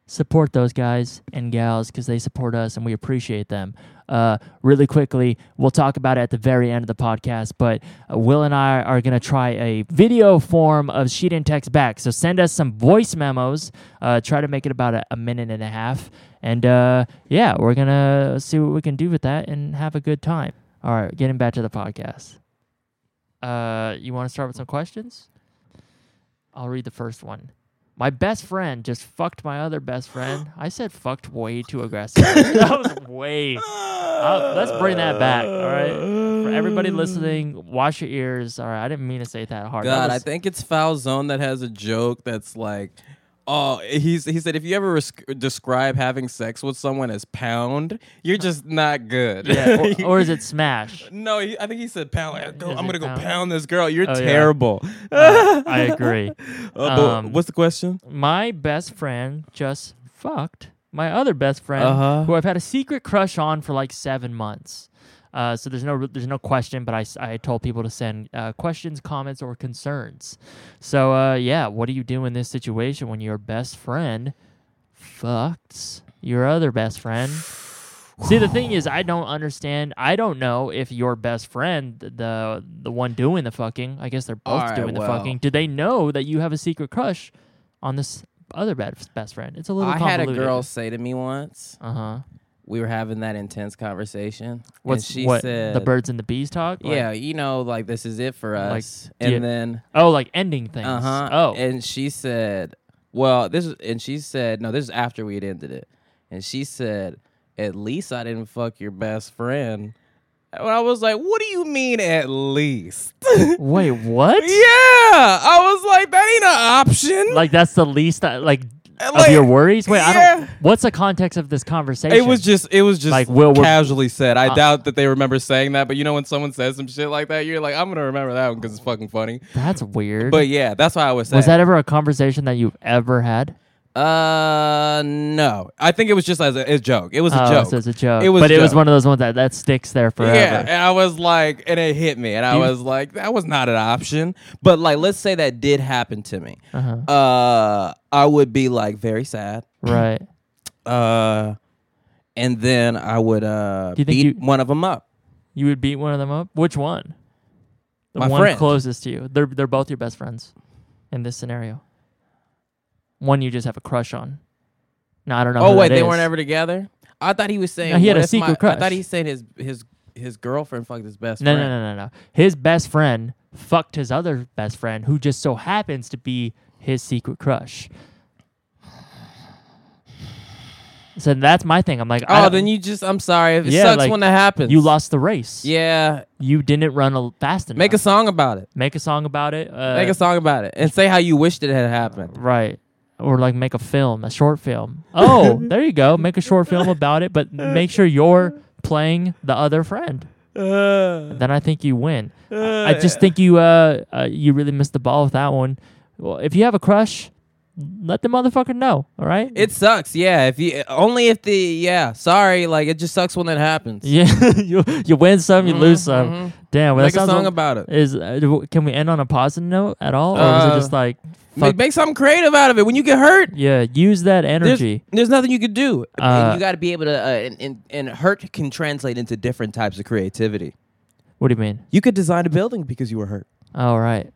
Speaker 1: Support those guys and gals because they support us and we appreciate them. Uh, really quickly, we'll talk about it at the very end of the podcast, but uh, Will and I are going to try a video form of She Didn't Text Back. So send us some voice memos. Uh, try to make it about a, a minute and a half. And uh, yeah, we're going to see what we can do with that and have a good time. All right, getting back to the podcast. Uh, you want to start with some questions? I'll read the first one. My best friend just fucked my other best friend. I said fucked way too aggressive. that was way. Uh, let's bring that back. All right. For everybody listening, wash your ears. All right. I didn't mean to say that hard. That
Speaker 2: God, I
Speaker 1: was-
Speaker 2: think it's Foul Zone that has a joke that's like, oh, he's he said if you ever res- describe having sex with someone as pound, you're just not good.
Speaker 1: Yeah, or, or is it smash?
Speaker 2: No, he, I think he said pound. Like, go,
Speaker 1: Is
Speaker 2: I'm
Speaker 1: it
Speaker 2: gonna go
Speaker 1: pound?
Speaker 2: pound? this girl. You're
Speaker 1: Oh, yeah.
Speaker 2: terrible.
Speaker 1: Uh, I agree.
Speaker 2: Uh, but
Speaker 1: um,
Speaker 2: what's the question?
Speaker 1: My best friend just fucked my other best friend,
Speaker 2: Uh-huh.
Speaker 1: who I've had a secret crush on for like seven months. Uh, so there's no there's no question, but I, s- I told people to send uh, questions, comments, or concerns. So uh, yeah, what do you do in this situation when your best friend fucks your other best friend? See, the thing is, I don't understand. I don't know if your best friend, th- the the one doing the fucking, I guess they're both
Speaker 2: Alright,
Speaker 1: doing the
Speaker 2: well.
Speaker 1: fucking. Do they know that you have a secret crush on this other best best friend? It's a little.
Speaker 2: I had a
Speaker 1: convoluted.
Speaker 2: girl say to me once.
Speaker 1: Uh huh.
Speaker 2: We were having that intense conversation,
Speaker 1: What's
Speaker 2: and she
Speaker 1: what
Speaker 2: said,
Speaker 1: the birds and the bees talk? Like-
Speaker 2: "Yeah, you know, like this is it for
Speaker 1: Like,
Speaker 2: us." and
Speaker 1: yeah.
Speaker 2: then,
Speaker 1: oh, like ending things.
Speaker 2: uh huh.
Speaker 1: Oh.
Speaker 2: and she said, "Well, this," is and she said, "No, this is after we had ended it." And she said, "At least I didn't fuck your best friend." And I was like, "What do you mean, at least?"
Speaker 1: Wait, what?
Speaker 2: Yeah, I was like, that ain't an option.
Speaker 1: Like that's the least uh, like,
Speaker 2: Like,
Speaker 1: of your worries. Wait, I
Speaker 2: yeah.
Speaker 1: don't. What's the context of this conversation?
Speaker 2: it was just, it was just
Speaker 1: Like,
Speaker 2: like
Speaker 1: Will, we're- Uh.
Speaker 2: casually said. I doubt that they remember saying that, but you know when someone says some shit like that, you're like, I'm gonna remember that one because it's fucking funny.
Speaker 1: that's weird.
Speaker 2: But yeah, that's why I was saying.
Speaker 1: was that ever a conversation that you've ever had?
Speaker 2: Uh, no, I think it was just as a, a joke. It was a
Speaker 1: oh,
Speaker 2: joke.
Speaker 1: so it's a joke.
Speaker 2: It was
Speaker 1: but
Speaker 2: a
Speaker 1: it was
Speaker 2: joke.
Speaker 1: one of those ones that that sticks there forever.
Speaker 2: Yeah, and I was like, and it hit me, and I
Speaker 1: you-
Speaker 2: was like, that was not an option. But like, let's say that did happen to me.
Speaker 1: Uh-huh.
Speaker 2: Uh, I would be like very sad.
Speaker 1: Right.
Speaker 2: uh and then I would uh,
Speaker 1: Do you think
Speaker 2: beat
Speaker 1: you-
Speaker 2: one of them up.
Speaker 1: You would beat one of them up. Which one? The
Speaker 2: My
Speaker 1: one
Speaker 2: friend.
Speaker 1: closest to you. They're they're both your best friends in this scenario. One you just have a crush on. Now I don't know.
Speaker 2: Oh
Speaker 1: who
Speaker 2: wait,
Speaker 1: that
Speaker 2: they
Speaker 1: is.
Speaker 2: weren't ever together. I thought he was saying
Speaker 1: No, he had
Speaker 2: what
Speaker 1: a
Speaker 2: if my-
Speaker 1: secret crush.
Speaker 2: I thought he said his his his girlfriend fucked his best
Speaker 1: No,
Speaker 2: friend.
Speaker 1: no, no, no, no. His best friend fucked his other best friend, who just so happens to be his secret crush. So that's my thing. I'm like, I
Speaker 2: Oh,
Speaker 1: don't-
Speaker 2: then you just I'm sorry. It
Speaker 1: Yeah,
Speaker 2: sucks
Speaker 1: like,
Speaker 2: when that happens.
Speaker 1: you lost the race.
Speaker 2: Yeah,
Speaker 1: you didn't run a, fast enough.
Speaker 2: make a song about it.
Speaker 1: make a song about it. Uh,
Speaker 2: Make a song about it and say how you wished it had happened.
Speaker 1: Right. Or like make a film, a short film. Oh, there you go. Make a short film about it, but make sure you're playing the other friend. Then I think you win. I I just think you uh, uh you really missed the ball with that one. Well, if you have a crush, let the motherfucker know. All right.
Speaker 2: It sucks. Yeah, if you only if the yeah. Sorry, like it just sucks when that happens.
Speaker 1: yeah. you you win some, you lose some. Damn. Well,
Speaker 2: Mm-hmm. Make
Speaker 1: that
Speaker 2: a
Speaker 1: sounds
Speaker 2: song
Speaker 1: a-
Speaker 2: about it.
Speaker 1: Is uh, do- can we end on a positive note at all, or was
Speaker 2: Uh,
Speaker 1: it just like
Speaker 2: Make,
Speaker 1: fuck-
Speaker 2: make something creative out of it. When you get hurt,
Speaker 1: yeah? Use that
Speaker 2: there's,
Speaker 1: energy.
Speaker 2: there's nothing you could do.
Speaker 1: Uh,
Speaker 2: and you got to be able to. Uh, and, and and hurt can translate into different types of creativity.
Speaker 1: What do you mean?
Speaker 2: You could design a building because you were hurt.
Speaker 1: All Oh, right.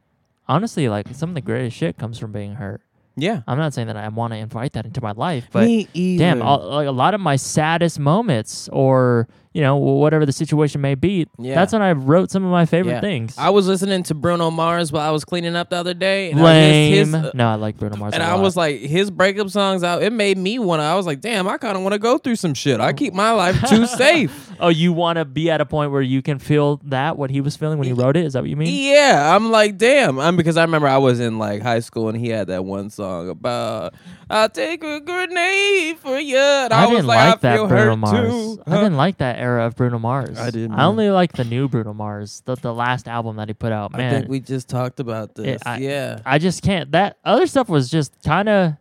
Speaker 1: Honestly, like some of the greatest shit comes from being hurt.
Speaker 2: Yeah.
Speaker 1: I'm not saying that I want to invite that into my life, but
Speaker 2: Me either.
Speaker 1: damn, all, like a lot of my saddest moments, or you know, whatever the situation may be,
Speaker 2: Yeah.
Speaker 1: that's when I wrote some of my favorite
Speaker 2: Yeah.
Speaker 1: things.
Speaker 2: I was listening to Bruno Mars while I was cleaning up the other day. And I-
Speaker 1: Lame.
Speaker 2: his- his, uh,
Speaker 1: no, I like Bruno Mars.
Speaker 2: and
Speaker 1: a
Speaker 2: I
Speaker 1: lot.
Speaker 2: was like, his breakup songs out. It made me want to. I was like, damn, I kind of want to go through some shit. I keep my life too safe.
Speaker 1: oh, you want to be at a point where you can feel that what he was feeling
Speaker 2: E-,
Speaker 1: when he wrote it? Is that what you mean?
Speaker 2: Yeah, I'm like, damn. I'm because I remember I was in like high school and he had that one song about I'll take a grenade for you. And I,
Speaker 1: I,
Speaker 2: was
Speaker 1: didn't
Speaker 2: like,
Speaker 1: like,
Speaker 2: I
Speaker 1: that
Speaker 2: feel
Speaker 1: Bruno
Speaker 2: hurt
Speaker 1: Mars.
Speaker 2: too.
Speaker 1: I didn't like that era of Bruno Mars.
Speaker 2: I didn't
Speaker 1: I
Speaker 2: either.
Speaker 1: only like the new Bruno Mars, the the last album that he put out. Man,
Speaker 2: I think we just talked about this.
Speaker 1: I-
Speaker 2: yeah.
Speaker 1: I just can't. That other stuff was just kind of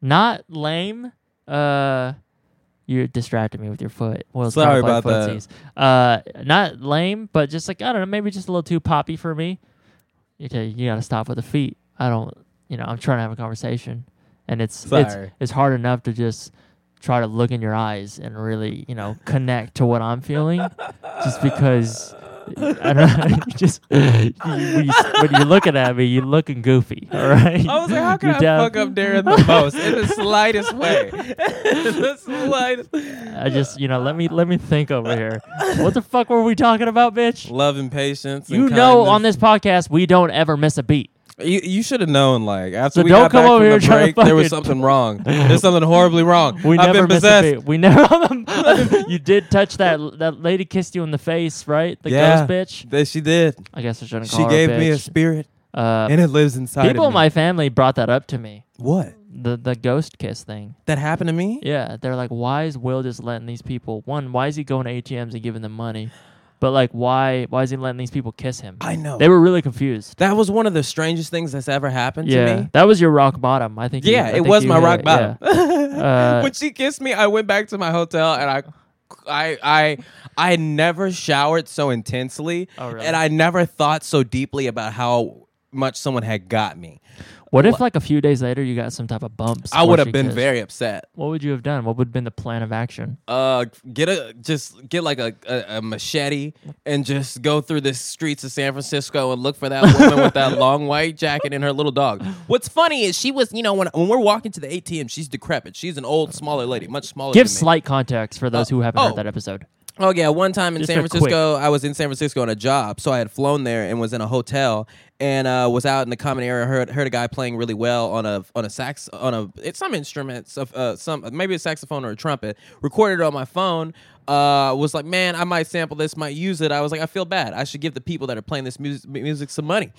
Speaker 1: not lame. Uh, you distracted me with your foot. Well, it's
Speaker 2: Sorry
Speaker 1: kinda like
Speaker 2: about
Speaker 1: footsies. Uh, not lame, but just like I don't know, maybe just a little too poppy for me. You tell- you gotta stop with the feet. I don't. You know, I'm trying to have a conversation, and it's it's
Speaker 2: Sorry.
Speaker 1: it's hard enough to just try to look in your eyes and really you know connect to what I'm feeling, just because. I don't know. You just you- when, you, when you're looking at me, you're looking goofy. All right.
Speaker 2: I was like, how can
Speaker 1: You're
Speaker 2: I
Speaker 1: down-
Speaker 2: fuck up Darren the most in the slightest way? in the slightest.
Speaker 1: I just you know let me let me think over here. What the fuck were we talking about, bitch?
Speaker 2: Love and patience.
Speaker 1: You know, on this podcast, we don't ever miss a beat.
Speaker 2: you, you should have known. Like after
Speaker 1: So
Speaker 2: we
Speaker 1: don't
Speaker 2: got
Speaker 1: come
Speaker 2: back
Speaker 1: over
Speaker 2: from
Speaker 1: here
Speaker 2: the
Speaker 1: trying to
Speaker 2: break, there was
Speaker 1: fucking-
Speaker 2: something wrong. There's something horribly wrong.
Speaker 1: We
Speaker 2: I've
Speaker 1: never
Speaker 2: been
Speaker 1: miss
Speaker 2: possessed.
Speaker 1: a beat. We never. you did touch that that lady kissed you in the face, right? The
Speaker 2: Yeah.
Speaker 1: ghost bitch.
Speaker 2: That she did.
Speaker 1: I guess I shouldn't call
Speaker 2: She
Speaker 1: her
Speaker 2: gave
Speaker 1: a bitch.
Speaker 2: me a spirit,
Speaker 1: uh,
Speaker 2: and it lives inside.
Speaker 1: people
Speaker 2: of
Speaker 1: in
Speaker 2: me.
Speaker 1: my family brought that up to me.
Speaker 2: what
Speaker 1: The the ghost kiss thing.
Speaker 2: that happened to me?
Speaker 1: Yeah, they're like, why is Will just letting these people? One, why is he going to ATMs and giving them money? But like, why why is he letting these people kiss him?
Speaker 2: I know.
Speaker 1: They were really confused.
Speaker 2: that was one of the strangest things that's ever happened to
Speaker 1: Yeah,
Speaker 2: me.
Speaker 1: that was your rock bottom. I think. you-
Speaker 2: Yeah,
Speaker 1: I
Speaker 2: it
Speaker 1: think
Speaker 2: was
Speaker 1: you
Speaker 2: my
Speaker 1: hit
Speaker 2: rock
Speaker 1: it,
Speaker 2: bottom.
Speaker 1: yeah. Uh,
Speaker 2: when she kissed me, I went back to my hotel and I I I I had never showered so intensely
Speaker 1: Oh, really?
Speaker 2: and I never thought so deeply about how much someone had got me.
Speaker 1: what if like a few days later you got some type of bumps?
Speaker 2: I
Speaker 1: before
Speaker 2: would
Speaker 1: she
Speaker 2: have been
Speaker 1: kissed?
Speaker 2: very upset.
Speaker 1: What would you have done? What would have been the plan of action?
Speaker 2: Uh get a just get like a, a, a machete and just go through the streets of San Francisco and look for that woman with that long white jacket and her little dog. What's funny is she was, you know, when when we're walking to the ATM, she's decrepit. She's an old smaller lady, much smaller
Speaker 1: Give
Speaker 2: than me.
Speaker 1: slight context for those who haven't
Speaker 2: oh.
Speaker 1: heard that episode.
Speaker 2: Oh yeah, one time in
Speaker 1: Just
Speaker 2: San
Speaker 1: a quick-
Speaker 2: Francisco, I was in San Francisco on a job, so I had flown there and was in a hotel and uh, was out in the common area. Heard heard a guy playing really well on a on a sax on a it's some instruments of uh, some maybe a saxophone or a trumpet. Recorded it on my phone. Uh, was like, man, I might sample this, might use it. I was like, I feel bad. I should give the people that are playing this music music some money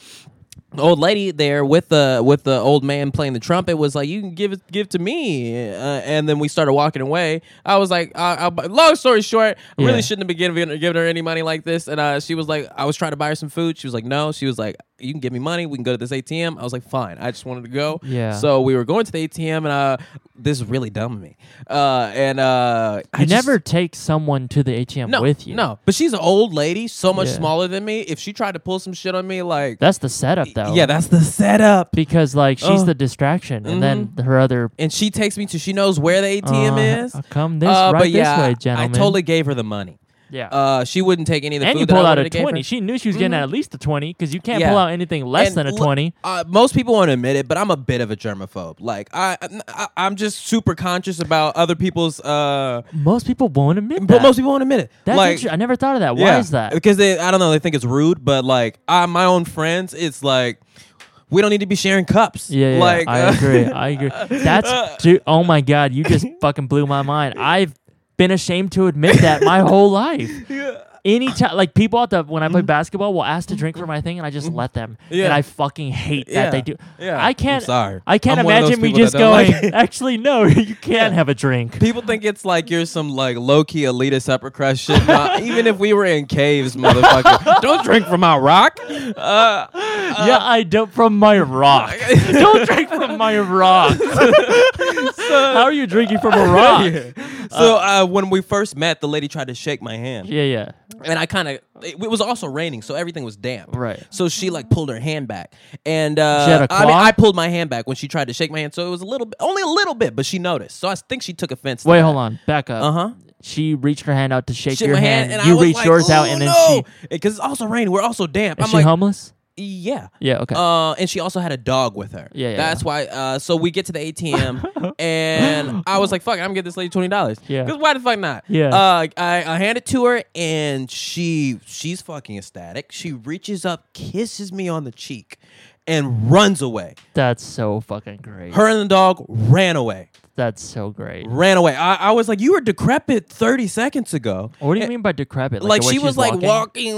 Speaker 2: the old lady there with the with the old man playing the trumpet was like, "You can give it give to me," uh, and then we started walking away. I was like, I, I, "Long story short, I
Speaker 1: Yeah.
Speaker 2: really shouldn't have been giving, giving her any money like this." And uh, she was like, "I was trying to buy her some food." She was like, "No." She was like, you can give me money. We can go to this ATM. I was like, fine. I just wanted to go.
Speaker 1: Yeah.
Speaker 2: So we were going to the ATM, and uh, this is really dumb of me. Uh, and uh, I
Speaker 1: You
Speaker 2: just-
Speaker 1: never take someone to the ATM
Speaker 2: no,
Speaker 1: with you.
Speaker 2: No, but she's an old lady, so much
Speaker 1: Yeah.
Speaker 2: smaller than me. If she tried to pull some shit on me, like
Speaker 1: That's the setup though.
Speaker 2: yeah, that's the setup.
Speaker 1: because like she's
Speaker 2: Oh. Mm-hmm.
Speaker 1: the distraction, and then her other
Speaker 2: And she takes me to she knows where the ATM
Speaker 1: Uh,
Speaker 2: is.
Speaker 1: Come this
Speaker 2: Uh,
Speaker 1: right
Speaker 2: but yeah,
Speaker 1: this way,
Speaker 2: I-
Speaker 1: gentlemen.
Speaker 2: I totally gave her the money.
Speaker 1: yeah.
Speaker 2: Uh, she wouldn't take any of the
Speaker 1: and
Speaker 2: food
Speaker 1: you
Speaker 2: that
Speaker 1: pulled
Speaker 2: I
Speaker 1: out
Speaker 2: wanted
Speaker 1: a
Speaker 2: to give her.
Speaker 1: twenty. She knew she was getting at least a twenty because you can't
Speaker 2: Yeah.
Speaker 1: pull out anything less
Speaker 2: And
Speaker 1: than a
Speaker 2: l-
Speaker 1: twenty.
Speaker 2: Uh, most people won't admit it, but I'm a bit of a germaphobe. Like I, I I'm just super conscious about other people's. Uh,
Speaker 1: Most people won't admit that.
Speaker 2: but most people won't admit it.
Speaker 1: That's
Speaker 2: like,
Speaker 1: inter- I never thought of that. Why
Speaker 2: yeah,
Speaker 1: is that?
Speaker 2: Because they, I don't know, they think it's rude. But like I, my own friends, it's like we don't need to be sharing cups.
Speaker 1: Yeah, yeah,
Speaker 2: like
Speaker 1: I
Speaker 2: uh,
Speaker 1: agree. I agree. That's dude. Oh my god, you just fucking blew my mind. I've been ashamed to admit that my whole life. Any time, like people at the when I play basketball will ask to drink for my thing, and I just let them.
Speaker 2: Mm-hmm. Yeah.
Speaker 1: And I fucking hate that
Speaker 2: Yeah,
Speaker 1: they do.
Speaker 2: yeah,
Speaker 1: I
Speaker 2: I'm
Speaker 1: can't.
Speaker 2: sorry.
Speaker 1: I can't
Speaker 2: I'm one of those
Speaker 1: imagine me
Speaker 2: people that
Speaker 1: just
Speaker 2: don't like
Speaker 1: going.
Speaker 2: it.
Speaker 1: Actually, no, you can't have a drink.
Speaker 2: People think it's like you're some like low key elitist upper crust shit. Nah, even if we were in caves, motherfucker, don't drink from my rock. Uh,
Speaker 1: yeah, I don't from my rock. don't drink from my rock. How are you drinking from a rock? Yeah,
Speaker 2: so uh, when we first met, the lady tried to shake my hand.
Speaker 1: yeah.
Speaker 2: and I kind of it, it was also raining, so everything was damp.
Speaker 1: Right.
Speaker 2: So she like pulled her hand back, and uh,
Speaker 1: She had a
Speaker 2: I mean,
Speaker 1: claw?
Speaker 2: I pulled my hand back when she tried to shake my hand, so it was a little, bit, only a little bit, but she noticed. So I think she took offense.
Speaker 1: Wait, hold on. Back up.
Speaker 2: Uh huh.
Speaker 1: She reached her hand out to shake
Speaker 2: Shake
Speaker 1: your
Speaker 2: my
Speaker 1: hand.
Speaker 2: hand, and
Speaker 1: you
Speaker 2: I was
Speaker 1: reached
Speaker 2: like,
Speaker 1: yours out,
Speaker 2: "Ooh,
Speaker 1: and then she.
Speaker 2: no! because it's also raining. We're also damp.
Speaker 1: Is
Speaker 2: I'm
Speaker 1: she
Speaker 2: like,
Speaker 1: homeless?
Speaker 2: yeah.
Speaker 1: Yeah. Okay.
Speaker 2: Uh, and she also had a dog with her.
Speaker 1: Yeah, yeah,
Speaker 2: That's why. Uh, so we get to the ATM, and I was like, "Fuck, it, I'm gonna get this lady twenty dollars."
Speaker 1: Yeah.
Speaker 2: Because why the fuck not?
Speaker 1: Yeah.
Speaker 2: Uh, I, I hand it to her, and she she's fucking ecstatic. She reaches up, kisses me on the cheek, and runs away.
Speaker 1: That's so fucking great.
Speaker 2: Her and the dog ran away.
Speaker 1: That's so great.
Speaker 2: Ran away. I, I was like, "You were decrepit thirty seconds ago."
Speaker 1: What do you
Speaker 2: And-
Speaker 1: mean by decrepit?
Speaker 2: eh, Like,
Speaker 1: the way
Speaker 2: she
Speaker 1: she's
Speaker 2: was like
Speaker 1: walking?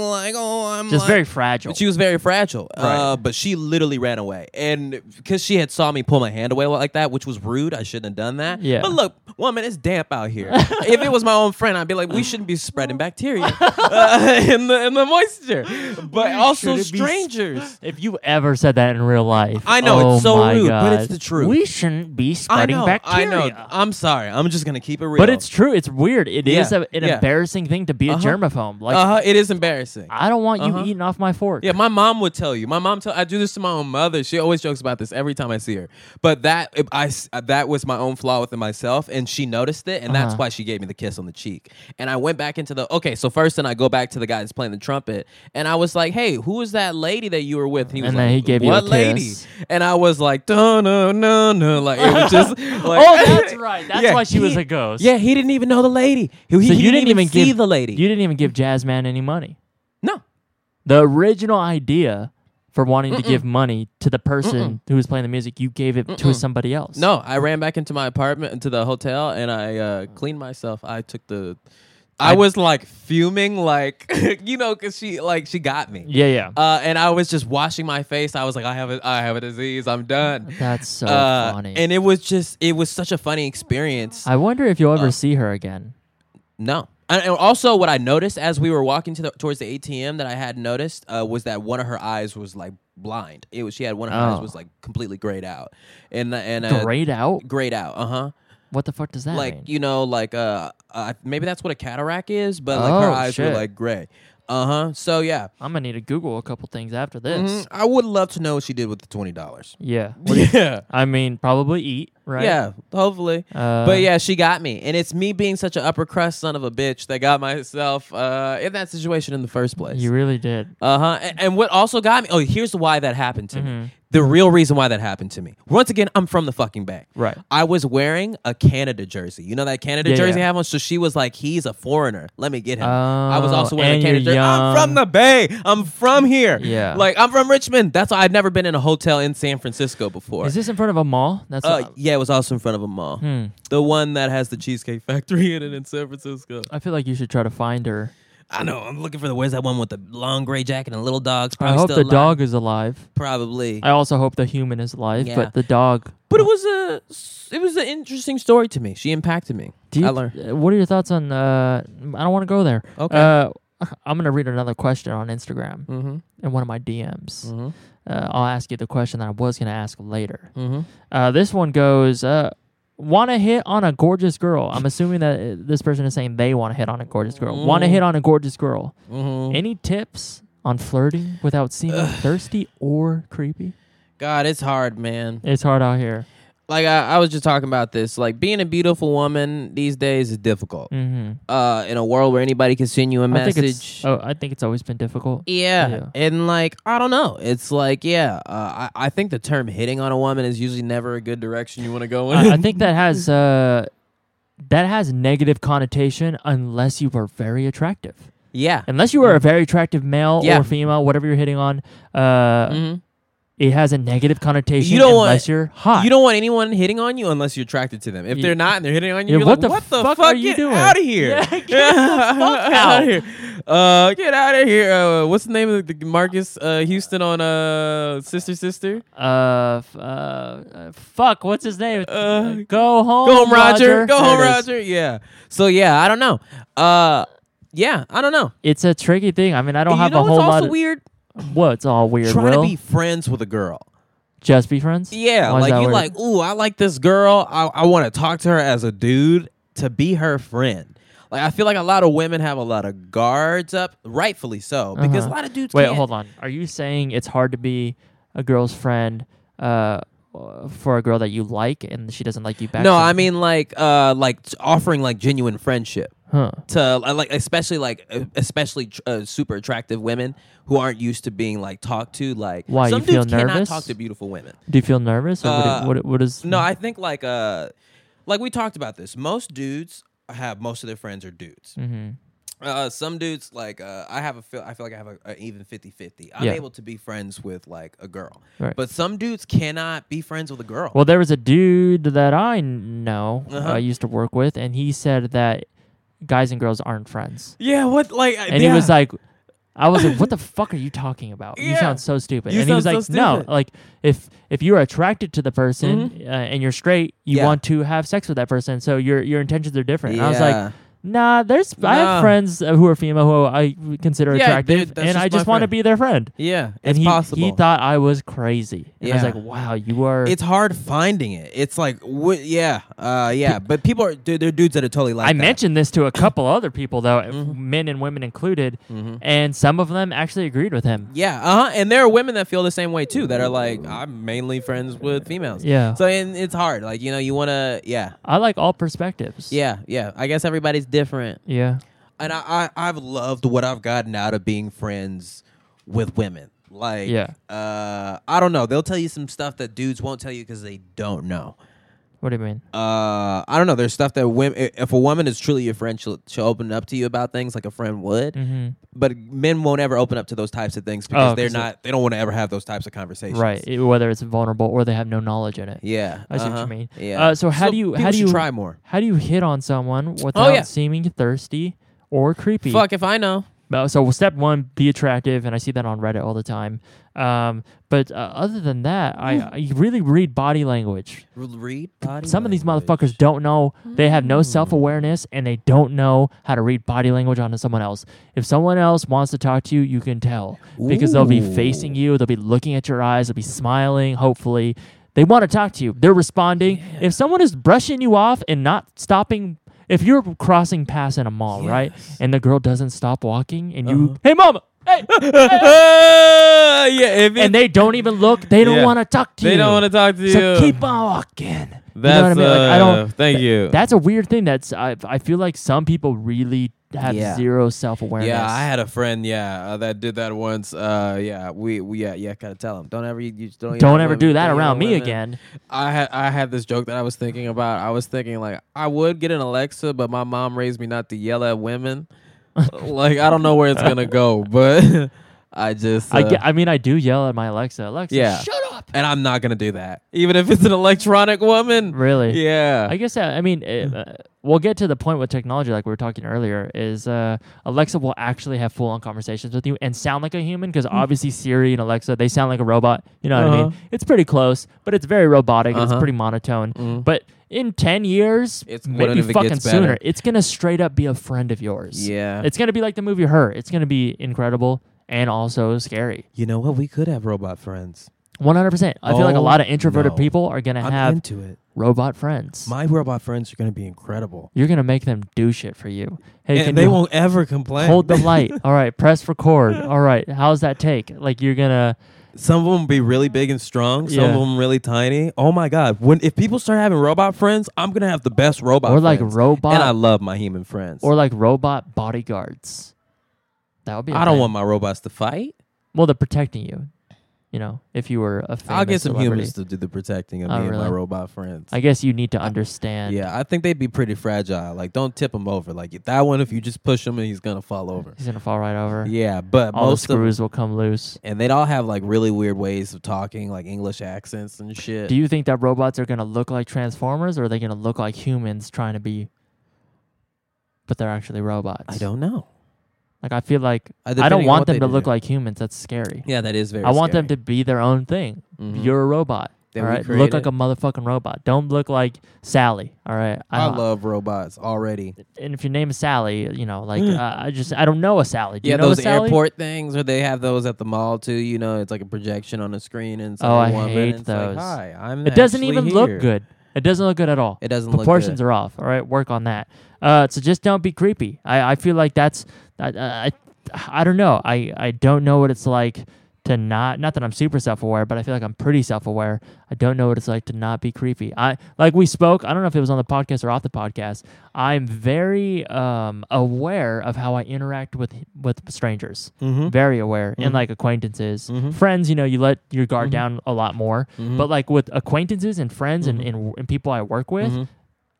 Speaker 2: walking, like oh, I'm
Speaker 1: just
Speaker 2: like-
Speaker 1: very fragile.
Speaker 2: She was very fragile, uh,
Speaker 1: Right.
Speaker 2: but she literally ran away, and because she had saw me pull my hand away like that, which was rude. I shouldn't have done that.
Speaker 1: Yeah.
Speaker 2: But look, woman, it's damp out here. if it was my own friend, I'd be like, we shouldn't be spreading bacteria uh, in the in the moisture, but also
Speaker 1: shouldn't be sp-
Speaker 2: strangers.
Speaker 1: if you ever said that in real life,
Speaker 2: I know, it's
Speaker 1: oh
Speaker 2: so
Speaker 1: my
Speaker 2: rude, but it's
Speaker 1: God.
Speaker 2: the truth.
Speaker 1: We shouldn't be
Speaker 2: I
Speaker 1: spreading
Speaker 2: know.
Speaker 1: bacteria.
Speaker 2: I know. I'm sorry. I'm just gonna keep it real.
Speaker 1: But it's true. It's weird. It is
Speaker 2: Yeah,
Speaker 1: a, an
Speaker 2: yeah. Uh-huh.
Speaker 1: embarrassing thing to be a germaphobe. Like
Speaker 2: uh huh. It is embarrassing.
Speaker 1: I don't want you eating off my fork.
Speaker 2: Uh-huh. Yeah, my mom would tell you. My mom tell I do this to my own mother. She always jokes about this every time I see her. But that if I s- uh, that was my own flaw within myself, and she noticed it, and that's
Speaker 1: Uh-huh.
Speaker 2: why she gave me the kiss on the cheek. And I went back into the okay. So first, then I go back to the guy that's playing the trumpet, and I was like, "Hey, who was that lady that you were with?" And he was
Speaker 1: And
Speaker 2: like,
Speaker 1: then he gave you a
Speaker 2: "What lady?"
Speaker 1: kiss.
Speaker 2: And I was like, "No, no, no, no!" Like it was just. Like,
Speaker 1: Oh, that's right. That's why she was
Speaker 2: he-
Speaker 1: a ghost.
Speaker 2: Yeah, he didn't even know the lady. He, he-
Speaker 1: So
Speaker 2: he
Speaker 1: you didn't, even
Speaker 2: see
Speaker 1: give
Speaker 2: the lady.
Speaker 1: You didn't even give Jazzman any money.
Speaker 2: no.
Speaker 1: The original idea for wanting to give money to the person who was playing the music, you gave it to somebody else.
Speaker 2: No, I ran back into my apartment, into the hotel, and I uh, cleaned myself. I took the. I, was like fuming, like you know, cause she like she got me.
Speaker 1: Yeah, yeah.
Speaker 2: Uh, and I was just washing my face. I was like, I have a, I have a disease. I'm done.
Speaker 1: That's so
Speaker 2: uh,
Speaker 1: funny.
Speaker 2: And it was just, it was such a funny experience.
Speaker 1: I wonder if you'll
Speaker 2: uh,
Speaker 1: ever see her again.
Speaker 2: No. And and also, what I noticed as we were walking to the, towards the ATM that I had noticed uh, was that one of her eyes was like blind. It was she had one of her eyes
Speaker 1: Oh.
Speaker 2: was like completely grayed out, and and uh,
Speaker 1: Grayed out?
Speaker 2: grayed out. Uh huh.
Speaker 1: What the fuck does that
Speaker 2: like
Speaker 1: mean?
Speaker 2: you know like uh, uh maybe that's what a cataract is but like her
Speaker 1: Oh,
Speaker 2: eyes were
Speaker 1: shit.
Speaker 2: like gray uh-huh so yeah
Speaker 1: I'm gonna need to Google a couple things after this.
Speaker 2: Mhm. i would love to know what she did with the $20
Speaker 1: Yeah. What do you-
Speaker 2: yeah
Speaker 1: I mean, probably eat, right?
Speaker 2: yeah hopefully
Speaker 1: Uh,
Speaker 2: but yeah she got me and it's me being such an upper crust son of a bitch that got myself uh in that situation in the first place
Speaker 1: You really did.
Speaker 2: Uh huh. And, and what also got me? Oh, here's why that happened to
Speaker 1: Mm-hmm.
Speaker 2: me. The real reason why that happened to me. Once again, I'm from the fucking back.
Speaker 1: Right.
Speaker 2: I was wearing a Canada jersey. You know that Canada
Speaker 1: Yeah,
Speaker 2: jersey
Speaker 1: yeah.
Speaker 2: I have on. So she was like, "He's a foreigner. Let me get him." I was
Speaker 1: Oh,
Speaker 2: also wearing a
Speaker 1: and
Speaker 2: Canada
Speaker 1: you're
Speaker 2: jersey. I'm from
Speaker 1: young.
Speaker 2: the Bay. I'm from here.
Speaker 1: Yeah.
Speaker 2: Like I'm from Richmond. That's why I'd never been in a hotel in San Francisco before.
Speaker 1: Is Hmm. this in front of a mall? That's
Speaker 2: uh,
Speaker 1: what-
Speaker 2: yeah, it was also in front of a mall. The one that has the Cheesecake Factory in it in San Francisco.
Speaker 1: I feel like you should try to find her.
Speaker 2: I know. I'm looking for the where's that one with the long gray jacket and little dogs.
Speaker 1: I
Speaker 2: Probably
Speaker 1: hope the
Speaker 2: still alive.
Speaker 1: dog is alive.
Speaker 2: Probably.
Speaker 1: I also hope the human is alive,
Speaker 2: Yeah.
Speaker 1: but the dog.
Speaker 2: But it was a it was an interesting story to me. She impacted me.
Speaker 1: Do you,
Speaker 2: I learned. Uh,
Speaker 1: uh, What are your thoughts on? Uh, I don't want to go there.
Speaker 2: Okay. Mm-hmm.
Speaker 1: Uh, I'm gonna read another question on Instagram in one of my DMs. uh, I'll ask you the question that I was going to ask later.
Speaker 2: Mm-hmm.
Speaker 1: Uh, this one goes, uh, want to hit on a gorgeous girl. I'm assuming that uh, this person is saying they want to hit on a gorgeous girl. Want
Speaker 2: Mm.
Speaker 1: to hit on a gorgeous girl.
Speaker 2: Mm-hmm.
Speaker 1: Any tips on flirting without seeming thirsty or creepy?
Speaker 2: God, it's hard, man.
Speaker 1: It's hard out here.
Speaker 2: Like I, I was just talking about this. Like being a beautiful woman these days is difficult.
Speaker 1: Mm-hmm.
Speaker 2: Uh, in a world where anybody can send you a
Speaker 1: I
Speaker 2: message.
Speaker 1: think it's, oh, I think it's always been difficult.
Speaker 2: Yeah.
Speaker 1: Yeah.
Speaker 2: And like, I don't know. It's like, yeah, uh, I, I think the term hitting on a woman is usually never a good direction you want to go in.
Speaker 1: I, I think that has uh, that has negative connotation unless you are very attractive.
Speaker 2: yeah.
Speaker 1: Unless you are a very attractive male
Speaker 2: Mm. Yeah. Mm.
Speaker 1: or female, whatever you're hitting on, uh,
Speaker 2: Mm-hmm.
Speaker 1: it has a negative connotation
Speaker 2: You don't want-
Speaker 1: unless you're hot.
Speaker 2: You don't want anyone hitting on you unless you're attracted to them. If
Speaker 1: Yeah.
Speaker 2: they're not and they're hitting on you,
Speaker 1: Yeah,
Speaker 2: you're
Speaker 1: what the
Speaker 2: like, what the
Speaker 1: fuck
Speaker 2: fuck,
Speaker 1: are you
Speaker 2: get
Speaker 1: doing?"
Speaker 2: Out of here.
Speaker 1: Yeah, get the fuck out.
Speaker 2: of here. Uh, get out of here. Uh, what's the name of the Marcus uh, Houston on uh, Sister Sister?
Speaker 1: uh, f- uh, uh, fuck, what's his name?
Speaker 2: Uh,
Speaker 1: go home,
Speaker 2: Go home, Roger. Go
Speaker 1: Oh, There
Speaker 2: home,
Speaker 1: it is.
Speaker 2: Roger. Yeah. So yeah, I don't know. Uh, yeah, I don't know.
Speaker 1: It's a tricky thing. I mean, I don't
Speaker 2: you
Speaker 1: have
Speaker 2: know
Speaker 1: a whole
Speaker 2: what's also
Speaker 1: lot. Of,
Speaker 2: weird?
Speaker 1: What's all weird?
Speaker 2: Trying
Speaker 1: Will
Speaker 2: to be friends with a girl.
Speaker 1: just be friends.
Speaker 2: Yeah,
Speaker 1: Why is
Speaker 2: like
Speaker 1: that
Speaker 2: you
Speaker 1: weird?
Speaker 2: like, ooh, I like this girl. I, I want to talk to her as a dude to be her friend. Like I feel like a lot of women have a lot of guards up, rightfully so, because a
Speaker 1: Uh-huh.
Speaker 2: lot of dudes.
Speaker 1: Wait,
Speaker 2: can't.
Speaker 1: hold on. Are you saying it's hard to be a girl's friend uh, uh, for a girl that you like and she doesn't like you back?
Speaker 2: No,
Speaker 1: so-
Speaker 2: I mean like, uh, like t- offering like genuine friendship
Speaker 1: huh?
Speaker 2: to li- like, especially like, uh, especially tr- uh, super attractive women who aren't used to being like talked to. Like,
Speaker 1: Why, you
Speaker 2: some
Speaker 1: feel
Speaker 2: dudes cannot
Speaker 1: nervous?
Speaker 2: talk to beautiful women.
Speaker 1: Do you feel nervous or what,
Speaker 2: Uh,
Speaker 1: it- what, it- what is?
Speaker 2: No, I think like uh like we talked about this. Most dudes have most of their friends are dudes.
Speaker 1: Mm-hmm.
Speaker 2: Uh, some dudes like uh, I have a feel. I feel like I have a, a even 50-50. I'm
Speaker 1: Yeah.
Speaker 2: able to be friends with like a girl,
Speaker 1: Right.
Speaker 2: but some dudes cannot be friends with a girl.
Speaker 1: Well, there was a dude that I kn- know I
Speaker 2: Uh-huh.
Speaker 1: used to work with, and he said that guys and girls aren't friends.
Speaker 2: yeah, what like
Speaker 1: And he was uh, like, I was like, "What the fuck are you talking about? You
Speaker 2: Yeah.
Speaker 1: sound so stupid."
Speaker 2: You
Speaker 1: and he was
Speaker 2: sound
Speaker 1: like,
Speaker 2: so
Speaker 1: "No,
Speaker 2: stupid." Mm-hmm.
Speaker 1: like if if you're attracted to the person uh, and you're straight, you
Speaker 2: Yeah.
Speaker 1: want to have sex with that person, so your your intentions are different." And I was like,
Speaker 2: Yeah.
Speaker 1: "Nah, there's I
Speaker 2: Nah.
Speaker 1: have friends uh, who are female who I would consider
Speaker 2: Yeah,
Speaker 1: attractive,
Speaker 2: dude, that's
Speaker 1: and I
Speaker 2: just my
Speaker 1: just want to
Speaker 2: friend.
Speaker 1: be their friend."
Speaker 2: yeah, it's
Speaker 1: and he,
Speaker 2: possible.
Speaker 1: he thought I was crazy. And I was
Speaker 2: Yeah.
Speaker 1: like, "Wow, you are."
Speaker 2: it's hard finding it. It's like, what, yeah, uh, yeah. But people are, dude, they're dudes that are totally
Speaker 1: I
Speaker 2: like that. Mm-hmm.
Speaker 1: mentioned this to a couple other people though, uh, men and women included, and some of them actually agreed with him.
Speaker 2: Yeah, uh huh. And there are women that feel the same way too. That are like, I'm mainly friends with females.
Speaker 1: Yeah.
Speaker 2: So and it's hard. Like you know, you wanna, yeah,
Speaker 1: I like all perspectives.
Speaker 2: yeah, yeah. I guess everybody's different.
Speaker 1: Yeah.
Speaker 2: And I, I I've loved what I've gotten out of being friends with women. Like,
Speaker 1: Yeah.
Speaker 2: Uh, I don't know. They'll tell you some stuff that dudes won't tell you because they don't know.
Speaker 1: What do you mean?
Speaker 2: Uh, I don't know. There's stuff that women, if a woman is truly your friend, she'll, she'll open up to you about things like a friend would.
Speaker 1: hmm
Speaker 2: But men won't ever open up to those types of things because
Speaker 1: Oh,
Speaker 2: they're
Speaker 1: 'cause they-
Speaker 2: not. They don't want to ever have those types of conversations.
Speaker 1: Right. It- whether it's vulnerable or they have no knowledge in it.
Speaker 2: Yeah,
Speaker 1: I see what you
Speaker 2: uh-huh,
Speaker 1: mean.
Speaker 2: Yeah.
Speaker 1: Uh, so how do you- how
Speaker 2: people
Speaker 1: do
Speaker 2: should
Speaker 1: you-
Speaker 2: try more?
Speaker 1: How do you hit on someone without
Speaker 2: Oh, yeah.
Speaker 1: seeming thirsty or creepy?
Speaker 2: Fuck if I know.
Speaker 1: Uh, So step one, be attractive, and I see that on Reddit all the time. Um, but uh, other than that, I, I really read body language.
Speaker 2: Read body.
Speaker 1: Some of these motherfuckers don't know. They have
Speaker 2: Hmm.
Speaker 1: no self awareness and they don't know how to read body language onto someone else. If someone else wants to talk to you, you can tell because they'll be facing you, they'll be looking at your eyes, they'll be smiling, hopefully. They want to talk to you, they're responding. If someone is brushing you off and not stopping, if you're crossing paths in a mall, right? And the girl doesn't stop walking and
Speaker 2: Uh-huh.
Speaker 1: you, hey, mama, hey,
Speaker 2: yeah, if it,
Speaker 1: and they don't even look, they don't
Speaker 2: Yeah.
Speaker 1: want to talk to
Speaker 2: they
Speaker 1: you.
Speaker 2: don't want to talk to
Speaker 1: So
Speaker 2: you.
Speaker 1: keep on walking.
Speaker 2: That's
Speaker 1: you know what I mean? Like, I don't.
Speaker 2: Thank you.
Speaker 1: That's a weird thing. That's I. I feel like some people really have
Speaker 2: Yeah.
Speaker 1: zero self awareness.
Speaker 2: yeah, I had a friend. Yeah, uh, that did that once. Uh, yeah, we, we yeah yeah gotta tell him. Don't ever you, you don't hit
Speaker 1: don't
Speaker 2: on
Speaker 1: ever
Speaker 2: women.
Speaker 1: do that
Speaker 2: Don't hit
Speaker 1: around
Speaker 2: on
Speaker 1: me
Speaker 2: women.
Speaker 1: again.
Speaker 2: I had I had this joke that I was thinking about. I was thinking like I would get an Alexa, but my mom raised me not to yell at women. like I don't know where it's gonna go, but I just
Speaker 1: I
Speaker 2: uh,
Speaker 1: ge- I mean, I do yell at my Alexa. Alexa,
Speaker 2: Yeah.
Speaker 1: shut up.
Speaker 2: and I'm not gonna do that, even if it's an electronic woman.
Speaker 1: Really?
Speaker 2: Yeah.
Speaker 1: I guess that, I mean it,
Speaker 2: Hmm.
Speaker 1: uh, we'll get to the point with technology, like we were talking earlier, is uh, Alexa will actually have full on conversations with you and sound like a human because obviously Siri and Alexa they sound like a robot. You know what I
Speaker 2: Hmm. Uh-huh.
Speaker 1: mean? It's pretty close, but it's very robotic. and It's
Speaker 2: Uh-huh.
Speaker 1: pretty monotone. But in ten years,
Speaker 2: It's- what
Speaker 1: maybe
Speaker 2: if it
Speaker 1: fucking
Speaker 2: gets better?
Speaker 1: sooner, it's gonna straight up be a friend of yours.
Speaker 2: yeah.
Speaker 1: It's gonna be like the movie Her. It's gonna be incredible. and also scary.
Speaker 2: You know what? We could have robot friends.
Speaker 1: One hundred percent. I feel like a
Speaker 2: Oh,
Speaker 1: lot of introverted
Speaker 2: no.
Speaker 1: people are gonna
Speaker 2: I'm
Speaker 1: have
Speaker 2: into it.
Speaker 1: robot friends.
Speaker 2: My robot friends are going to be incredible.
Speaker 1: You're gonna make them do shit for you. Hey, can
Speaker 2: and they
Speaker 1: you
Speaker 2: won't ever complain.
Speaker 1: hold the light? All right, press record. All right, how's that take? Like you're gonna
Speaker 2: some of them be really big and strong. Some
Speaker 1: Yeah.
Speaker 2: of them really tiny. Oh my god! When if people start having robot friends, I'm gonna have the best robot.
Speaker 1: Or like
Speaker 2: friends.
Speaker 1: robot-
Speaker 2: And I love my human friends.
Speaker 1: or like robot bodyguards. That would be. I
Speaker 2: I don't want my robots to fight.
Speaker 1: Well, they're protecting you. You know, if you were a famous
Speaker 2: I'll get some
Speaker 1: celebrity.
Speaker 2: humans to do the protecting of
Speaker 1: Oh,
Speaker 2: me and my
Speaker 1: really?
Speaker 2: robot friends.
Speaker 1: I guess you need to understand.
Speaker 2: yeah, I think they'd be pretty fragile. Like, don't tip them over. Like if that one, if you just push him, and he's gonna fall over.
Speaker 1: He's gonna fall right over.
Speaker 2: Yeah, but
Speaker 1: All the
Speaker 2: most of
Speaker 1: screws will come loose.
Speaker 2: and they'd all have like really weird ways of talking, like English accents and shit.
Speaker 1: Do you think that robots are gonna look like Transformers, or are they gonna look like humans trying to be? But they're actually robots.
Speaker 2: I don't know.
Speaker 1: like. I feel like
Speaker 2: Uh,
Speaker 1: I
Speaker 2: depending
Speaker 1: don't
Speaker 2: on
Speaker 1: want
Speaker 2: what
Speaker 1: them
Speaker 2: they
Speaker 1: to
Speaker 2: do.
Speaker 1: look like humans. That's scary.
Speaker 2: Yeah, that is very. Mm-hmm.
Speaker 1: I want them to be their own thing. You're a robot.
Speaker 2: Then
Speaker 1: all
Speaker 2: we
Speaker 1: right,
Speaker 2: create
Speaker 1: look like
Speaker 2: it.
Speaker 1: a motherfucking robot. Don't look like Sally. All right,
Speaker 2: I
Speaker 1: don't-
Speaker 2: love robots already.
Speaker 1: and if your name is Sally, you know, like uh, I just I don't know a Sally. Do you
Speaker 2: yeah,
Speaker 1: know
Speaker 2: those
Speaker 1: a Sally?
Speaker 2: airport things, or they have those at the mall too. You know, it's like a projection on a screen, and it's
Speaker 1: Oh,
Speaker 2: like
Speaker 1: I
Speaker 2: one
Speaker 1: hate
Speaker 2: minute, it's
Speaker 1: those.
Speaker 2: Like, Hi, I'm.
Speaker 1: It doesn't
Speaker 2: actually
Speaker 1: even
Speaker 2: here.
Speaker 1: look good. It doesn't look good at all.
Speaker 2: It doesn't look
Speaker 1: Proportions
Speaker 2: good.
Speaker 1: are off. All right, work on that. Uh, so just don't be creepy. I, I feel like that's I, I I don't know. I I don't know what it's like to not not that I'm super self aware, but I feel like I'm pretty self aware. I don't know what it's like to not be creepy. I like we spoke. I don't know if it was on the podcast or off the podcast. I'm very um aware of how I interact with with strangers.
Speaker 2: Mm-hmm.
Speaker 1: Very aware and like acquaintances, friends. You know, you let your
Speaker 2: Mm-hmm.
Speaker 1: guard down a lot more. But like with acquaintances and friends
Speaker 2: Mm-hmm.
Speaker 1: and, and and people I work with.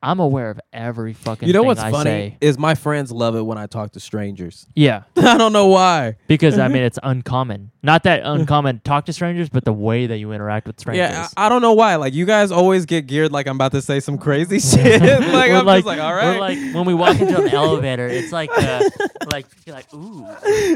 Speaker 1: I'm aware of every fucking.
Speaker 2: You know
Speaker 1: thing
Speaker 2: what's
Speaker 1: I
Speaker 2: funny
Speaker 1: say.
Speaker 2: is my friends love it when I talk to strangers.
Speaker 1: Yeah,
Speaker 2: I don't know why.
Speaker 1: because I mean it's uncommon. Not that uncommon talk to strangers, but the way that you interact with strangers.
Speaker 2: Yeah, I, I don't know why. Like you guys always get geared like I'm about to say some crazy shit. like
Speaker 1: We're
Speaker 2: I'm just like, all
Speaker 1: We're
Speaker 2: right,
Speaker 1: like when we walk into an elevator, it's like the like you're like ooh.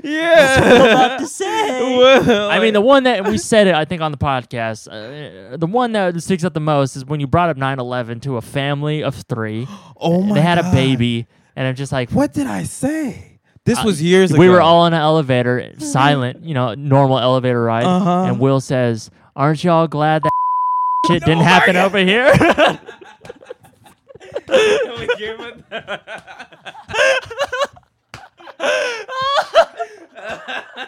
Speaker 2: yeah.
Speaker 1: About to say.
Speaker 2: Well,
Speaker 1: I mean, the
Speaker 2: like-
Speaker 1: one that we said it, I think, on the podcast, uh, the one that sticks out the most is when you brought up 9 11 to a family of three.
Speaker 2: oh my
Speaker 1: they had a
Speaker 2: God.
Speaker 1: baby, and I'm just like,
Speaker 2: What did I say? This was years ago.
Speaker 1: we were all in an elevator, silent, you know, normal elevator ride,
Speaker 2: Uh-huh.
Speaker 1: and Will says, "Aren't y'all glad that shit didn't happen over here?"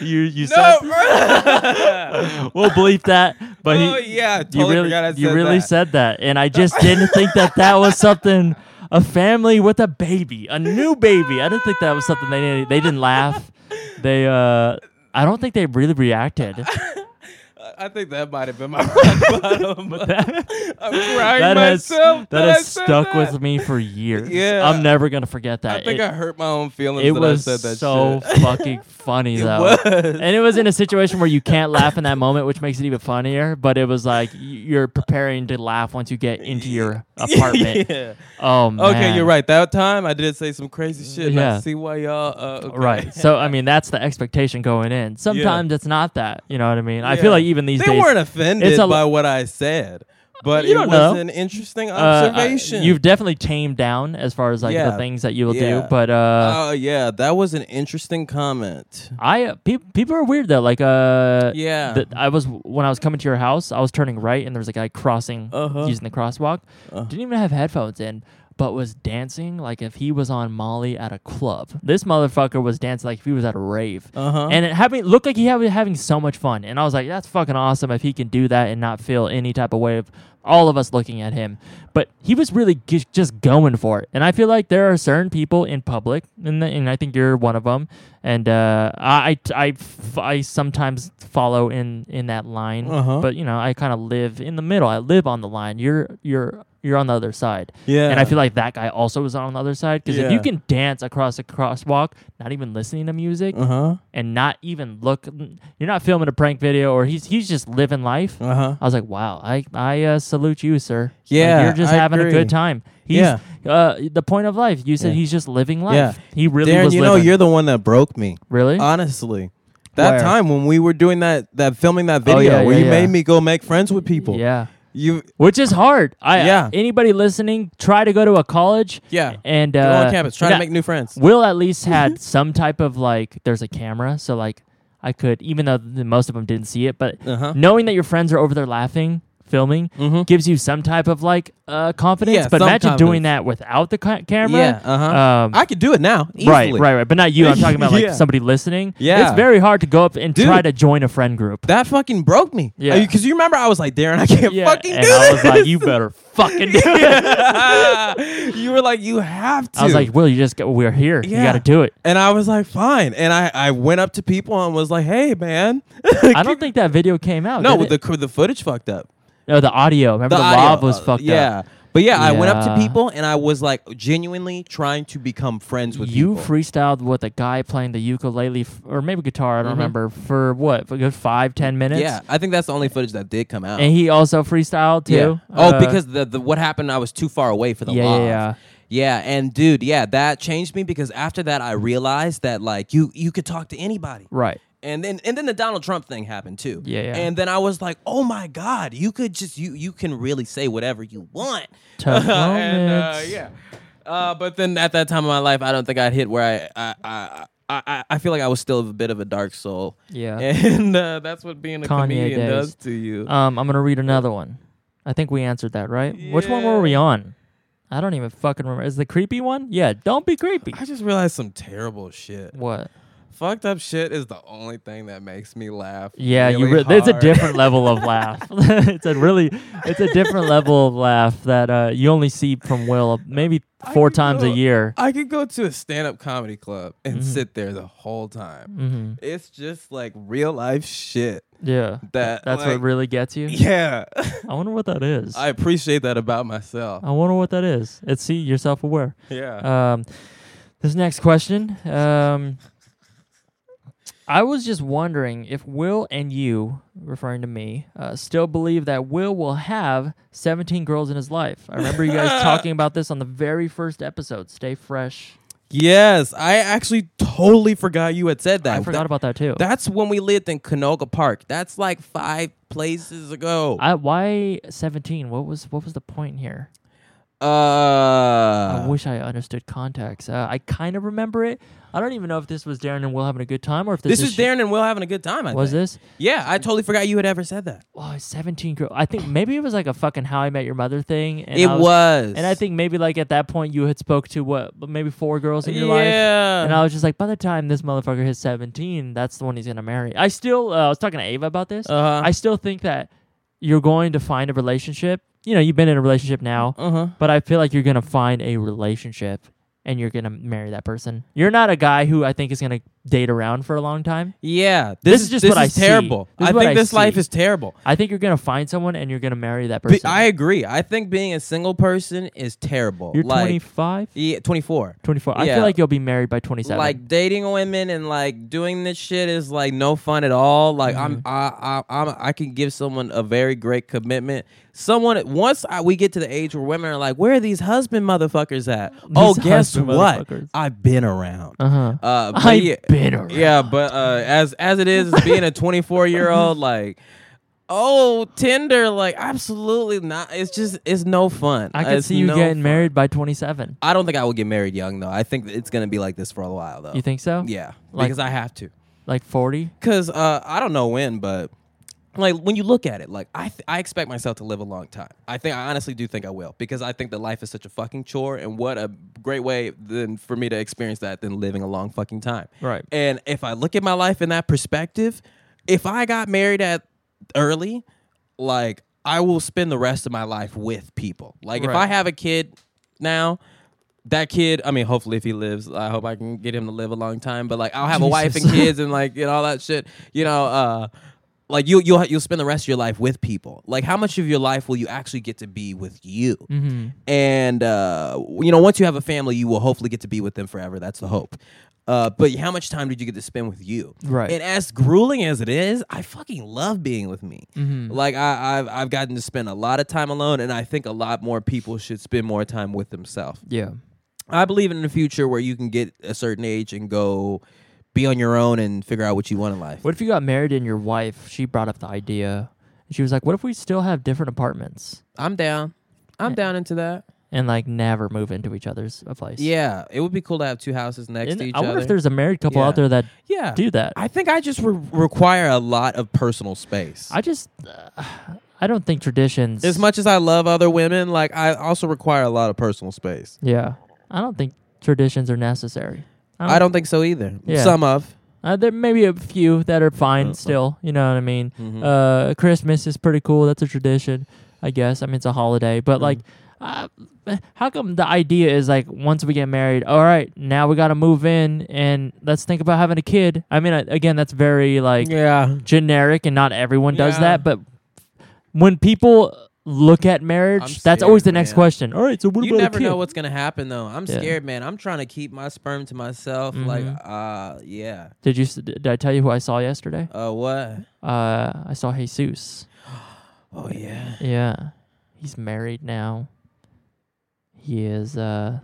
Speaker 1: you you
Speaker 2: No,
Speaker 1: said we'll bleep that, but he,
Speaker 2: oh yeah, I
Speaker 1: you
Speaker 2: totally
Speaker 1: really
Speaker 2: forgot I
Speaker 1: you
Speaker 2: said
Speaker 1: really
Speaker 2: that.
Speaker 1: said that, and I just didn't think that that was something. A family with a baby, a new baby. I didn't think that was something they needed. They didn't laugh. They, uh, I don't think they really reacted.
Speaker 2: I think that might have been my rock bottom. I'm crying
Speaker 1: that has
Speaker 2: myself.
Speaker 1: that
Speaker 2: I
Speaker 1: has
Speaker 2: said
Speaker 1: stuck
Speaker 2: that.
Speaker 1: with me for years.
Speaker 2: Yeah.
Speaker 1: I'm never gonna forget that.
Speaker 2: I think
Speaker 1: it,
Speaker 2: I hurt my own feelings.
Speaker 1: it
Speaker 2: that
Speaker 1: was
Speaker 2: I said that
Speaker 1: so
Speaker 2: shit.
Speaker 1: fucking funny though,
Speaker 2: was.
Speaker 1: and it was in a situation where you can't laugh in that moment, which makes it even funnier. But it was like y- you're preparing to laugh once you get into your apartment.
Speaker 2: yeah.
Speaker 1: Oh man.
Speaker 2: Okay, you're right. That time I did say some crazy shit. and
Speaker 1: Yeah.
Speaker 2: I see why y'all. Uh, okay.
Speaker 1: Right. So I mean, that's the expectation going in. Sometimes it's not that. You know what I mean? I
Speaker 2: Yeah.
Speaker 1: feel like even these
Speaker 2: they
Speaker 1: days,
Speaker 2: weren't offended
Speaker 1: it's a lo-
Speaker 2: by what I said, but
Speaker 1: You
Speaker 2: it
Speaker 1: don't know.
Speaker 2: was an interesting
Speaker 1: uh,
Speaker 2: observation.
Speaker 1: I- you've definitely tamed down as far as like the
Speaker 2: Yeah.
Speaker 1: things that you will do.
Speaker 2: Yeah.
Speaker 1: But uh,
Speaker 2: Oh yeah, that was an interesting comment.
Speaker 1: I uh, pe- people are weird though. Like uh,
Speaker 2: Yeah.
Speaker 1: th- I was when I was coming to your house, I was turning right, and there was a guy crossing
Speaker 2: Uh-huh.
Speaker 1: using the crosswalk. Didn't even have headphones in, but was dancing like if he was on Molly at a club. This motherfucker was dancing like if he was at a rave,
Speaker 2: Uh-huh.
Speaker 1: and it having looked like he had, having so much fun. And I was like, that's fucking awesome if he can do that and not feel any type of way of all of us looking at him. But he was really g- just going for it, and I feel like there are certain people in public, and, the, and I think you're one of them. And uh, I, I, I f- I sometimes follow in in that line,
Speaker 2: Uh-huh.
Speaker 1: but you know I kind of live in the middle. I live on the line. You're you're you're on the other side. And I
Speaker 2: Yeah.
Speaker 1: feel like that guy also was on the other side because if you
Speaker 2: Yeah.
Speaker 1: can dance across a crosswalk, not even listening to music,
Speaker 2: Uh huh.
Speaker 1: and not even look, you're not filming a prank video or he's he's just living life.
Speaker 2: Uh huh.
Speaker 1: I was like, wow, I I uh, salute you, sir. Like,
Speaker 2: Yeah,
Speaker 1: you're just
Speaker 2: I
Speaker 1: having a
Speaker 2: agree.
Speaker 1: good time. He's uh, the point of life. You said
Speaker 2: Yeah.
Speaker 1: he's just living life.
Speaker 2: Yeah.
Speaker 1: he really
Speaker 2: Darren,
Speaker 1: was.
Speaker 2: you know,
Speaker 1: living.
Speaker 2: you're the one that broke me.
Speaker 1: really.
Speaker 2: Honestly, that
Speaker 1: Where? Oh,
Speaker 2: time when we were doing that, that filming that video,
Speaker 1: yeah,
Speaker 2: where
Speaker 1: yeah,
Speaker 2: you
Speaker 1: yeah.
Speaker 2: made me go make friends with people.
Speaker 1: yeah,
Speaker 2: You
Speaker 1: which is hard. I,
Speaker 2: Yeah.
Speaker 1: Anybody listening, try to go to a college.
Speaker 2: Yeah.
Speaker 1: And
Speaker 2: go
Speaker 1: uh,
Speaker 2: on campus, try
Speaker 1: yeah,
Speaker 2: to make new friends.
Speaker 1: Will at least
Speaker 2: Mm-hmm.
Speaker 1: had some type of like. There's a camera, so like I could, even though the, most of them didn't see it, but
Speaker 2: Uh-huh. Mm-hmm.
Speaker 1: knowing that your friends are over there laughing, filming, gives you some type of like uh, confidence.
Speaker 2: Yeah,
Speaker 1: but
Speaker 2: some
Speaker 1: imagine doing
Speaker 2: confidence.
Speaker 1: that without the ca- camera.
Speaker 2: Yeah, uh-huh.
Speaker 1: Um,
Speaker 2: I could do it now. Easily.
Speaker 1: Right, right, right. But not you. I'm talking about like
Speaker 2: Yeah.
Speaker 1: somebody listening.
Speaker 2: Yeah.
Speaker 1: it's very hard to go up and
Speaker 2: Dude.
Speaker 1: try to join a friend group.
Speaker 2: That fucking broke me.
Speaker 1: Yeah.
Speaker 2: Because you remember I was like, Darren, I can't
Speaker 1: yeah,
Speaker 2: fucking
Speaker 1: and
Speaker 2: do
Speaker 1: I
Speaker 2: this.
Speaker 1: was like, you better fucking do it.
Speaker 2: you were like, you have to.
Speaker 1: I was like, Will, you just go, we're here. You
Speaker 2: Yeah.
Speaker 1: got to do it.
Speaker 2: and I was like, fine. And I, I went up to people and was like, hey, man.
Speaker 1: I don't think that video came out.
Speaker 2: no,
Speaker 1: did
Speaker 2: with
Speaker 1: it?
Speaker 2: the with the footage fucked up.
Speaker 1: no, the audio. Remember the,
Speaker 2: audio,
Speaker 1: lav was
Speaker 2: uh,
Speaker 1: fucked
Speaker 2: yeah.
Speaker 1: up.
Speaker 2: But yeah, I went up to
Speaker 1: Yeah.
Speaker 2: people and I was like genuinely trying to become friends with
Speaker 1: You
Speaker 2: people.
Speaker 1: freestyled with a guy playing the ukulele f- or maybe guitar. I don't remember for what for a good five ten minutes.
Speaker 2: Mm-hmm. yeah, I think that's the only footage that did come out.
Speaker 1: and he also freestyled too.
Speaker 2: yeah. oh,
Speaker 1: Uh,
Speaker 2: because the, the what happened, I was too far away for the
Speaker 1: Yeah, yeah,
Speaker 2: live.
Speaker 1: yeah.
Speaker 2: Yeah, and dude, yeah, that changed me because after that, I realized that like you you could talk to anybody.
Speaker 1: right.
Speaker 2: and then and then the Donald Trump thing happened too.
Speaker 1: Yeah, yeah.
Speaker 2: And then I was like, oh my god, you could just you you can really say whatever you want.
Speaker 1: Tough
Speaker 2: and, uh,
Speaker 1: moments.
Speaker 2: yeah. Uh, but then at that time of my life, I don't think I'd hit where I I I, I, I feel like I was still a bit of a dark soul.
Speaker 1: Yeah.
Speaker 2: And uh, that's what being a
Speaker 1: Kanye
Speaker 2: comedian
Speaker 1: days.
Speaker 2: does to you.
Speaker 1: Um, I'm gonna read another one. I think we answered that, right? Which one were we on? I don't even fucking remember. Is the creepy one? Yeah, don't be creepy.
Speaker 2: I just realized some terrible shit.
Speaker 1: What?
Speaker 2: Fucked up shit is the only thing that makes me laugh.
Speaker 1: Yeah, you.
Speaker 2: really
Speaker 1: Re- there's a
Speaker 2: hard.
Speaker 1: different level of laugh. it's a really, it's a different level of laugh that uh, you only see from Will maybe
Speaker 2: I
Speaker 1: four
Speaker 2: could
Speaker 1: times a
Speaker 2: go-
Speaker 1: year.
Speaker 2: I could go to a stand-up comedy club and
Speaker 1: Mm-hmm.
Speaker 2: sit there the whole time.
Speaker 1: hmm
Speaker 2: It's just like real life shit.
Speaker 1: Yeah,
Speaker 2: That,
Speaker 1: that's
Speaker 2: like-
Speaker 1: what really gets you.
Speaker 2: Yeah,
Speaker 1: I wonder what that is.
Speaker 2: I
Speaker 1: I,
Speaker 2: appreciate that about myself.
Speaker 1: wonder what that is. It's see, you're self-aware.
Speaker 2: Yeah.
Speaker 1: Um, this next question. Um, I was just wondering if Will and you, referring to me, uh, still believe that Will will have 17 girls in his life. I remember you guys talking about this on the very first episode. Stay fresh.
Speaker 2: yes, I actually totally forgot you had said that.
Speaker 1: I forgot
Speaker 2: That-
Speaker 1: about that too.
Speaker 2: That's when we lived in Canoga Park. That's like five places ago.
Speaker 1: I, why 17? What was what was the point here? I
Speaker 2: uh,
Speaker 1: wish I understood context. Uh, I kind of remember it. I don't even know if this was Darren and Will having a good time or if this,
Speaker 2: this is
Speaker 1: shit-
Speaker 2: Darren and Will having a good time. I
Speaker 1: Was
Speaker 2: think.
Speaker 1: this?
Speaker 2: Yeah, I totally forgot you had ever said that.
Speaker 1: oh, 17 girl. I think maybe it was like a fucking How I Met Your Mother thing. And
Speaker 2: it
Speaker 1: I
Speaker 2: was,
Speaker 1: And I think maybe like at that point you had spoke to what maybe four girls in your life.
Speaker 2: yeah.
Speaker 1: And I was just like, by the time this motherfucker hits 17, that's the one he's gonna marry. I still, uh, I was talking to Ava about this.
Speaker 2: Uh-huh.
Speaker 1: I still think that you're going to find a relationship. You know, you've been in a relationship now,
Speaker 2: uh-huh.
Speaker 1: but I feel like you're gonna find a relationship and you're gonna marry that person. You're not a guy who I think is gonna date around for a long time.
Speaker 2: Yeah, this,
Speaker 1: is just what I
Speaker 2: is
Speaker 1: see.
Speaker 2: terrible.
Speaker 1: This is
Speaker 2: I
Speaker 1: what
Speaker 2: think
Speaker 1: I
Speaker 2: this life
Speaker 1: see.
Speaker 2: is terrible.
Speaker 1: I think you're gonna find someone and you're gonna marry that person.
Speaker 2: Be- I agree. I think being a single person is terrible.
Speaker 1: you're
Speaker 2: like,
Speaker 1: 25.
Speaker 2: yeah, 24.
Speaker 1: 24. I
Speaker 2: Yeah.
Speaker 1: feel like you'll be married by 27.
Speaker 2: Like dating women and like doing this shit is like no fun at all. Like
Speaker 1: Mm-hmm.
Speaker 2: I'm, I, I, I'm, I can give someone a very great commitment. Someone once I, we get to the age where women are like, where are these husband motherfuckers at? oh, guess
Speaker 1: husband
Speaker 2: what?
Speaker 1: motherfuckers.
Speaker 2: I've been around.
Speaker 1: uh-huh.
Speaker 2: Uh, but
Speaker 1: I've
Speaker 2: yeah-
Speaker 1: been around.
Speaker 2: Yeah, but uh, as as it is being a 24 year old, like oh Tinder, like absolutely not. It's just it's no fun.
Speaker 1: I could
Speaker 2: It's
Speaker 1: see you
Speaker 2: no
Speaker 1: getting
Speaker 2: fun.
Speaker 1: married by 27.
Speaker 2: I don't think I will get married young though. I think it's gonna be like this for a while though.
Speaker 1: You think so?
Speaker 2: Yeah,
Speaker 1: Like-
Speaker 2: because I have to.
Speaker 1: Like 40?
Speaker 2: Because uh, I don't know when, but. Like when you look at it, like I, th- I expect myself to live a long time. I think I honestly do think I will because I think that life is such a fucking chore, and what a great way then for me to experience that than living a long fucking time.
Speaker 1: Right.
Speaker 2: And if I look at my life in that perspective, if I got married at early, like I will spend the rest of my life with people. Like if
Speaker 1: Right.
Speaker 2: I have a kid now, that kid, I mean, hopefully if he lives, I hope I can get him to live a long time. But like I'll have a wife and
Speaker 1: Jesus.
Speaker 2: kids and like you know all that shit. You know, uh like you you'll you'll spend the rest of your life with people. Like how much of your life will you actually get to be with you?
Speaker 1: Mm-hmm.
Speaker 2: And uh you know, once you have a family, you will hopefully get to be with them forever. That's the hope. Uh, but how much time did you get to spend with you?
Speaker 1: Right.
Speaker 2: And as grueling as it is, I fucking love being with me.
Speaker 1: Mm-hmm.
Speaker 2: Like I, I've I've gotten to spend a lot of time alone, and I think a lot more people should spend more time with themselves.
Speaker 1: Yeah.
Speaker 2: I believe in the future where you can get a certain age and go be on your own and figure out what you want in life.
Speaker 1: What if you got married and your wife, she brought up the idea She was like, "What if we still have different apartments
Speaker 2: I'm down. I'm down into that.
Speaker 1: and like never move into each other's uh, place?"
Speaker 2: Yeah, it would be cool to have two houses next
Speaker 1: And
Speaker 2: to each
Speaker 1: I wonder
Speaker 2: other.
Speaker 1: if there's a married couple out
Speaker 2: Yeah.
Speaker 1: there that
Speaker 2: yeah,
Speaker 1: do that. I,
Speaker 2: I think I just re- require a lot of personal space.
Speaker 1: just, uh, I don't think traditions.
Speaker 2: as much as I love other women, like I also require a lot of personal space.
Speaker 1: yeah, I don't think traditions are necessary.
Speaker 2: I don't think so either.
Speaker 1: Yeah.
Speaker 2: Some of.
Speaker 1: Uh, there may be a few that are fine
Speaker 2: Uh-uh.
Speaker 1: still. You know what I mean?
Speaker 2: Mm-hmm.
Speaker 1: Uh, Christmas is pretty cool. That's a tradition, I guess. I mean, it's a holiday,
Speaker 2: Mm.
Speaker 1: but like, uh, how come the idea is like once we get married, all right, now we got to move in and let's think about having a kid. I mean, I- again, that's very like
Speaker 2: Yeah.
Speaker 1: generic, and not everyone does
Speaker 2: Yeah.
Speaker 1: that. But when people look at marriage,
Speaker 2: I'm
Speaker 1: that's always the
Speaker 2: scared,
Speaker 1: next
Speaker 2: man.
Speaker 1: question. All right, so what
Speaker 2: You
Speaker 1: about a
Speaker 2: never
Speaker 1: kid?
Speaker 2: know what's gonna happen though. I'm
Speaker 1: Yeah. Mm-hmm.
Speaker 2: scared, man. I'm trying to keep my sperm to myself. Like, uh, yeah.
Speaker 1: did you s- did I tell you who I saw yesterday?
Speaker 2: Uh, what?
Speaker 1: Uh, I saw Jesus.
Speaker 2: Oh yeah.
Speaker 1: Yeah. He's married now. He is uh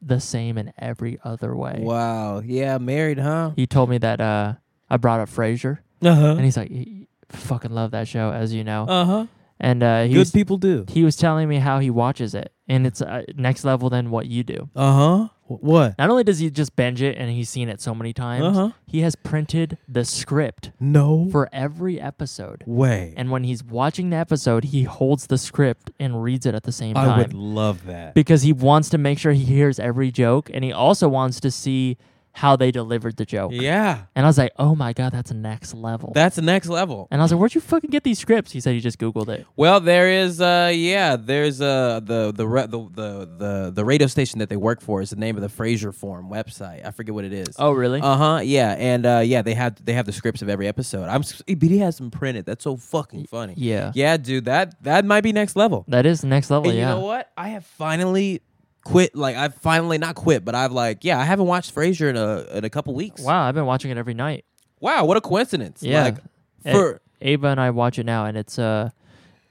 Speaker 1: the same in every other way.
Speaker 2: Wow. Yeah, married, huh?
Speaker 1: He told me that uh I brought up Frasier
Speaker 2: Uh huh.
Speaker 1: and he's like he fucking love that show as you know.
Speaker 2: Uh huh.
Speaker 1: and uh he
Speaker 2: Good
Speaker 1: was,
Speaker 2: people do.
Speaker 1: he was telling me how he watches it and it's uh, next level than what you do.
Speaker 2: Uh huh. What?
Speaker 1: Not only does he just binge it and he's seen it so many times,
Speaker 2: Uh-huh.
Speaker 1: he has printed the script
Speaker 2: No
Speaker 1: for every episode.
Speaker 2: way.
Speaker 1: And when he's watching the episode, he holds the script and reads it at the same time.
Speaker 2: I would love that.
Speaker 1: because he wants to make sure he hears every joke and he also wants to see how they delivered the joke.
Speaker 2: Yeah.
Speaker 1: And I was like, oh my God, that's next level.
Speaker 2: That's the next level.
Speaker 1: and I was like, where'd you fucking get these scripts? He said he just Googled it.
Speaker 2: Well, there is, uh, yeah, there's uh, the the re- the the the the radio station that they work for is the name of the Fraser Forum website. I forget what it is.
Speaker 1: Oh, really?
Speaker 2: Uh huh. Yeah, and uh, yeah, they have they have the scripts of every episode. I'm, s- but he has them printed. That's so fucking funny.
Speaker 1: yeah.
Speaker 2: yeah, dude. That that might be next level.
Speaker 1: That is next level,
Speaker 2: And
Speaker 1: yeah.
Speaker 2: you know what? I have finally quit. Like I've finally not quit, but I've like yeah, I haven't watched Frasier in a in a couple weeks.
Speaker 1: Wow, I've been watching it every night.
Speaker 2: Wow, what a coincidence.
Speaker 1: Yeah.
Speaker 2: Like,
Speaker 1: A-
Speaker 2: for
Speaker 1: Ava and I watch it now, and it's, uh,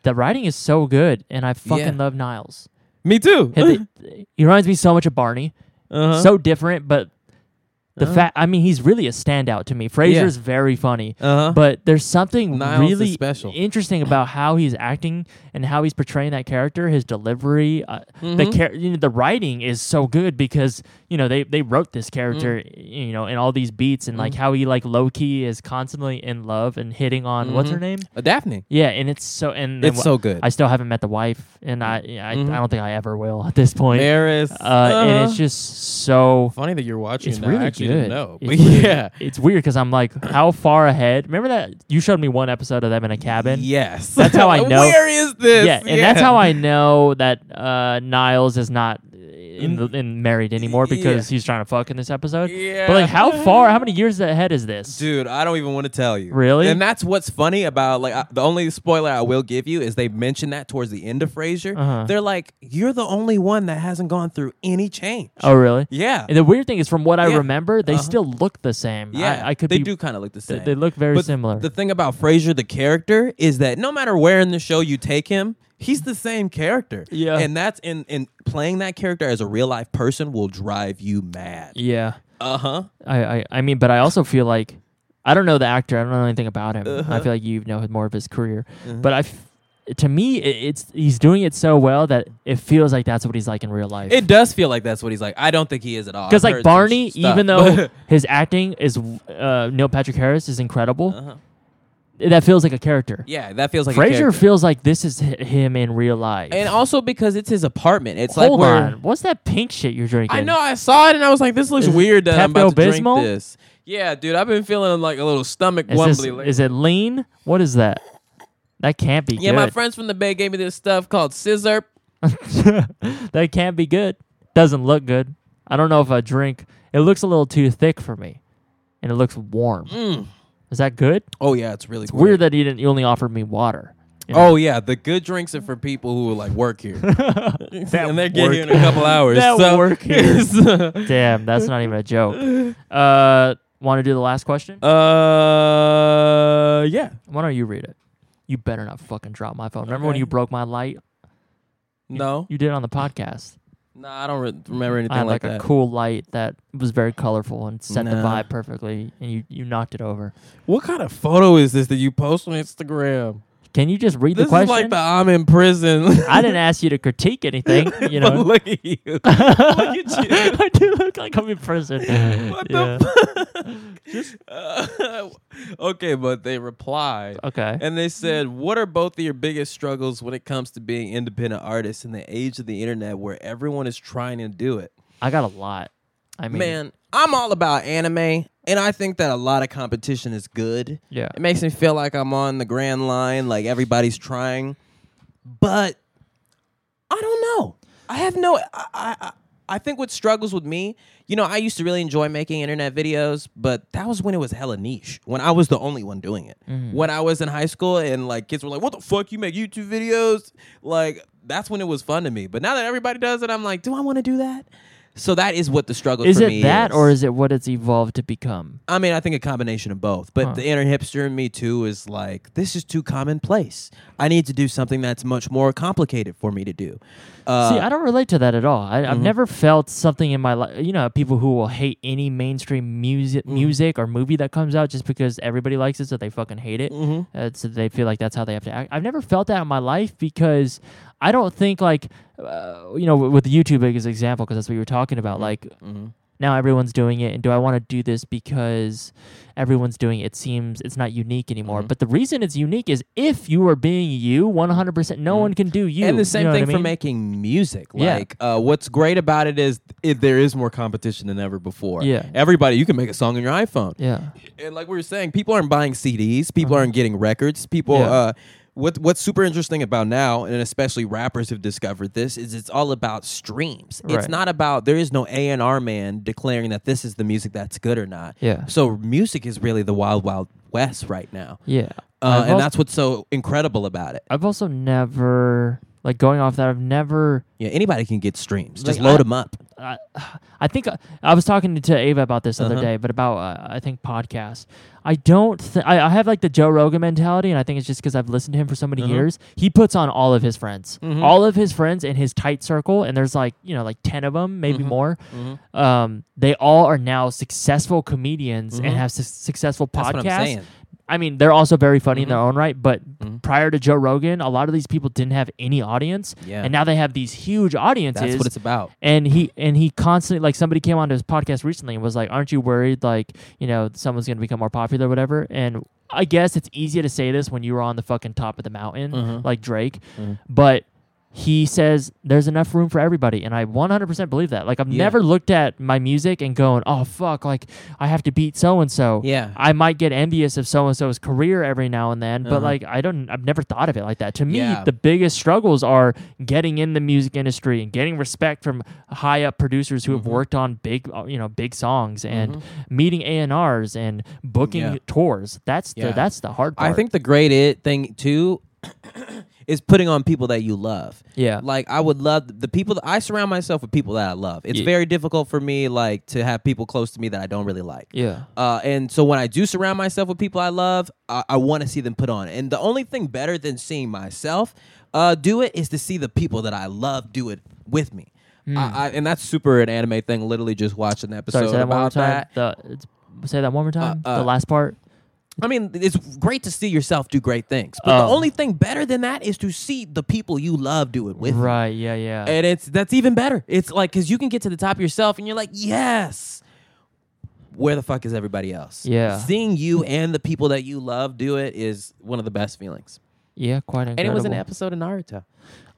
Speaker 1: the writing is so good, and I fucking
Speaker 2: Yeah.
Speaker 1: love Niles.
Speaker 2: me too.
Speaker 1: Hey, the- he reminds me so much of Barney.
Speaker 2: Uh-huh.
Speaker 1: So different, but the fact, I mean, he's really a standout to me. Frasier's very funny.
Speaker 2: Uh-huh.
Speaker 1: but there's something
Speaker 2: Niles is
Speaker 1: really
Speaker 2: special.
Speaker 1: interesting about how he's acting and how he's portraying that character. His delivery, uh, the
Speaker 2: Mm-hmm.
Speaker 1: char- you know, the writing is so good because you know they they wrote this character,
Speaker 2: Mm.
Speaker 1: you know, in all these beats and like
Speaker 2: Mm-hmm.
Speaker 1: how he like low key is constantly in love and hitting on what's her name.
Speaker 2: Uh, Daphne.
Speaker 1: Yeah, and it's so and then
Speaker 2: It's
Speaker 1: wh-
Speaker 2: so good. Mm-hmm.
Speaker 1: I still haven't met the wife, and I I, I don't think I ever will at this point.
Speaker 2: Maris.
Speaker 1: uh, And
Speaker 2: Uh-huh.
Speaker 1: it's just so
Speaker 2: funny that you're watching.
Speaker 1: it's
Speaker 2: that.
Speaker 1: really
Speaker 2: I actually
Speaker 1: good.
Speaker 2: didn't know. But
Speaker 1: It's really-
Speaker 2: yeah.
Speaker 1: it's weird because I'm like, how far ahead? Remember that you showed me one episode of them in a cabin.
Speaker 2: Yes.
Speaker 1: That's how I know-
Speaker 2: Where is this?
Speaker 1: yeah, and that's how I know that uh, Niles is not uh, in, the, in married anymore because he's trying to fuck in this episode. But
Speaker 2: Mm. Yeah.
Speaker 1: like, how far? How many years ahead is this?
Speaker 2: Dude, I don't even want to tell you.
Speaker 1: Really?
Speaker 2: And that's what's funny about like I, the only spoiler I will give you is they mention that towards the end of Frasier.
Speaker 1: Uh-huh.
Speaker 2: They're like, "You're the only one that hasn't gone through any change."
Speaker 1: Oh, really?
Speaker 2: Yeah.
Speaker 1: And the weird thing is, from what I
Speaker 2: Yeah. Uh-huh.
Speaker 1: remember, they still look the same.
Speaker 2: Yeah,
Speaker 1: I, I could
Speaker 2: They
Speaker 1: be,
Speaker 2: do kind of look the same.
Speaker 1: they look very
Speaker 2: But
Speaker 1: similar.
Speaker 2: The thing about Frasier, the character, is that no matter where in the show you take him, he's the same character.
Speaker 1: Yeah.
Speaker 2: and that's in in playing that character as a real life person will drive you mad.
Speaker 1: Yeah,
Speaker 2: Uh huh.
Speaker 1: I, I, I mean, but I also feel like I don't know the actor. I don't know anything about him.
Speaker 2: Uh-huh.
Speaker 1: I feel like you know more of his career. But I, f- to me, it, it's he's doing it so well that it feels like that's what he's like in real life.
Speaker 2: It does feel like that's what he's like. I don't think he is at all.
Speaker 1: because
Speaker 2: I've
Speaker 1: like
Speaker 2: heard some
Speaker 1: Barney,
Speaker 2: stuff,
Speaker 1: even
Speaker 2: but-
Speaker 1: though his acting is uh, Neil Patrick Harris is incredible, that feels like a character.
Speaker 2: Uh-huh. yeah, that feels like a
Speaker 1: Frasier
Speaker 2: character.
Speaker 1: feels like this is hi- him in real life.
Speaker 2: and also because it's his apartment. It's
Speaker 1: Hold
Speaker 2: like where
Speaker 1: on, what's that pink shit you're drinking?
Speaker 2: I know I saw it and I was like, this looks
Speaker 1: Is
Speaker 2: weird that I'm about to drink
Speaker 1: Pepto-Bismol?
Speaker 2: this. Yeah, dude, I've been feeling like a little stomach
Speaker 1: Is, this,
Speaker 2: wumbly. lately.
Speaker 1: is it lean? What is that? That can't be
Speaker 2: yeah,
Speaker 1: good.
Speaker 2: my friends from the Bay gave me this stuff called Scissor.
Speaker 1: that can't be good. Doesn't look good. I don't know if I drink. It looks a little too thick for me, and it looks warm. Is that good?
Speaker 2: Oh yeah, Mm. it's really weird.
Speaker 1: Weird that you didn't. You only offered me water. You know?
Speaker 2: Oh yeah, the good drinks are for people who like work here, and they're getting here in a
Speaker 1: work-
Speaker 2: couple hours.
Speaker 1: that
Speaker 2: so- uh,
Speaker 1: work here. Damn, that's not even a joke. Uh, want to do the last question?
Speaker 2: uh, yeah.
Speaker 1: Why don't you read it? You better not fucking drop my phone. Remember when
Speaker 2: Okay.
Speaker 1: you broke my light?
Speaker 2: No,
Speaker 1: You did it on the podcast.
Speaker 2: no, I don't re- remember anything
Speaker 1: I had
Speaker 2: like,
Speaker 1: like, a
Speaker 2: that.
Speaker 1: cool light that was very colorful and set the
Speaker 2: Nah.
Speaker 1: vibe perfectly, and you, you knocked it over.
Speaker 2: what kind of photo is this that you post on Instagram?
Speaker 1: Can you just read
Speaker 2: This
Speaker 1: the
Speaker 2: is
Speaker 1: question?
Speaker 2: like the I'm in prison.
Speaker 1: I didn't ask you to critique anything. You
Speaker 2: But
Speaker 1: know,
Speaker 2: look at you. look at you.
Speaker 1: I do look like I'm in prison. What
Speaker 2: the Uh, okay, but they replied.
Speaker 1: okay.
Speaker 2: And they said, What are both of your biggest struggles when it comes to being independent artists in the age of the internet where everyone is trying to do it?
Speaker 1: I got a lot. I mean,
Speaker 2: Man, I'm all about anime, and I think that a lot of competition is good.
Speaker 1: yeah.
Speaker 2: It makes me feel like I'm on the grand line, like everybody's trying. But I don't know. I have no. I, I, I- I think what struggles with me, you know, I used to really enjoy making internet videos, but that was when it was hella niche, when I was the only one doing it.
Speaker 1: Mm-hmm.
Speaker 2: When I was in high school and like kids were like, what the fuck, you make YouTube videos? Like, that's when it was fun to me. But now that everybody does it, I'm like, do I want to do that? So that is what the struggle
Speaker 1: Is
Speaker 2: for
Speaker 1: it
Speaker 2: me
Speaker 1: that,
Speaker 2: is.
Speaker 1: or is it what it's evolved to become?
Speaker 2: I mean, I think a combination of both. But
Speaker 1: Huh.
Speaker 2: the inner hipster in me too is like, this is too commonplace. I need to do something that's much more complicated for me to do. Uh, mm-hmm.
Speaker 1: See, I don't relate to that at all. I, I've never felt something in my life. You know, people who will hate any mainstream music,
Speaker 2: Mm-hmm.
Speaker 1: music or movie that comes out just because everybody likes it, so they fucking hate it.
Speaker 2: Mm-hmm.
Speaker 1: Uh, so they feel like that's how they have to act. I've never felt that in my life because I don't think like, uh, you know, with YouTube as an example, because that's what you were talking
Speaker 2: Mm-hmm.
Speaker 1: about. Like, now everyone's doing it and do i want to do this because everyone's doing it it seems it's not unique anymore
Speaker 2: Mm-hmm.
Speaker 1: but the reason it's unique is if you are being you 100% no one can do you
Speaker 2: Mm-hmm. and the same
Speaker 1: you know what
Speaker 2: thing
Speaker 1: I
Speaker 2: for
Speaker 1: mean?
Speaker 2: making music.
Speaker 1: Yeah.
Speaker 2: Like, uh, what's great about it is it, there is more competition than ever before.
Speaker 1: Yeah.
Speaker 2: Everybody, you can make a song on your iPhone.
Speaker 1: yeah
Speaker 2: and like we were saying, people aren't buying CDs, people aren't getting records, people.
Speaker 1: Uh-huh. Yeah.
Speaker 2: Uh, what what's super interesting about now, and especially rappers have discovered this, is it's all about streams. It's
Speaker 1: Right.
Speaker 2: not about there is no A and R man declaring that this is the music that's good or not.
Speaker 1: Yeah.
Speaker 2: So music is really the wild wild west right now,
Speaker 1: yeah
Speaker 2: uh,
Speaker 1: I've,
Speaker 2: and
Speaker 1: also,
Speaker 2: that's what's so incredible about it.
Speaker 1: I've also never like going off that i've never
Speaker 2: Yeah, anybody can get streams. Just
Speaker 1: Like,
Speaker 2: load
Speaker 1: I-
Speaker 2: them up.
Speaker 1: I, I think I, I was talking to Ava about this the
Speaker 2: Uh-huh.
Speaker 1: other day, but about uh, I think podcasts. I don't. Th- I, I have like the Joe Rogan mentality, and I think it's just because I've listened to him for so
Speaker 2: Uh-huh.
Speaker 1: many years. He puts on all of his friends,
Speaker 2: Mm-hmm.
Speaker 1: all of his friends in his tight circle, and there's like you know like ten of them, maybe
Speaker 2: Mm-hmm.
Speaker 1: more. Um, they all are now successful comedians and have su- successful podcasts.
Speaker 2: Mm-hmm. That's what I'm saying.
Speaker 1: I mean, they're also very funny in their
Speaker 2: Mm-hmm.
Speaker 1: own right, but prior to Joe Rogan, a lot of these people didn't have any audience,
Speaker 2: Yeah.
Speaker 1: and now they have these huge audiences
Speaker 2: That's what it's about.
Speaker 1: and he and he constantly like somebody came onto his podcast recently and was like aren't you worried like you know someone's going to become more popular or whatever and i guess it's easy to say this when you were on the fucking top of the mountain
Speaker 2: Mm-hmm.
Speaker 1: like drake but he says there's enough room for everybody and i 100% believe that like i've
Speaker 2: Yeah.
Speaker 1: never looked at my music and going oh fuck like i have to beat so and so
Speaker 2: Yeah.
Speaker 1: i might get envious of so and so's career every now and then but
Speaker 2: Uh-huh.
Speaker 1: like i don't i've never thought of it like that to me
Speaker 2: Yeah.
Speaker 1: the biggest struggles are getting in the music industry and getting respect from high up producers who have
Speaker 2: Mm-hmm.
Speaker 1: worked on big uh, you know big songs and meeting ANRs and booking
Speaker 2: Yeah.
Speaker 1: tours that's
Speaker 2: Yeah.
Speaker 1: the that's the hard part
Speaker 2: I think the great it thing too is putting on people that you love.
Speaker 1: Yeah.
Speaker 2: Like I would love the people that I surround myself with people that I love. It's
Speaker 1: Yeah.
Speaker 2: very difficult for me like to have people close to me that I don't really like.
Speaker 1: yeah
Speaker 2: Uh, and so when I do surround myself with people I love, I, I want to see them put on. And the only thing better than seeing myself uh, do it is to see the people that I love do it with me. I, I, and that's super an anime thing. Literally, just watching the episode
Speaker 1: Hmm. sorry say that one more
Speaker 2: about
Speaker 1: time
Speaker 2: that.
Speaker 1: the it's- say that one more time
Speaker 2: uh,
Speaker 1: the last part
Speaker 2: I mean, it's great to see yourself do great things, but the
Speaker 1: Oh.
Speaker 2: only thing better than that is to see the people you love do it with. you.
Speaker 1: right yeah yeah
Speaker 2: And it's that's even better. It's like because you can get to the top yourself, and you're like, yes. Where the fuck is everybody else?
Speaker 1: Yeah.
Speaker 2: seeing you and the people that you love do it is one of the best feelings.
Speaker 1: yeah quite incredible
Speaker 2: And it was an episode of Naruto.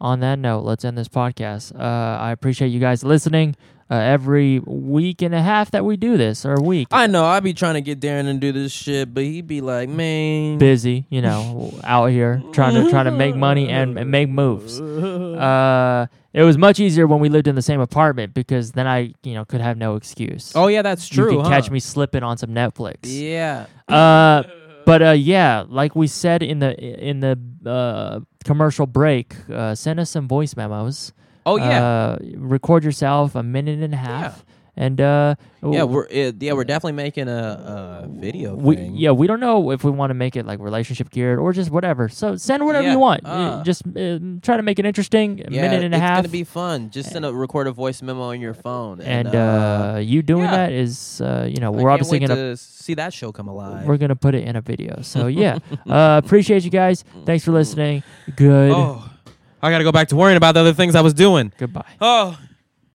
Speaker 1: on that note, let's end this podcast. Uh, I appreciate you guys listening. Uh, every week and a half that we do this, or a week,
Speaker 2: I know I be trying to get Darren and do this shit, but he'd be like, man,
Speaker 1: busy, you know, out here trying to trying to make money and, and make moves. Uh, it was much easier when we lived in the same apartment because then I, you know, could have no excuse.
Speaker 2: oh yeah, that's
Speaker 1: you
Speaker 2: true.
Speaker 1: could
Speaker 2: huh?
Speaker 1: catch me slipping on some Netflix.
Speaker 2: Yeah,
Speaker 1: Uh, but uh, yeah, like we said in the in the uh, commercial break, uh, send us some voice memos.
Speaker 2: Oh, yeah.
Speaker 1: Uh, record yourself a minute and a half And uh,
Speaker 2: Yeah, we're it, yeah we're definitely making a, a video
Speaker 1: we
Speaker 2: thing.
Speaker 1: yeah we don't know if we want to make it like relationship geared or just whatever. So send whatever
Speaker 2: Yeah,
Speaker 1: you want.
Speaker 2: uh.
Speaker 1: Uh, just uh, try to make it interesting. A
Speaker 2: Yeah,
Speaker 1: minute and a
Speaker 2: it's
Speaker 1: half.
Speaker 2: gonna be fun. Just send a record a voice memo on your phone,
Speaker 1: and uh, you doing
Speaker 2: yeah.
Speaker 1: that is uh, you know
Speaker 2: I
Speaker 1: we're
Speaker 2: can't
Speaker 1: obviously
Speaker 2: wait
Speaker 1: gonna
Speaker 2: to see that show come alive.
Speaker 1: we're gonna put it in a video. So yeah, uh, appreciate you guys. Thanks for listening. Good
Speaker 2: Oh. I gotta go back to worrying about the other things I was doing.
Speaker 1: goodbye.
Speaker 2: Oh.